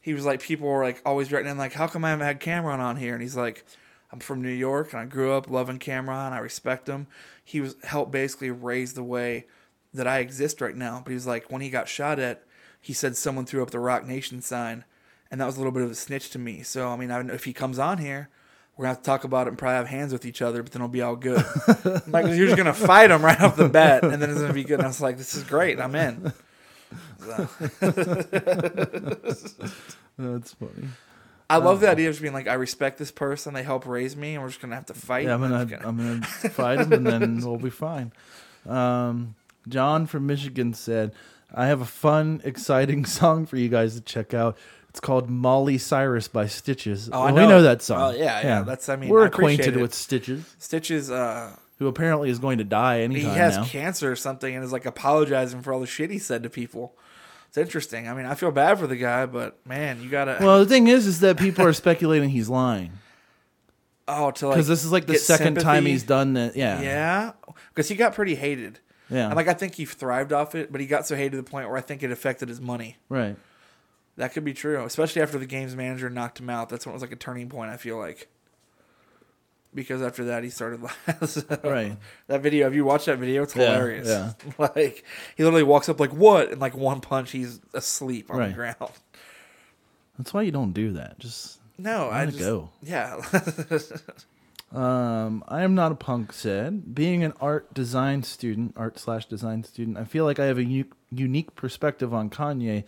Speaker 2: he was like, people were like always writing in like, how come I haven't had Cameron on here? And he's like, I'm from New York and I grew up loving Cameron. I respect him. He was helped basically raise the way that I exist right now. But he was like, when he got shot at, he said someone threw up the Rock Nation sign, and that was a little bit of a snitch to me. So I mean, I don't know if he comes on here. We're gonna have to talk about it and probably have hands with each other, but then it'll be all good. I'm like you're just gonna fight him right off the bat, and then it's gonna be good. And I was like, this is great. I'm in. So,
Speaker 1: That's funny.
Speaker 2: I love the idea of just being like, I respect this person. They help raise me, and we're just gonna have to fight.
Speaker 1: Yeah, I'm gonna,
Speaker 2: just gonna-
Speaker 1: I'm gonna fight him, and then [LAUGHS] we'll be fine. Um, John from Michigan said, "I have a fun, exciting [LAUGHS] song for you guys to check out." It's called Molly Cyrus by Stitches.
Speaker 2: Oh, I
Speaker 1: Well, we
Speaker 2: know
Speaker 1: know
Speaker 2: it.
Speaker 1: that song.
Speaker 2: Oh, yeah, yeah, that's- I mean,
Speaker 1: we're
Speaker 2: I appreciate
Speaker 1: acquainted
Speaker 2: it.
Speaker 1: with Stitches,
Speaker 2: Stitches. Uh,
Speaker 1: who apparently is going to die
Speaker 2: he
Speaker 1: anytime
Speaker 2: has
Speaker 1: now.
Speaker 2: cancer or something, and is like apologizing for all the shit he said to people. It's interesting. I mean, I feel bad for the guy, but man, you gotta.
Speaker 1: Well, the thing is, is that people are speculating he's lying
Speaker 2: oh, to [LAUGHS] like
Speaker 1: because this is like the
Speaker 2: get
Speaker 1: second time
Speaker 2: sympathy.
Speaker 1: he's done that. Yeah,
Speaker 2: Yeah, because he got pretty hated.
Speaker 1: Yeah.
Speaker 2: and like I think he thrived off it, but he got so hated to the point where I think it affected his money.
Speaker 1: right.
Speaker 2: That could be true, especially after the games manager knocked him out. That's when it was like a turning point. I feel like because after that he started [LAUGHS] last.
Speaker 1: Right.
Speaker 2: That video, have you watched that video? It's
Speaker 1: Yeah,
Speaker 2: hilarious.
Speaker 1: yeah.
Speaker 2: [LAUGHS] like he literally walks up like what, and like one punch, he's asleep on
Speaker 1: Right.
Speaker 2: the ground. [LAUGHS]
Speaker 1: That's why you don't do that. Just
Speaker 2: No, I
Speaker 1: Let it
Speaker 2: just
Speaker 1: go.
Speaker 2: yeah. [LAUGHS]
Speaker 1: um, I am not a punk. Said being an art design student, art slash design student, I feel like I have a u- unique perspective on Kanye.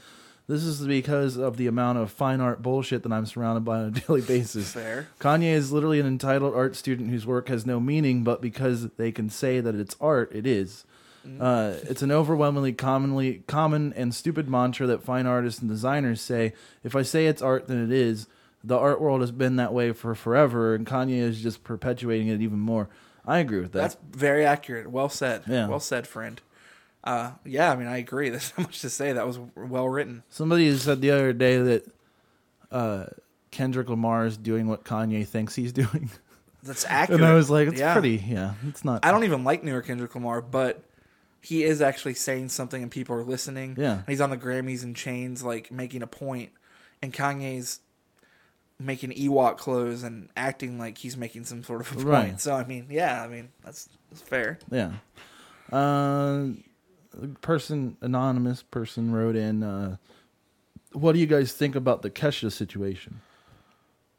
Speaker 1: This is because of the amount of fine art bullshit that I'm surrounded by on a [LAUGHS] daily basis.
Speaker 2: Fair.
Speaker 1: Kanye is literally an entitled art student whose work has no meaning, but because they can say that it's art, it is.
Speaker 2: Mm.
Speaker 1: Uh, it's an overwhelmingly commonly common and stupid mantra that fine artists and designers say. If I say it's art, then it is. The art world has been that way for forever, and Kanye is just perpetuating it even more. I agree with that.
Speaker 2: That's very accurate. Well said.
Speaker 1: Yeah.
Speaker 2: Well said, friend. Uh, yeah, I mean, I agree. [LAUGHS] There's not much to say. That was well written.
Speaker 1: Somebody said the other day that uh, Kendrick Lamar is doing what Kanye thinks he's doing, [LAUGHS]
Speaker 2: That's accurate.
Speaker 1: and I was like, "It's
Speaker 2: Yeah.
Speaker 1: pretty, yeah. It's not."
Speaker 2: I don't even like newer Kendrick Lamar, but he is actually saying something and people are listening.
Speaker 1: Yeah.
Speaker 2: He's on the Grammys and chains, like making a point, and Kanye's making Ewok clothes and acting like he's making some sort of a point.
Speaker 1: Right.
Speaker 2: So I mean, yeah, I mean that's, that's fair.
Speaker 1: Yeah. Uh, a person anonymous person wrote in. Uh, what do you guys think about the Kesha situation?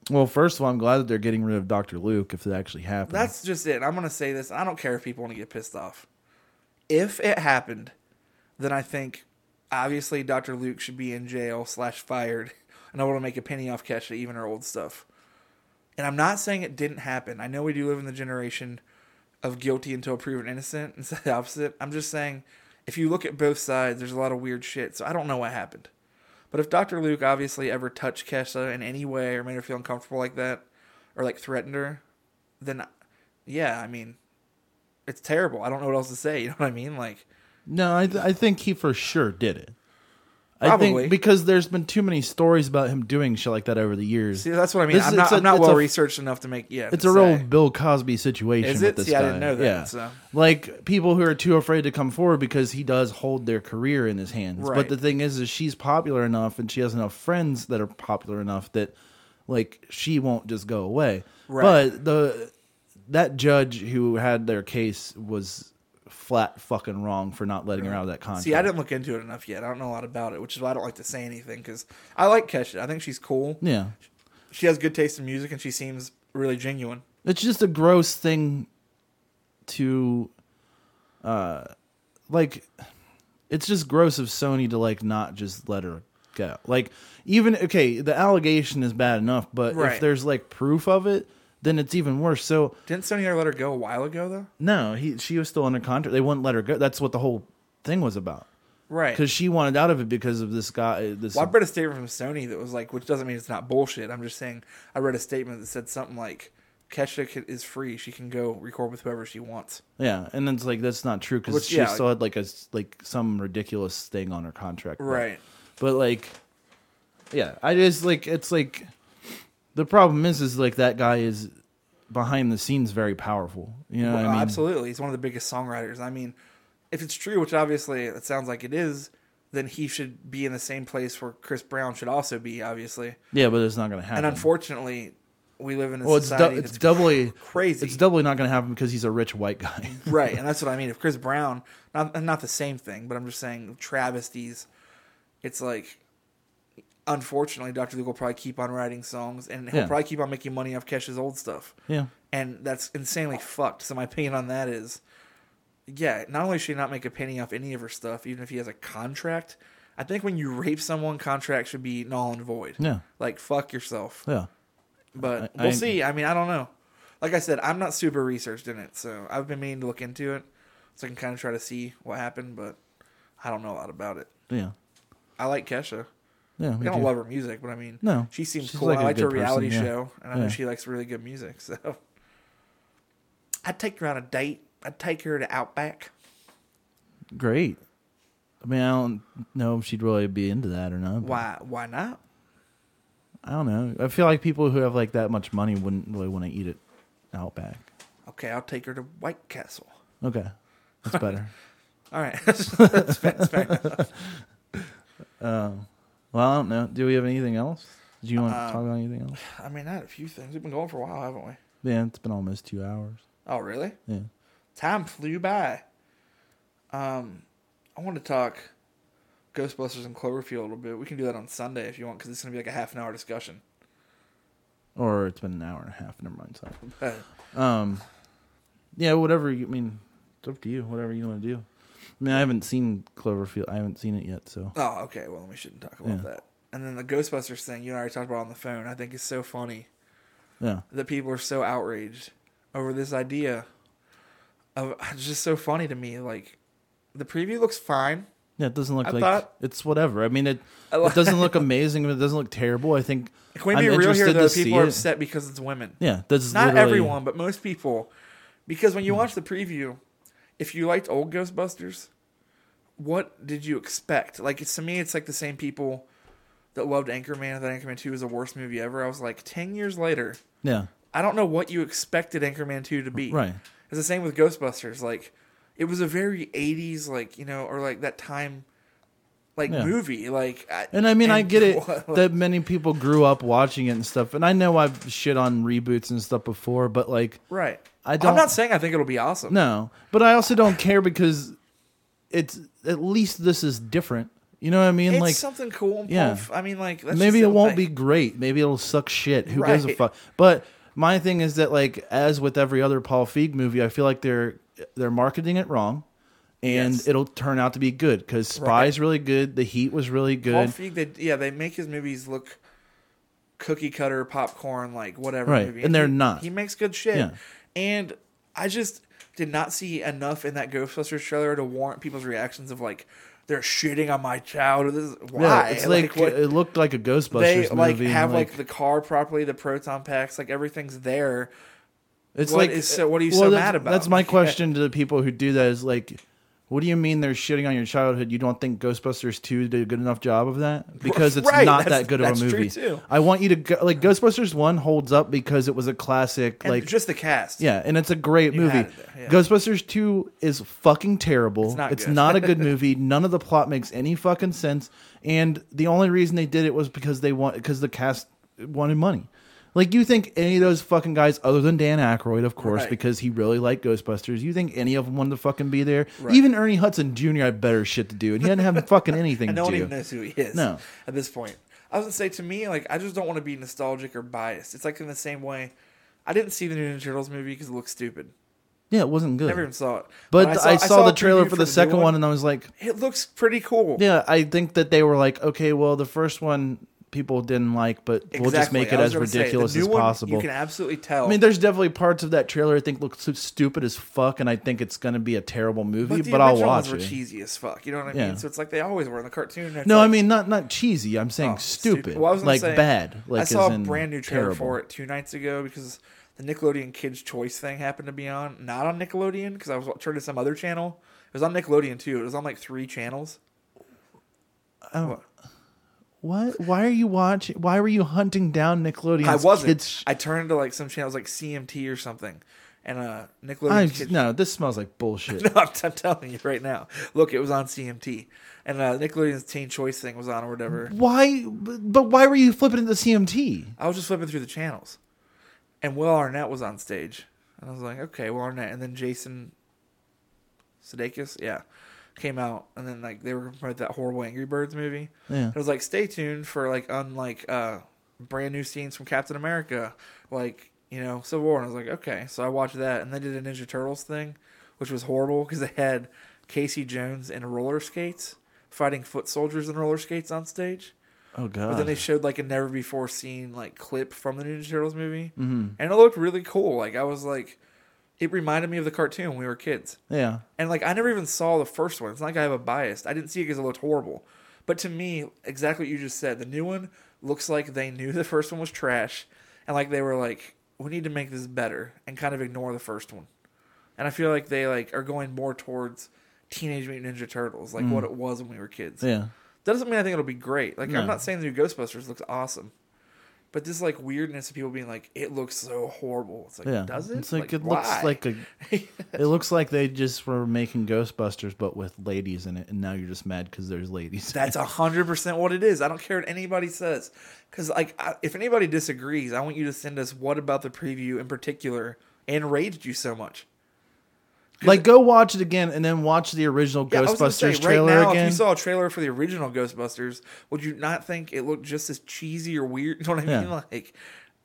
Speaker 1: Well, first of all, I'm glad that they're getting rid of Doctor Luke if it actually happens.
Speaker 2: That's just it. I'm gonna say this. I don't care if people want to get pissed off. If it happened, then I think obviously Dr. Luke should be in jail slash fired, [LAUGHS] and I want to make a penny off Kesha, even her old stuff. And I'm not saying it didn't happen. I know we do live in the generation of guilty until proven innocent and [LAUGHS] the opposite. I'm just saying if you look at both sides, there's a lot of weird shit. So I don't know what happened. But if Dr. Luke obviously ever touched Kesha in any way or made her feel uncomfortable like that or like threatened her, then yeah, I mean, it's terrible. I don't know what else to say. [LAUGHS] You know what I mean? Like,
Speaker 1: no, I th- I think he for sure did it. I
Speaker 2: Probably.
Speaker 1: think because there's been too many stories about him doing shit like that over the years.
Speaker 2: see, that's what I mean.
Speaker 1: This-
Speaker 2: I'm
Speaker 1: it's
Speaker 2: not,
Speaker 1: a-
Speaker 2: I'm not
Speaker 1: it's a-
Speaker 2: well researched enough to make yeah.
Speaker 1: It's
Speaker 2: to
Speaker 1: a real
Speaker 2: say.
Speaker 1: Bill Cosby situation.
Speaker 2: Is
Speaker 1: with
Speaker 2: it?
Speaker 1: this
Speaker 2: See, I
Speaker 1: guy.
Speaker 2: didn't know that,
Speaker 1: Yeah.
Speaker 2: so.
Speaker 1: Like people who are too afraid to come forward because he does hold their career in his hands.
Speaker 2: Right.
Speaker 1: But the thing is, is she's popular enough and she has enough friends that are popular enough that, like, she won't just go away.
Speaker 2: Right.
Speaker 1: But the that judge who had their case was flat fucking wrong for not letting her out of that contract.
Speaker 2: See, I didn't look into it enough yet. I don't know a lot about it, which is why I don't like to say anything because I like Kesha. I think she's cool.
Speaker 1: Yeah.
Speaker 2: She has good taste in music and she seems really genuine.
Speaker 1: It's just a gross thing to uh like it's just gross of Sony to like not just let her go. Like even okay, the allegation is bad enough, but
Speaker 2: Right.
Speaker 1: if there's like proof of it, then it's even worse. So
Speaker 2: Didn't Sony ever let her go a while ago though?
Speaker 1: no, he she was still under contract. They wouldn't let her go. That's what the whole thing was about.
Speaker 2: Right.
Speaker 1: Cuz she wanted out of it because of this guy uh, this
Speaker 2: Well, I read a statement from Sony that was like, which doesn't mean it's not bullshit. I'm just saying, I read a statement that said something like, Kesha can, is free. She can go record with whoever she wants.
Speaker 1: Yeah, and it's like that's not true
Speaker 2: Which,
Speaker 1: cuz she
Speaker 2: yeah.
Speaker 1: still had like a s- like some ridiculous thing on her contract.
Speaker 2: Right.
Speaker 1: but like yeah i just like it's like the problem is is like that guy is behind the scenes very powerful you know what
Speaker 2: Well,
Speaker 1: i mean
Speaker 2: absolutely. He's one of the biggest songwriters. I mean, if it's true, which obviously it sounds like it is, then he should be in the same place where Chris Brown should also be, obviously.
Speaker 1: yeah but it's not gonna happen
Speaker 2: And unfortunately, we live in a
Speaker 1: well it's,
Speaker 2: society
Speaker 1: du- it's
Speaker 2: that's
Speaker 1: doubly
Speaker 2: crazy.
Speaker 1: it's doubly not gonna happen because he's a rich white guy [LAUGHS]
Speaker 2: right, and that's what I mean. If Chris Brown, not and not the same thing, but I'm just saying travesties. It's like, unfortunately, Dr. Luke will probably keep on writing songs, and he'll
Speaker 1: Yeah.
Speaker 2: probably keep on making money off Kesha's old stuff.
Speaker 1: yeah
Speaker 2: and that's insanely fucked. So my opinion on that is, yeah, not only should he not make a penny off any of her stuff, even if he has a contract. I think when you rape someone, contract should be null and void.
Speaker 1: Yeah.
Speaker 2: like fuck yourself.
Speaker 1: yeah
Speaker 2: But
Speaker 1: I-
Speaker 2: we'll
Speaker 1: I-
Speaker 2: see. I mean, I don't know. Like I said, I'm not super researched in it, so I've been meaning to look into it, so I can kind of try to see what happened. But I don't know a lot about it.
Speaker 1: yeah
Speaker 2: I like Kesha.
Speaker 1: yeah
Speaker 2: I
Speaker 1: me
Speaker 2: don't
Speaker 1: too.
Speaker 2: love her music, but I mean,
Speaker 1: No.
Speaker 2: she seems
Speaker 1: She's
Speaker 2: cool.
Speaker 1: like
Speaker 2: I
Speaker 1: a
Speaker 2: liked her
Speaker 1: good person,
Speaker 2: reality
Speaker 1: yeah.
Speaker 2: show, and I know
Speaker 1: Yeah.
Speaker 2: she likes really good music. So I'd take her on a date. I'd take her to Outback.
Speaker 1: great i mean i don't know if she'd really be into that or not but
Speaker 2: Why? Why not?
Speaker 1: i don't know i feel like people who have like that much money wouldn't really want to eat it out back
Speaker 2: Okay, I'll take her to White Castle.
Speaker 1: okay [LAUGHS] that's better
Speaker 2: All right, [LAUGHS] That's fair, that's fair.
Speaker 1: Well, I don't know. Do we have anything else? Do you want
Speaker 2: Uh,
Speaker 1: to talk about anything else?
Speaker 2: I mean, I had a few things. We've been going for a while, haven't we?
Speaker 1: Yeah, it's been almost two hours.
Speaker 2: Oh, really?
Speaker 1: Yeah.
Speaker 2: Time flew by. Um, I want to talk Ghostbusters and Cloverfield a little bit. We can do that on Sunday if you want, because it's gonna be like a half an hour discussion.
Speaker 1: Or it's been an hour and a half. Never mind. Sorry.
Speaker 2: Uh,
Speaker 1: Um, yeah, whatever. You, I mean, it's up to you. Whatever you want to do. I mean, I haven't seen Cloverfield. I haven't seen it yet. So
Speaker 2: Oh, okay. Well, then we shouldn't talk about
Speaker 1: Yeah.
Speaker 2: that. And then the Ghostbusters thing you and I already talked about on the phone. I think is so funny
Speaker 1: yeah,
Speaker 2: that people are so [LAUGHS] outraged over this idea of. It's just so funny to me. Like The preview looks fine.
Speaker 1: Yeah, it doesn't look
Speaker 2: I
Speaker 1: like
Speaker 2: thought-
Speaker 1: it's whatever. I mean, it
Speaker 2: I li-
Speaker 1: it doesn't
Speaker 2: [LAUGHS]
Speaker 1: look amazing, but it doesn't look terrible. I think
Speaker 2: Can we
Speaker 1: I'm
Speaker 2: be real
Speaker 1: interested
Speaker 2: here? Though
Speaker 1: to see
Speaker 2: people are
Speaker 1: it.
Speaker 2: upset because it's women.
Speaker 1: Yeah, that's
Speaker 2: Not
Speaker 1: literally- Hmm.
Speaker 2: everyone, but most people. Because when you watch the preview, if you liked old Ghostbusters, what did you expect? Like it's to me, it's like the same people that loved Anchorman. That Anchorman Two was the worst movie ever. I was like, ten years later,
Speaker 1: Yeah,
Speaker 2: I don't know what you expected Anchorman 2 to be.
Speaker 1: Right.
Speaker 2: It's the same with Ghostbusters. Like, it was a very 80s, like, you know, or like that time, like,
Speaker 1: Yeah.
Speaker 2: movie. Like,
Speaker 1: and I mean, I get it
Speaker 2: [LAUGHS] what-
Speaker 1: that many people grew up watching it and stuff. And I know I've shit on reboots and stuff before, but like,
Speaker 2: right.
Speaker 1: I
Speaker 2: I'm
Speaker 1: don't-
Speaker 2: not saying I think it'll be awesome.
Speaker 1: no. But I also don't care because it's at least this is different. You know what I mean?
Speaker 2: It's
Speaker 1: like
Speaker 2: something cool. And
Speaker 1: yeah.
Speaker 2: yeah. I mean, like, that's
Speaker 1: maybe it won't be great. Maybe it'll suck shit. Who gives a
Speaker 2: Right.
Speaker 1: fuck? But my thing is that like as with every other Paul Feig movie, I feel like they're they're marketing it wrong, and
Speaker 2: Yes.
Speaker 1: it'll turn out to be good because Spy is really good. The Heat was really
Speaker 2: Paul
Speaker 1: good.
Speaker 2: Feig, they, yeah, they make his movies look cookie cutter, popcorn, like, whatever.
Speaker 1: Right.
Speaker 2: Movie.
Speaker 1: And they're
Speaker 2: he-
Speaker 1: not.
Speaker 2: He makes good shit.
Speaker 1: Yeah.
Speaker 2: And I just did not see enough in that Ghostbusters trailer to warrant people's reactions of like they're shitting on my child. Or this is, why?
Speaker 1: yeah, it's like,
Speaker 2: what-
Speaker 1: it looked like a Ghostbusters
Speaker 2: they
Speaker 1: movie.
Speaker 2: like
Speaker 1: and,
Speaker 2: have like, the car properly, the proton packs, like everything's there.
Speaker 1: It's
Speaker 2: What
Speaker 1: like
Speaker 2: is so- what are you so
Speaker 1: that's-
Speaker 2: mad about?
Speaker 1: That's my
Speaker 2: Like,
Speaker 1: question to the people who do that is like, what do you mean they're shitting on your childhood? You don't think Ghostbusters Two did a good enough job of
Speaker 2: [LAUGHS]
Speaker 1: that because it's
Speaker 2: Right,
Speaker 1: not
Speaker 2: that's-
Speaker 1: that good of a
Speaker 2: that's true,
Speaker 1: movie.
Speaker 2: too.
Speaker 1: I want you to go, like Ghostbusters One holds up because it was a classic.
Speaker 2: And
Speaker 1: like
Speaker 2: just the cast.
Speaker 1: yeah, and it's a great movie.
Speaker 2: had it there, yeah.
Speaker 1: Ghostbusters 2 is fucking terrible. It's
Speaker 2: not good.
Speaker 1: not a
Speaker 2: [LAUGHS]
Speaker 1: good movie. None of the plot makes any fucking sense. And the only reason they did it was because they want because the cast wanted money. Like you think any of those fucking guys other than Dan Aykroyd, of course,
Speaker 2: Right.
Speaker 1: because he really liked Ghostbusters, you think any of them wanted to fucking be there? Even Ernie Hudson Jr. had better shit to do, and he didn't
Speaker 2: [LAUGHS]
Speaker 1: have fucking anything
Speaker 2: And
Speaker 1: to
Speaker 2: no one
Speaker 1: do.
Speaker 2: even knows who he is.
Speaker 1: No.
Speaker 2: At this point. I was gonna say to me, like, I just don't want to be nostalgic or biased. It's like in the same way. I didn't see the new Ninja Turtles movie because it looks stupid.
Speaker 1: Yeah, it wasn't good.
Speaker 2: Never even saw it.
Speaker 1: but I saw, the
Speaker 2: a
Speaker 1: trailer
Speaker 2: preview
Speaker 1: for the,
Speaker 2: new
Speaker 1: second one, and I was like,
Speaker 2: it looks pretty cool.
Speaker 1: Yeah, I think that they were like, okay, well, the first one people didn't like, but we'll just
Speaker 2: Exactly.
Speaker 1: make it
Speaker 2: I was
Speaker 1: as
Speaker 2: gonna say, the
Speaker 1: ridiculous
Speaker 2: new
Speaker 1: as
Speaker 2: one,
Speaker 1: possible.
Speaker 2: You can absolutely tell.
Speaker 1: I mean, there's definitely parts of that trailer I think look so stupid as fuck, and I think it's going to be a terrible movie,
Speaker 2: but,
Speaker 1: but,
Speaker 2: the
Speaker 1: I'll
Speaker 2: original ones
Speaker 1: watch
Speaker 2: were
Speaker 1: it.
Speaker 2: cheesy as fuck. You know what I mean?
Speaker 1: Yeah.
Speaker 2: So it's like they always were in the cartoon. it's
Speaker 1: No, I
Speaker 2: like-
Speaker 1: mean not not cheesy. I'm saying
Speaker 2: Oh,
Speaker 1: stupid,
Speaker 2: Well, I was gonna
Speaker 1: like
Speaker 2: say,
Speaker 1: bad. Like
Speaker 2: I saw
Speaker 1: as
Speaker 2: a
Speaker 1: in
Speaker 2: brand new trailer
Speaker 1: terrible.
Speaker 2: for it two nights ago because the Nickelodeon Kids Choice thing happened to be on, not on Nickelodeon because I was turned to some other channel. It was on Nickelodeon too. It was on like three channels.
Speaker 1: What? Why are you watching? Why were you hunting down Nickelodeon?
Speaker 2: I wasn't.
Speaker 1: Kids?
Speaker 2: I turned to like some channels like CMT or something, and uh Nickelodeon
Speaker 1: I,
Speaker 2: Kids.
Speaker 1: no, this smells like bullshit.
Speaker 2: [LAUGHS] No, I'm, I'm telling you right now. Look, it was on CMT, and uh, Nickelodeon's Teen Choice thing was on or whatever.
Speaker 1: Why? But why were you flipping into CMT?
Speaker 2: I was just flipping through the channels, and Will Arnett was on stage, and I was like, okay, Will Arnett, and then Jason Sudeikis, yeah, came out, and then like they were about that horrible Angry Birds movie.
Speaker 1: Yeah.
Speaker 2: it was like, stay tuned for like unlike uh, brand new scenes from Captain America, like you know Civil War, and I was like, okay, so I watched that, and they did a Ninja Turtles thing, which was horrible because they had Casey Jones in roller skates fighting foot soldiers in roller skates on stage.
Speaker 1: Oh god.
Speaker 2: But then they showed like a never before seen like clip from the Ninja Turtles movie, mm-hmm. and it looked really cool. Like I was like, it reminded me of the cartoon when we were kids,
Speaker 1: yeah.
Speaker 2: and like I never even saw the first one. It's not like I have a bias. I didn't see it because it looked horrible, but to me, exactly what you just said, the new one looks like they knew the first one was trash, and like they were like, we need to make this better, and kind of ignore the first one. And I feel like they like are going more towards Teenage Mutant Ninja Turtles, like what it was when we were kids.
Speaker 1: Yeah.
Speaker 2: That doesn't mean I think it'll be great. Like
Speaker 1: No.
Speaker 2: I'm not saying the new Ghostbusters looks awesome, but this like weirdness of people being like, it looks so horrible. It's like,
Speaker 1: Yeah,
Speaker 2: does it?
Speaker 1: It's like, it looks
Speaker 2: why?
Speaker 1: like a. it looks like they just were making Ghostbusters, but with ladies in it, and now you're just mad because there's ladies.
Speaker 2: [LAUGHS] that's a hundred percent what it is. I don't care what anybody says, because like I, if anybody disagrees, I want you to send us what about the preview in particular enraged you so much.
Speaker 1: [LAUGHS] like, go watch it again, and then watch the original
Speaker 2: Yeah, I was gonna
Speaker 1: Ghostbusters
Speaker 2: say,
Speaker 1: trailer
Speaker 2: right now,
Speaker 1: again.
Speaker 2: If you saw a trailer for the original Ghostbusters, would you not think it looked just as cheesy or weird? [LAUGHS] You know what I
Speaker 1: Yeah.
Speaker 2: mean? Like,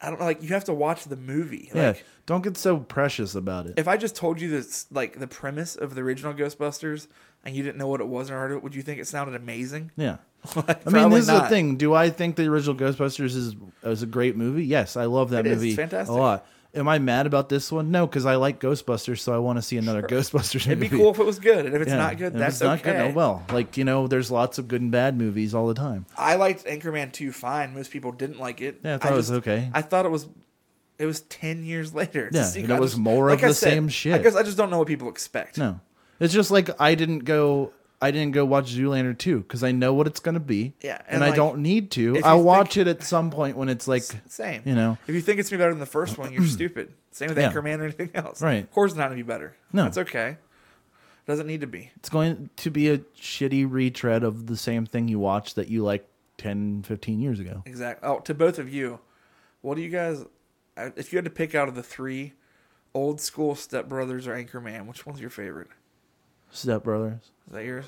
Speaker 2: I don't know. Like, you have to watch the movie.
Speaker 1: yeah,
Speaker 2: Like,
Speaker 1: don't get so precious about it.
Speaker 2: if I just told you this, like the premise of the original Ghostbusters, and you didn't know what it was or heard it, would you think it sounded amazing? [LAUGHS]
Speaker 1: yeah.
Speaker 2: Like,
Speaker 1: I mean,
Speaker 2: probably
Speaker 1: this is the
Speaker 2: not.
Speaker 1: thing. Do I think the original Ghostbusters is is a great movie? Yes, I love that
Speaker 2: It is.
Speaker 1: movie
Speaker 2: It's fantastic.
Speaker 1: a lot. Am I mad about this one? No, because I like Ghostbusters, so I want to see another Ghostbusters movie.
Speaker 2: It'd be cool if it was good, and if it's
Speaker 1: Yeah.
Speaker 2: not good,
Speaker 1: And if
Speaker 2: that's
Speaker 1: it's not
Speaker 2: okay.
Speaker 1: good. Oh well, like you know, there's lots of good and bad movies all the time.
Speaker 2: I liked Anchorman 2 fine. Most people didn't like it.
Speaker 1: Yeah, I thought it was okay.
Speaker 2: I thought it was. It was ten years [LAUGHS] later. It's a
Speaker 1: Yeah, and
Speaker 2: sequel.
Speaker 1: it
Speaker 2: I
Speaker 1: was
Speaker 2: just-
Speaker 1: more of
Speaker 2: I
Speaker 1: the same
Speaker 2: I
Speaker 1: shit.
Speaker 2: guess I just don't know what people expect.
Speaker 1: No, it's just like I didn't go. I didn't go watch Zoolander two because I know what it's going to be.
Speaker 2: Yeah, and
Speaker 1: and, I
Speaker 2: like,
Speaker 1: don't need to.
Speaker 2: if you
Speaker 1: I'll
Speaker 2: think-
Speaker 1: watch it at some point when it's like
Speaker 2: Same.
Speaker 1: You know.
Speaker 2: if you think it's gonna be better than the first
Speaker 1: [CLEARS THROAT]
Speaker 2: one, you're stupid. Same with
Speaker 1: Yeah.
Speaker 2: Anchorman or anything else.
Speaker 1: Right.
Speaker 2: Core's not gonna be better.
Speaker 1: No.
Speaker 2: that's okay. Doesn't need to be.
Speaker 1: it's going to be a shitty retread of the same thing you watched that you liked 10, 15 years ago.
Speaker 2: Exactly. Oh, to both of you, what do you guys? uh, If you had to pick out of the three, old school Step Brothers or Anchorman, which one's your favorite?
Speaker 1: Step Brothers.
Speaker 2: Is that yours?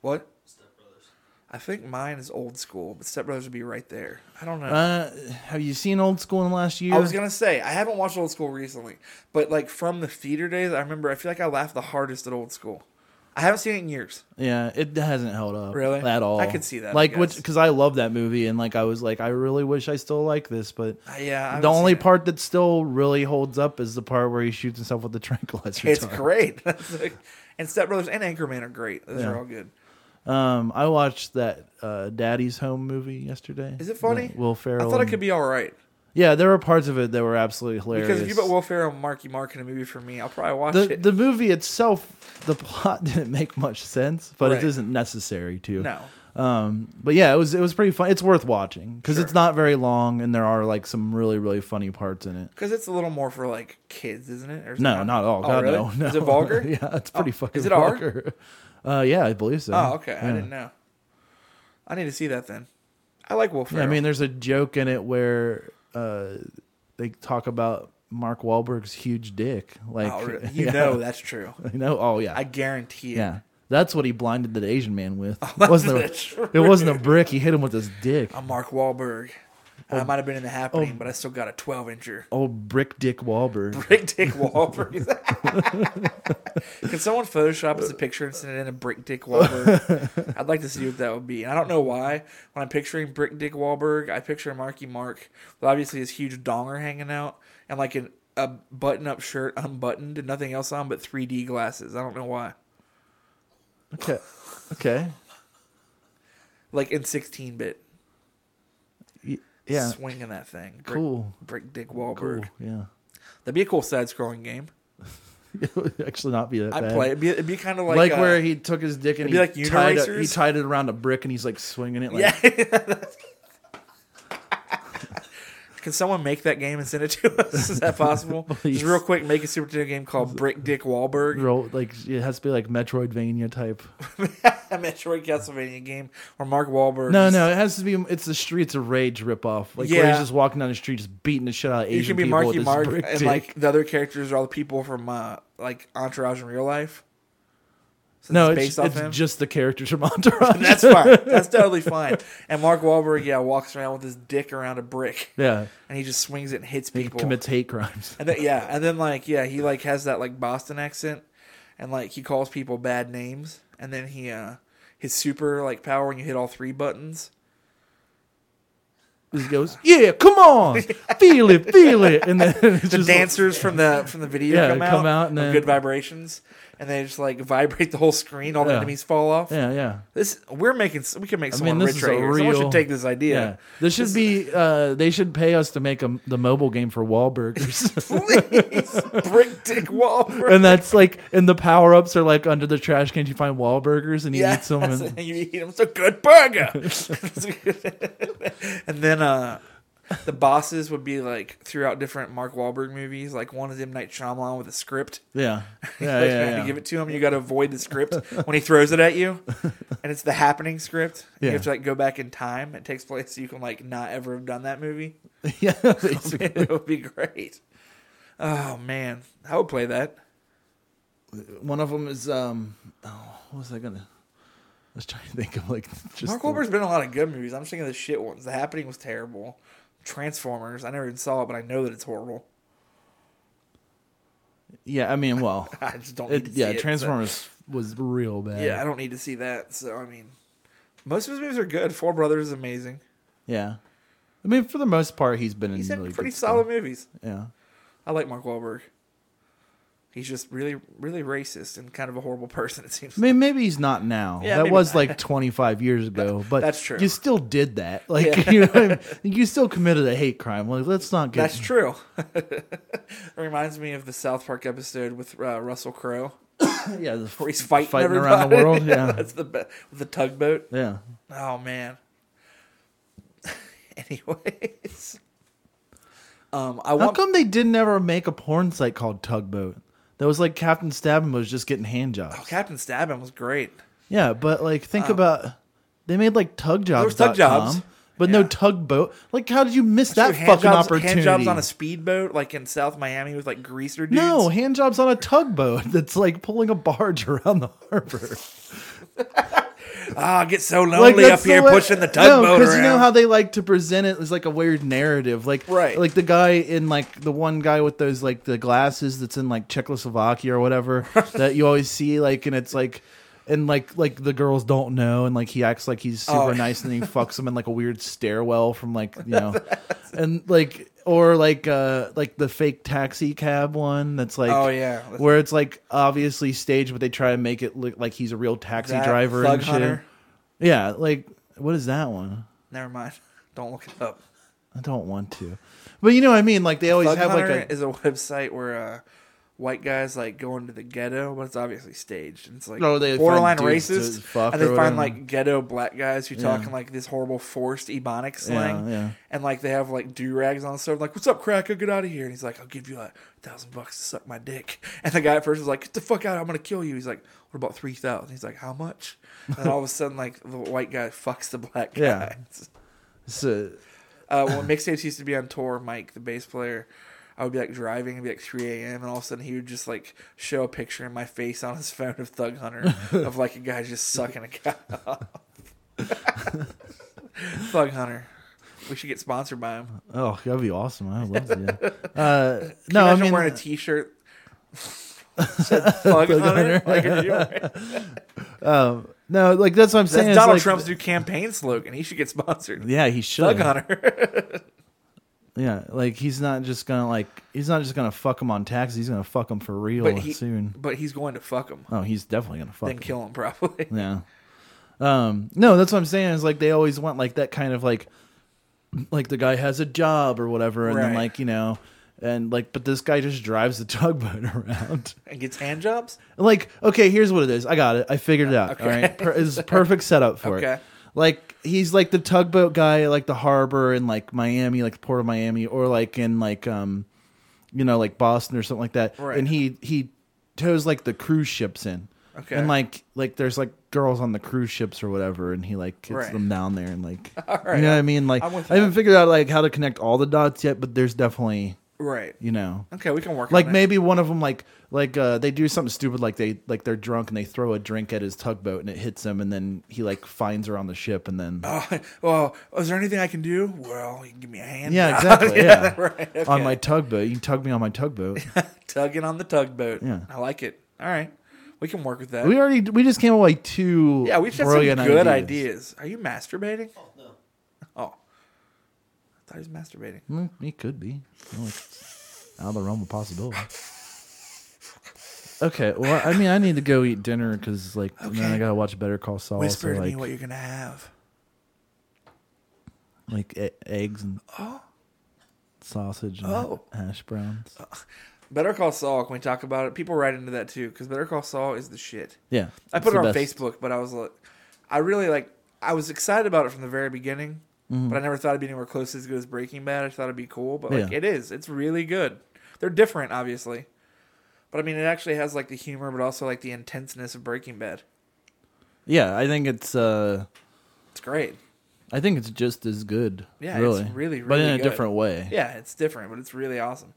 Speaker 2: What?
Speaker 4: Step Brothers.
Speaker 2: I think mine is old school, but Step Brothers would be right there. I don't know.
Speaker 1: Uh, have you seen Old School in the last year?
Speaker 2: I was gonna say I haven't watched Old School recently, but like from the theater days, I remember I feel like I laughed the hardest at Old School. I haven't seen it in years.
Speaker 1: Yeah, it hasn't held up
Speaker 2: Really?
Speaker 1: at all.
Speaker 2: I could see that, I
Speaker 1: Like, which
Speaker 2: guess.
Speaker 1: because I love that movie, and like I was like, I really wish I still like this, but
Speaker 2: Uh, yeah, I haven't
Speaker 1: the only
Speaker 2: seen it.
Speaker 1: part that still really holds up is the part where he shoots himself with the [LAUGHS] tranquilizer.
Speaker 2: It's
Speaker 1: dart.
Speaker 2: great. [LAUGHS] That's like- and Step Brothers and Anchorman are great. Those are all good.
Speaker 1: Um, I watched that uh, Daddy's Home movie yesterday.
Speaker 2: Is it funny?
Speaker 1: That Will Ferrell.
Speaker 2: I thought it
Speaker 1: and-
Speaker 2: could be all right
Speaker 1: Yeah, there were parts of it that were absolutely hilarious.
Speaker 2: because if you put Will Ferrell and Marky Mark in a movie for me, I'll probably watch
Speaker 1: the
Speaker 2: it.
Speaker 1: the movie itself, the [LAUGHS] plot didn't make much sense, but
Speaker 2: Right.
Speaker 1: it isn't necessary to.
Speaker 2: no,
Speaker 1: But yeah, it was it was pretty fun. It's worth watching because
Speaker 2: Sure.
Speaker 1: it's not very long, and there are like some really really funny parts in it.
Speaker 2: because it's a little more for like kids, isn't it? Or is it
Speaker 1: No, not at all.
Speaker 2: Oh,
Speaker 1: God,
Speaker 2: really?
Speaker 1: no, no.
Speaker 2: Is it vulgar?
Speaker 1: [LAUGHS] yeah, it's pretty
Speaker 2: Oh,
Speaker 1: fucking
Speaker 2: is it R?
Speaker 1: vulgar. Uh, yeah, I believe so.
Speaker 2: Oh, okay. I
Speaker 1: Yeah.
Speaker 2: didn't know. I need to see that then. I like Will
Speaker 1: Yeah,
Speaker 2: Ferrell.
Speaker 1: I mean, there's a joke in it where uh, they talk about Mark Wahlberg's huge dick. Like, [LAUGHS]
Speaker 2: Oh, really? you
Speaker 1: yeah.
Speaker 2: know that's true.
Speaker 1: I know. Oh, yeah.
Speaker 2: I guarantee it.
Speaker 1: yeah. That's what he blinded the Asian man
Speaker 2: [LAUGHS]
Speaker 1: with. it,
Speaker 2: that's
Speaker 1: wasn't a,
Speaker 2: true.
Speaker 1: [LAUGHS] it wasn't a brick. He hit him with his dick.
Speaker 2: I'm Mark Wahlberg.
Speaker 1: Oh.
Speaker 2: I might have been in the happening, but I still got a 12 incher.
Speaker 1: Old brick dick Wahlberg.
Speaker 2: Brick Dick Wahlberg. [LAUGHS] Can someone Photoshop us a picture and send it in a Brick Dick
Speaker 1: [LAUGHS]
Speaker 2: Wahlberg? I'd like to see what that would be. And I don't know why. When I'm picturing Brick Dick Wahlberg, I picture Marky Mark with obviously his huge donger hanging out and like an, a button up shirt unbuttoned and nothing else on but 3D glasses. I don't know why.
Speaker 1: [LAUGHS] Okay. Okay.
Speaker 2: Like in 16 bit.
Speaker 1: Y- Yeah.
Speaker 2: Swinging that thing. Brick,
Speaker 1: Cool.
Speaker 2: Brick Dick
Speaker 1: Cool.
Speaker 2: Wahlberg.
Speaker 1: Yeah. [LAUGHS]
Speaker 2: That'd be a cool side scrolling game.
Speaker 1: It would actually not be that
Speaker 2: I'd
Speaker 1: bad.
Speaker 2: play. it. It'd be, it'd be kind of like,
Speaker 1: Like,
Speaker 2: uh,
Speaker 1: where he took his dick and
Speaker 2: it'd be
Speaker 1: he,
Speaker 2: like Uno
Speaker 1: tied it, he
Speaker 2: Racers.
Speaker 1: tied it around a brick and he's like swinging it. Like,
Speaker 2: Yeah. [LAUGHS] Can someone make that game and send it to us? Is
Speaker 1: [LAUGHS]
Speaker 2: that possible?
Speaker 1: Please.
Speaker 2: Just real quick, make a Super Nintendo game called Brick Dick Wahlberg.
Speaker 1: Roll, like it has to be like Metroidvania type.
Speaker 2: a Metroid Castlevania game where Mark Wahlberg.
Speaker 1: No,
Speaker 2: is-
Speaker 1: no, it has to be. It's the Streets of Rage ripoff. Like where
Speaker 2: Yeah.
Speaker 1: he's just walking down the street, just beating the shit out of Asian
Speaker 2: You can be
Speaker 1: people
Speaker 2: Marky
Speaker 1: with
Speaker 2: Mark,
Speaker 1: his brick
Speaker 2: and
Speaker 1: dick.
Speaker 2: like the other characters are all the people from uh, like Entourage in real life. Since
Speaker 1: no,
Speaker 2: based
Speaker 1: it's,
Speaker 2: off
Speaker 1: it's
Speaker 2: him.
Speaker 1: just the characters from [LAUGHS] Entourage.
Speaker 2: [LAUGHS] That's fine. That's totally fine. And Mark Wahlberg, yeah, walks around with his dick around a brick,
Speaker 1: yeah,
Speaker 2: and he just swings it and hits
Speaker 1: he
Speaker 2: people.
Speaker 1: commits hate
Speaker 2: [LAUGHS]
Speaker 1: crimes.
Speaker 2: And then, yeah, and then like yeah, he like has that like Boston accent, and like he calls people bad names, and then he uh his super like power when you hit all three buttons.
Speaker 1: He goes, "Yeah, come
Speaker 2: [LAUGHS]
Speaker 1: on, feel it, feel it," and then it's
Speaker 2: The
Speaker 1: just
Speaker 2: dancers from the from the
Speaker 1: [LAUGHS]
Speaker 2: video
Speaker 1: Yeah,
Speaker 2: come out,
Speaker 1: come out and
Speaker 2: with
Speaker 1: then-
Speaker 2: good vibrations, and they just like [LAUGHS] vibrate the whole screen. All the
Speaker 1: Yeah.
Speaker 2: enemies fall off.
Speaker 1: Yeah, yeah.
Speaker 2: This we're making we can make
Speaker 1: I
Speaker 2: someone
Speaker 1: mean, this
Speaker 2: rich
Speaker 1: is
Speaker 2: right
Speaker 1: a
Speaker 2: here.
Speaker 1: real.
Speaker 2: Someone should take this idea.
Speaker 1: Yeah, this should be. Uh, they should pay us to make a, the mobile game for
Speaker 2: [LAUGHS]
Speaker 1: Wahlburgers.
Speaker 2: [LAUGHS] Please, brick dick Wahlberg.
Speaker 1: and that's like, and the power ups are like under the trash can. You find Wahlburgers and you eat some.
Speaker 2: [LAUGHS] that's
Speaker 1: And,
Speaker 2: it. you eat them. It's a
Speaker 1: [LAUGHS]
Speaker 2: good burger. and then uh, the bosses would be like throughout different Mark Wahlberg movies. Like one is M Night Shyamalan with a script.
Speaker 1: yeah, yeah,
Speaker 2: [LAUGHS] Like,
Speaker 1: Oh, yeah,
Speaker 2: you have
Speaker 1: yeah.
Speaker 2: to give it to him. You got to avoid
Speaker 1: [LAUGHS]
Speaker 2: the script when he throws it at you, and it's the happening script. You
Speaker 1: Yeah.
Speaker 2: have to like go back in time. It takes place. So you can like not ever have done that movie. [LAUGHS]
Speaker 1: [LAUGHS] yeah, basically.
Speaker 2: it would be great. Oh man, I would play that.
Speaker 1: One of them is um. Oh, what was I gonna? I was trying to think of like [LAUGHS] just
Speaker 2: Mark
Speaker 1: the-
Speaker 2: Wahlberg's been in a lot of good movies. I'm just thinking of the shit ones. The Happening was terrible. Transformers. I never even saw it, but I know that it's horrible. [LAUGHS]
Speaker 1: Yeah, I mean, well,
Speaker 2: [LAUGHS] I just don't. Need
Speaker 1: it,
Speaker 2: to see
Speaker 1: yeah,
Speaker 2: it, so-
Speaker 1: Transformers was real bad.
Speaker 2: Yeah, I don't need to see that. So I mean, most of his movies are good. Four Brothers is amazing.
Speaker 1: yeah. I mean, for the most part, he's been in
Speaker 2: He's in
Speaker 1: really
Speaker 2: pretty
Speaker 1: good
Speaker 2: solid
Speaker 1: stuff.
Speaker 2: movies.
Speaker 1: Yeah,
Speaker 2: I like Mark Wahlberg. He's just really, really racist and kind of a horrible [LAUGHS] person. It seems.
Speaker 1: I mean, maybe he's not now.
Speaker 2: Yeah,
Speaker 1: that
Speaker 2: maybe
Speaker 1: was
Speaker 2: not.
Speaker 1: like 25 years ago, but
Speaker 2: That's true.
Speaker 1: You still did that. [LAUGHS] Like you know, what I mean? you still committed a hate crime. Like let's not get
Speaker 2: That's true. [LAUGHS] it reminds me of the South Park episode with uh, Russell Crowe,
Speaker 1: yeah, the
Speaker 2: where he's fighting,
Speaker 1: fighting
Speaker 2: everybody.
Speaker 1: around the
Speaker 2: [LAUGHS]
Speaker 1: world. Yeah,
Speaker 2: that's the be- with the tugboat.
Speaker 1: yeah.
Speaker 2: Oh man. [LAUGHS] Anyways, um, I
Speaker 1: How
Speaker 2: want
Speaker 1: come they didn't ever make a porn site called Tugboat? That was like Captain Stabbing was just getting hand jobs.
Speaker 2: Captain Stabbing was great.
Speaker 1: Yeah, but like think about they made like tug jobs.
Speaker 2: was Oh. tug jobs.
Speaker 1: But no
Speaker 2: Yeah.
Speaker 1: tugboat. Like, how did you miss that
Speaker 2: Dude,
Speaker 1: fucking
Speaker 2: jobs-
Speaker 1: opportunity?
Speaker 2: Hand jobs on a speedboat, like in South Miami, with like greaser dudes.
Speaker 1: no, hand jobs on a tugboat [LAUGHS] that's like pulling a barge [LAUGHS] around the harbor.
Speaker 2: ah, I get so
Speaker 1: like
Speaker 2: lonely up
Speaker 1: that's
Speaker 2: here
Speaker 1: way-
Speaker 2: pushing the tugboat
Speaker 1: because
Speaker 2: around.
Speaker 1: you know how they like to present it as like a weird narrative, like
Speaker 2: Right.
Speaker 1: like the guy in like the one guy with those like the glasses that's in like Czechoslovakia or
Speaker 2: [LAUGHS]
Speaker 1: whatever that you always see, like, and it's like. And like, like the girls don't know, and like he acts like he's super
Speaker 2: Oh.
Speaker 1: nice,
Speaker 2: [LAUGHS]
Speaker 1: and then he fucks them in like a weird stairwell from like you know, and like or like uh like the fake taxi cab one that's like
Speaker 2: Oh, yeah.
Speaker 1: where it's like obviously staged, but they try to make it look like he's a real taxi
Speaker 2: That
Speaker 1: driver
Speaker 2: Thug
Speaker 1: and shit.
Speaker 2: Hunter.
Speaker 1: Yeah, like what is that one?
Speaker 2: Never mind. [LAUGHS] Don't look it up.
Speaker 1: I don't want to. But you know what I mean? Like they always
Speaker 2: Thug
Speaker 1: have
Speaker 2: Hunter
Speaker 1: like a
Speaker 2: is a website where uh, white guys like go into the ghetto, but it's obviously staged. And it's like
Speaker 1: Oh, they find
Speaker 2: borderline
Speaker 1: dudes to
Speaker 2: racist,
Speaker 1: fuck
Speaker 2: and they
Speaker 1: or whatever.
Speaker 2: find like ghetto black guys who talk
Speaker 1: Yeah.
Speaker 2: in like this horrible forced ebonic slang,
Speaker 1: yeah.
Speaker 2: and like they have like do rags on, so like, "What's up, cracker? Get out of here!" And he's like, "I'll give you like a thousand bucks to suck my dick." [LAUGHS] And the guy at first is like, "Get the fuck out! I'm gonna kill you." He's like, "What about three thousand? He's like, "How much?" And then all of a sudden, like the white guy fucks the black guy.
Speaker 1: Yeah. so,
Speaker 2: Uh, when mixtapes used to be on tour, Mike, the bass player, I would be like driving, it'd be like 3 a.m., and all of a sudden he would just like show a picture in my face on his [LAUGHS] phone of Thug Hunter of like a guy just sucking a guy off. [LAUGHS] Thug Hunter. We should get sponsored by him. Can
Speaker 1: oh, that'd be awesome. I would love
Speaker 2: [LAUGHS]
Speaker 1: to. Yeah. Uh,
Speaker 2: you
Speaker 1: no, I
Speaker 2: imagine
Speaker 1: mean,
Speaker 2: wearing a t shirt.
Speaker 1: [LAUGHS]
Speaker 2: Thug Hunter.
Speaker 1: Hunter.
Speaker 2: Like, are
Speaker 1: [LAUGHS]
Speaker 2: you alright?
Speaker 1: no, like that's what I'm saying. is,
Speaker 2: That's Donald
Speaker 1: like-
Speaker 2: Trump's new campaign slogan. He should get sponsored.
Speaker 1: Yeah, he should.
Speaker 2: Thug Hunter.
Speaker 1: Yeah, like he's not just gonna like he's not just gonna fuck him on taxes. He's gonna fuck him for real
Speaker 2: but, he,
Speaker 1: soon.
Speaker 2: but he's going to fuck him.
Speaker 1: Oh, he's definitely gonna fuck.
Speaker 2: Then
Speaker 1: him.
Speaker 2: kill him, probably. [LAUGHS]
Speaker 1: Yeah. Um, no, that's what I'm saying is like they always want like that kind of like like the guy has a job or whatever and then
Speaker 2: Right.
Speaker 1: like, you know, and like but this guy just drives the [LAUGHS] tugboat around.
Speaker 2: And gets hand jobs?
Speaker 1: like, okay, here's what it is. I got it. I figured it out.
Speaker 2: Okay.
Speaker 1: All right. Per-
Speaker 2: [LAUGHS]
Speaker 1: it's a perfect setup for
Speaker 2: Okay.
Speaker 1: it. Like he's like the tugboat guy like the harbor in like Miami, like the port of Miami or like in like um you know, like Boston or something like that.
Speaker 2: Right.
Speaker 1: And he he tows like the cruise ships in.
Speaker 2: Okay.
Speaker 1: And like like there's like girls on the cruise ships or whatever, and he like gets
Speaker 2: Right.
Speaker 1: them down there and
Speaker 2: [LAUGHS]
Speaker 1: like
Speaker 2: right.
Speaker 1: you know what I mean. Like I
Speaker 2: I'm with
Speaker 1: haven't
Speaker 2: that.
Speaker 1: figured out like how to connect all the dots yet, but there's definitely
Speaker 2: Right.
Speaker 1: you know
Speaker 2: Okay, we can work
Speaker 1: like
Speaker 2: on
Speaker 1: maybe one of them like like uh they do something stupid like they like they're drunk and they throw a drink at his tugboat and it hits him and then he like finds her on the ship and then
Speaker 2: It. Well, is there anything I can do? Well, you can give me a hand.
Speaker 1: yeah
Speaker 2: [LAUGHS] job.
Speaker 1: exactly yeah,
Speaker 2: right. Okay.
Speaker 1: on my tugboat you can tug me on my tugboat [LAUGHS]
Speaker 2: tugging on the tugboat.
Speaker 1: Yeah.
Speaker 2: I like it. All right, we can work with that.
Speaker 1: we already we just came away two
Speaker 2: yeah, we've got some good
Speaker 1: brilliant
Speaker 2: ideas.
Speaker 1: ideas.
Speaker 2: Are you masturbating?
Speaker 4: No.
Speaker 2: Oh, I thought he was masturbating.
Speaker 1: Hmm, it could be Well, it's out of the realm of possibility okay well I mean I need to go eat dinner because like then
Speaker 2: Okay.
Speaker 1: I gotta watch Better Call Saul
Speaker 2: Whisper
Speaker 1: so,
Speaker 2: to
Speaker 1: like
Speaker 2: me what you're gonna have.
Speaker 1: like e- eggs and sausage and
Speaker 2: Oh.
Speaker 1: hash browns
Speaker 2: Better Call Saul. Can we talk about it? People write into that too because Better Call Saul is the shit.
Speaker 1: Yeah.
Speaker 2: I put
Speaker 1: it's
Speaker 2: it on
Speaker 1: the best.
Speaker 2: Facebook, but I was like, I really like, I was excited about it from the very beginning,
Speaker 1: Mm-hmm.
Speaker 2: but I never thought it'd be anywhere close to as good as Breaking Bad. I thought it'd be cool, but like
Speaker 1: Yeah.
Speaker 2: it is. It's really good. They're different, obviously, but I mean, it actually has like the humor, but also like the intenseness of Breaking Bad.
Speaker 1: Yeah, I think it's uh
Speaker 2: It's great.
Speaker 1: I think it's just as good.
Speaker 2: Yeah, it's
Speaker 1: really.
Speaker 2: really,
Speaker 1: But in
Speaker 2: really
Speaker 1: a
Speaker 2: good.
Speaker 1: different way.
Speaker 2: Yeah, it's different, but it's really awesome.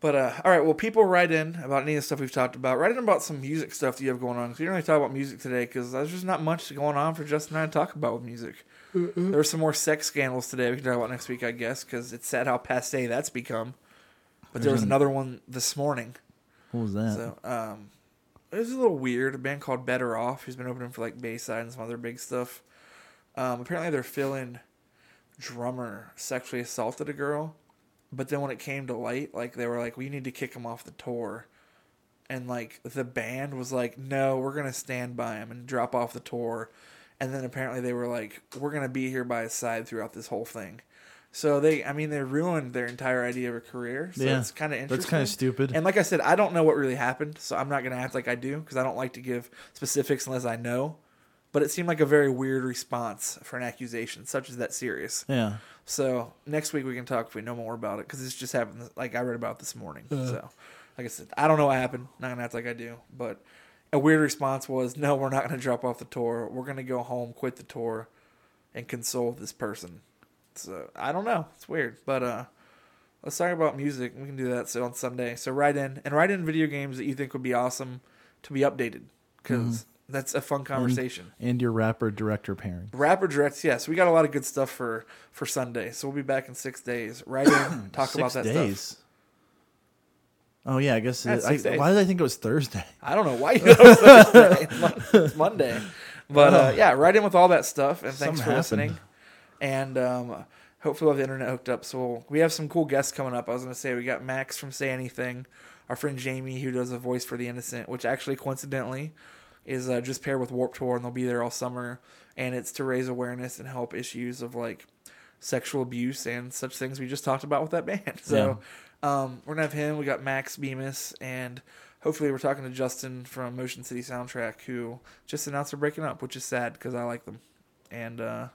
Speaker 2: But uh, all right, well, people write in about any of the stuff we've talked about. Write in about some music stuff that you have going on. 'cause we didn't really talk about music today because there's just not much going on for Justin and I to talk about with music. There were some more sex scandals today we can talk about next week, I guess, because it's sad how passe that's become. But there was another one this morning.
Speaker 1: What was that?
Speaker 2: So um, it was a little weird. A band called Better Off, who's been opening for like Bayside and some other big stuff. Um, apparently, their fill-in drummer sexually assaulted a girl, But then when it came to light, like they were like, "We need to kick him off the tour," and like the band was like, "No, we're gonna stand by him and drop off the tour." And then apparently they were like, "We're gonna be here by his side throughout this whole thing." So they, I mean, they ruined their entire idea of a career. So
Speaker 1: Yeah.
Speaker 2: it's kind of
Speaker 1: That's
Speaker 2: interesting.
Speaker 1: kinda stupid.
Speaker 2: And like I said, I don't know what really happened, so I'm not gonna act like I do because I don't like to give specifics unless I know. But it seemed like a very weird response for an accusation such as that serious.
Speaker 1: Yeah.
Speaker 2: So next week we can talk if we know more about it because this just happened. Like I read about it this morning. So, like I said, I don't know what happened. Not gonna act like I do. But a weird response was, "No, we're not gonna drop off the tour. We're gonna go home, quit the tour, and console this person." So I don't know. It's weird, but uh, let's talk about music. We can do that so on Sunday. So write in and write in video games that you think would be awesome to be updated because that's a fun conversation.
Speaker 1: And your rapper director pairing.
Speaker 2: Rapper directs, yes. We got a lot of good stuff for for Sunday, so we'll be back in six days.
Speaker 1: [CLEARS THROAT]
Speaker 2: Right in, talk about
Speaker 1: Six
Speaker 2: that
Speaker 1: days.
Speaker 2: stuff.
Speaker 1: Oh yeah, I guess.
Speaker 2: Yeah,
Speaker 1: it-
Speaker 2: six
Speaker 1: I-
Speaker 2: days.
Speaker 1: why did I think it was Thursday?
Speaker 2: I don't know why you know it's Thursday.
Speaker 1: [LAUGHS]
Speaker 2: it's Monday, but uh, yeah, right in with all that stuff. And thanks
Speaker 1: Oh. Something
Speaker 2: for listening.
Speaker 1: happened.
Speaker 2: And um, hopefully we'll have the internet hooked up. So we'll, we have some cool guests coming up. I was gonna say we got Max from Say Anything, our friend Jamie who does a voice for the innocent, which actually coincidentally is uh, just paired with Warp Tour, and they'll be there all summer. And it's to raise awareness and help issues of like sexual abuse and such things we just talked about with that band. [LAUGHS] So um, we're gonna have him. We got Max Bemis, and hopefully we're talking to Justin from Motion City Soundtrack, who just announced they're breaking up, which is sad because I like them. And uh,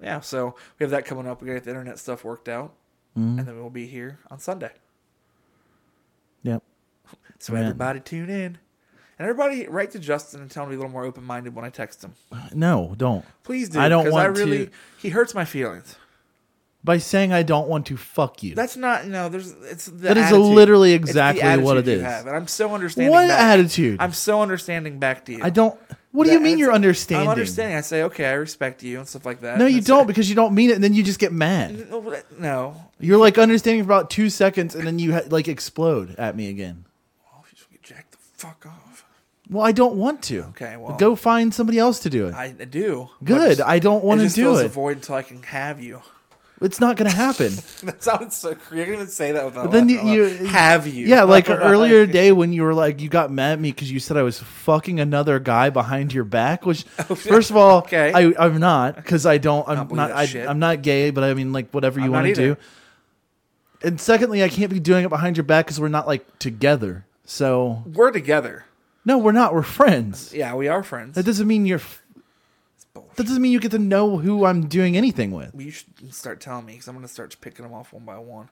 Speaker 2: yeah, so we have that coming up. We gotta get the internet stuff worked out,
Speaker 1: Mm-hmm.
Speaker 2: and then we'll be here on Sunday.
Speaker 1: [LAUGHS] Yep.
Speaker 2: So
Speaker 1: Man.
Speaker 2: everybody tune in, and everybody write to Justin and tell him to be a little more open minded when I text him.
Speaker 1: No, don't.
Speaker 2: Please do.
Speaker 1: I don't
Speaker 2: 'cause
Speaker 1: want
Speaker 2: I really,
Speaker 1: to.
Speaker 2: He hurts my feelings.
Speaker 1: By saying I don't want to fuck you.
Speaker 2: That's not no. There's it's the
Speaker 1: That is
Speaker 2: attitude.
Speaker 1: literally
Speaker 2: It's the
Speaker 1: exactly what
Speaker 2: attitude
Speaker 1: it
Speaker 2: you
Speaker 1: is.
Speaker 2: have, and I'm so understanding.
Speaker 1: What
Speaker 2: back.
Speaker 1: attitude?
Speaker 2: I'm so understanding back to you.
Speaker 1: I don't. What do
Speaker 2: That-
Speaker 1: you mean
Speaker 2: it's-
Speaker 1: you're understanding?
Speaker 2: I'm understanding. I say okay, I respect you and stuff like that.
Speaker 1: No,
Speaker 2: And
Speaker 1: you
Speaker 2: it's-
Speaker 1: don't because you don't mean it, and then you just get mad.
Speaker 2: No, but- No,
Speaker 1: You're like understanding for about two seconds, and then you ha- like explode at me again.
Speaker 2: oh, you just get jacked the fuck off.
Speaker 1: Well, I don't want to.
Speaker 2: Okay, well-
Speaker 1: go find somebody else to do it.
Speaker 2: I I do.
Speaker 1: Good.
Speaker 2: just-
Speaker 1: I don't want
Speaker 2: it
Speaker 1: to
Speaker 2: just
Speaker 1: do
Speaker 2: fills
Speaker 1: it.
Speaker 2: A void until I can have you. [LAUGHS]
Speaker 1: it's not going to happen.
Speaker 2: That sounds so. You're gonna even say that without.
Speaker 1: then
Speaker 2: laughing
Speaker 1: you-
Speaker 2: out loud.
Speaker 1: you-
Speaker 2: have [LAUGHS] you?
Speaker 1: yeah,
Speaker 2: [LAUGHS]
Speaker 1: like earlier today when you were like you got mad at me because you said I was fucking another guy behind your back.
Speaker 2: [LAUGHS]
Speaker 1: Which, first of all,
Speaker 2: Okay.
Speaker 1: I, I'm not because I don't. I'm
Speaker 2: Don't believe
Speaker 1: not.
Speaker 2: that
Speaker 1: I,
Speaker 2: shit.
Speaker 1: I'm not gay, but I mean like whatever you
Speaker 2: I'm not
Speaker 1: want to
Speaker 2: either.
Speaker 1: do. And secondly, I can't be doing it behind your back because we're not like together. So
Speaker 2: We're together.
Speaker 1: no, we're not. We're friends.
Speaker 2: Yeah, we are friends.
Speaker 1: That doesn't mean you're. f- That doesn't mean you get to know who I'm doing anything with. [LAUGHS]
Speaker 2: you should start telling me because I'm gonna start picking them off one by one.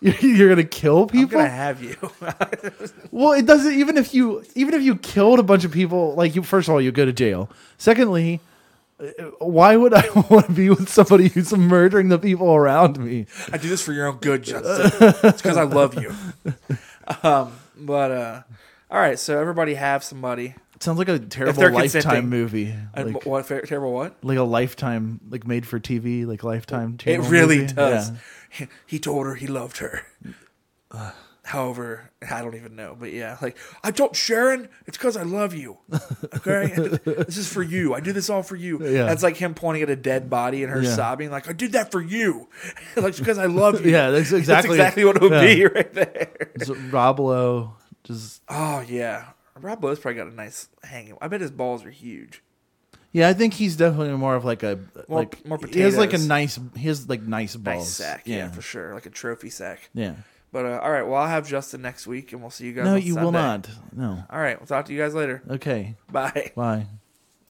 Speaker 1: You're, you're gonna kill
Speaker 2: I'm
Speaker 1: people.
Speaker 2: gonna have you. [LAUGHS]
Speaker 1: Well, it doesn't. Even if you, even if you killed a bunch of people, like you, first of all, you go to jail. Secondly, uh, why would [LAUGHS] I want to be with somebody who's murdering the people around me?
Speaker 2: I do this for your own
Speaker 1: [LAUGHS]
Speaker 2: good, Justin. it's because I love you. [LAUGHS] Um, but uh, all right, so everybody have somebody.
Speaker 1: It sounds like a terrible
Speaker 2: they're
Speaker 1: lifetime
Speaker 2: consenting.
Speaker 1: movie,
Speaker 2: And
Speaker 1: like,
Speaker 2: what fair, terrible what?
Speaker 1: like a lifetime, like made for TV, like lifetime.
Speaker 2: It
Speaker 1: channel
Speaker 2: really
Speaker 1: movie.
Speaker 2: does.
Speaker 1: Yeah.
Speaker 2: He, he told her he loved her. [SIGHS] However, I don't even know, but yeah, like I told Sharon, it's because I love
Speaker 1: [LAUGHS]
Speaker 2: you. Okay, this is for you. I do this all for you.
Speaker 1: Yeah.
Speaker 2: That's like him pointing at a dead body and her
Speaker 1: Yeah.
Speaker 2: sobbing, like I did that for you, [LAUGHS] like because I love you.
Speaker 1: Yeah,
Speaker 2: [LAUGHS]
Speaker 1: that's exactly-
Speaker 2: exactly what it would
Speaker 1: yeah.
Speaker 2: be right there. [LAUGHS]
Speaker 1: It's Rob Lowe, just
Speaker 2: Oh yeah, Rob Lowe's probably got a nice hanging. I bet his balls are huge.
Speaker 1: yeah. I think he's definitely more of like a
Speaker 2: More-
Speaker 1: like
Speaker 2: more
Speaker 1: he has like a
Speaker 2: potatoes.
Speaker 1: nice he has like nice balls.
Speaker 2: Nice sack, yeah. for sure, like a trophy sack.
Speaker 1: Yeah.
Speaker 2: But uh, all right, well I'll have Justin next week, and we'll see you guys.
Speaker 1: No,
Speaker 2: on
Speaker 1: you will
Speaker 2: Sunday.
Speaker 1: not. No.
Speaker 2: All right, we'll talk to you guys later. [LAUGHS]
Speaker 1: Okay.
Speaker 2: Bye.
Speaker 1: Bye.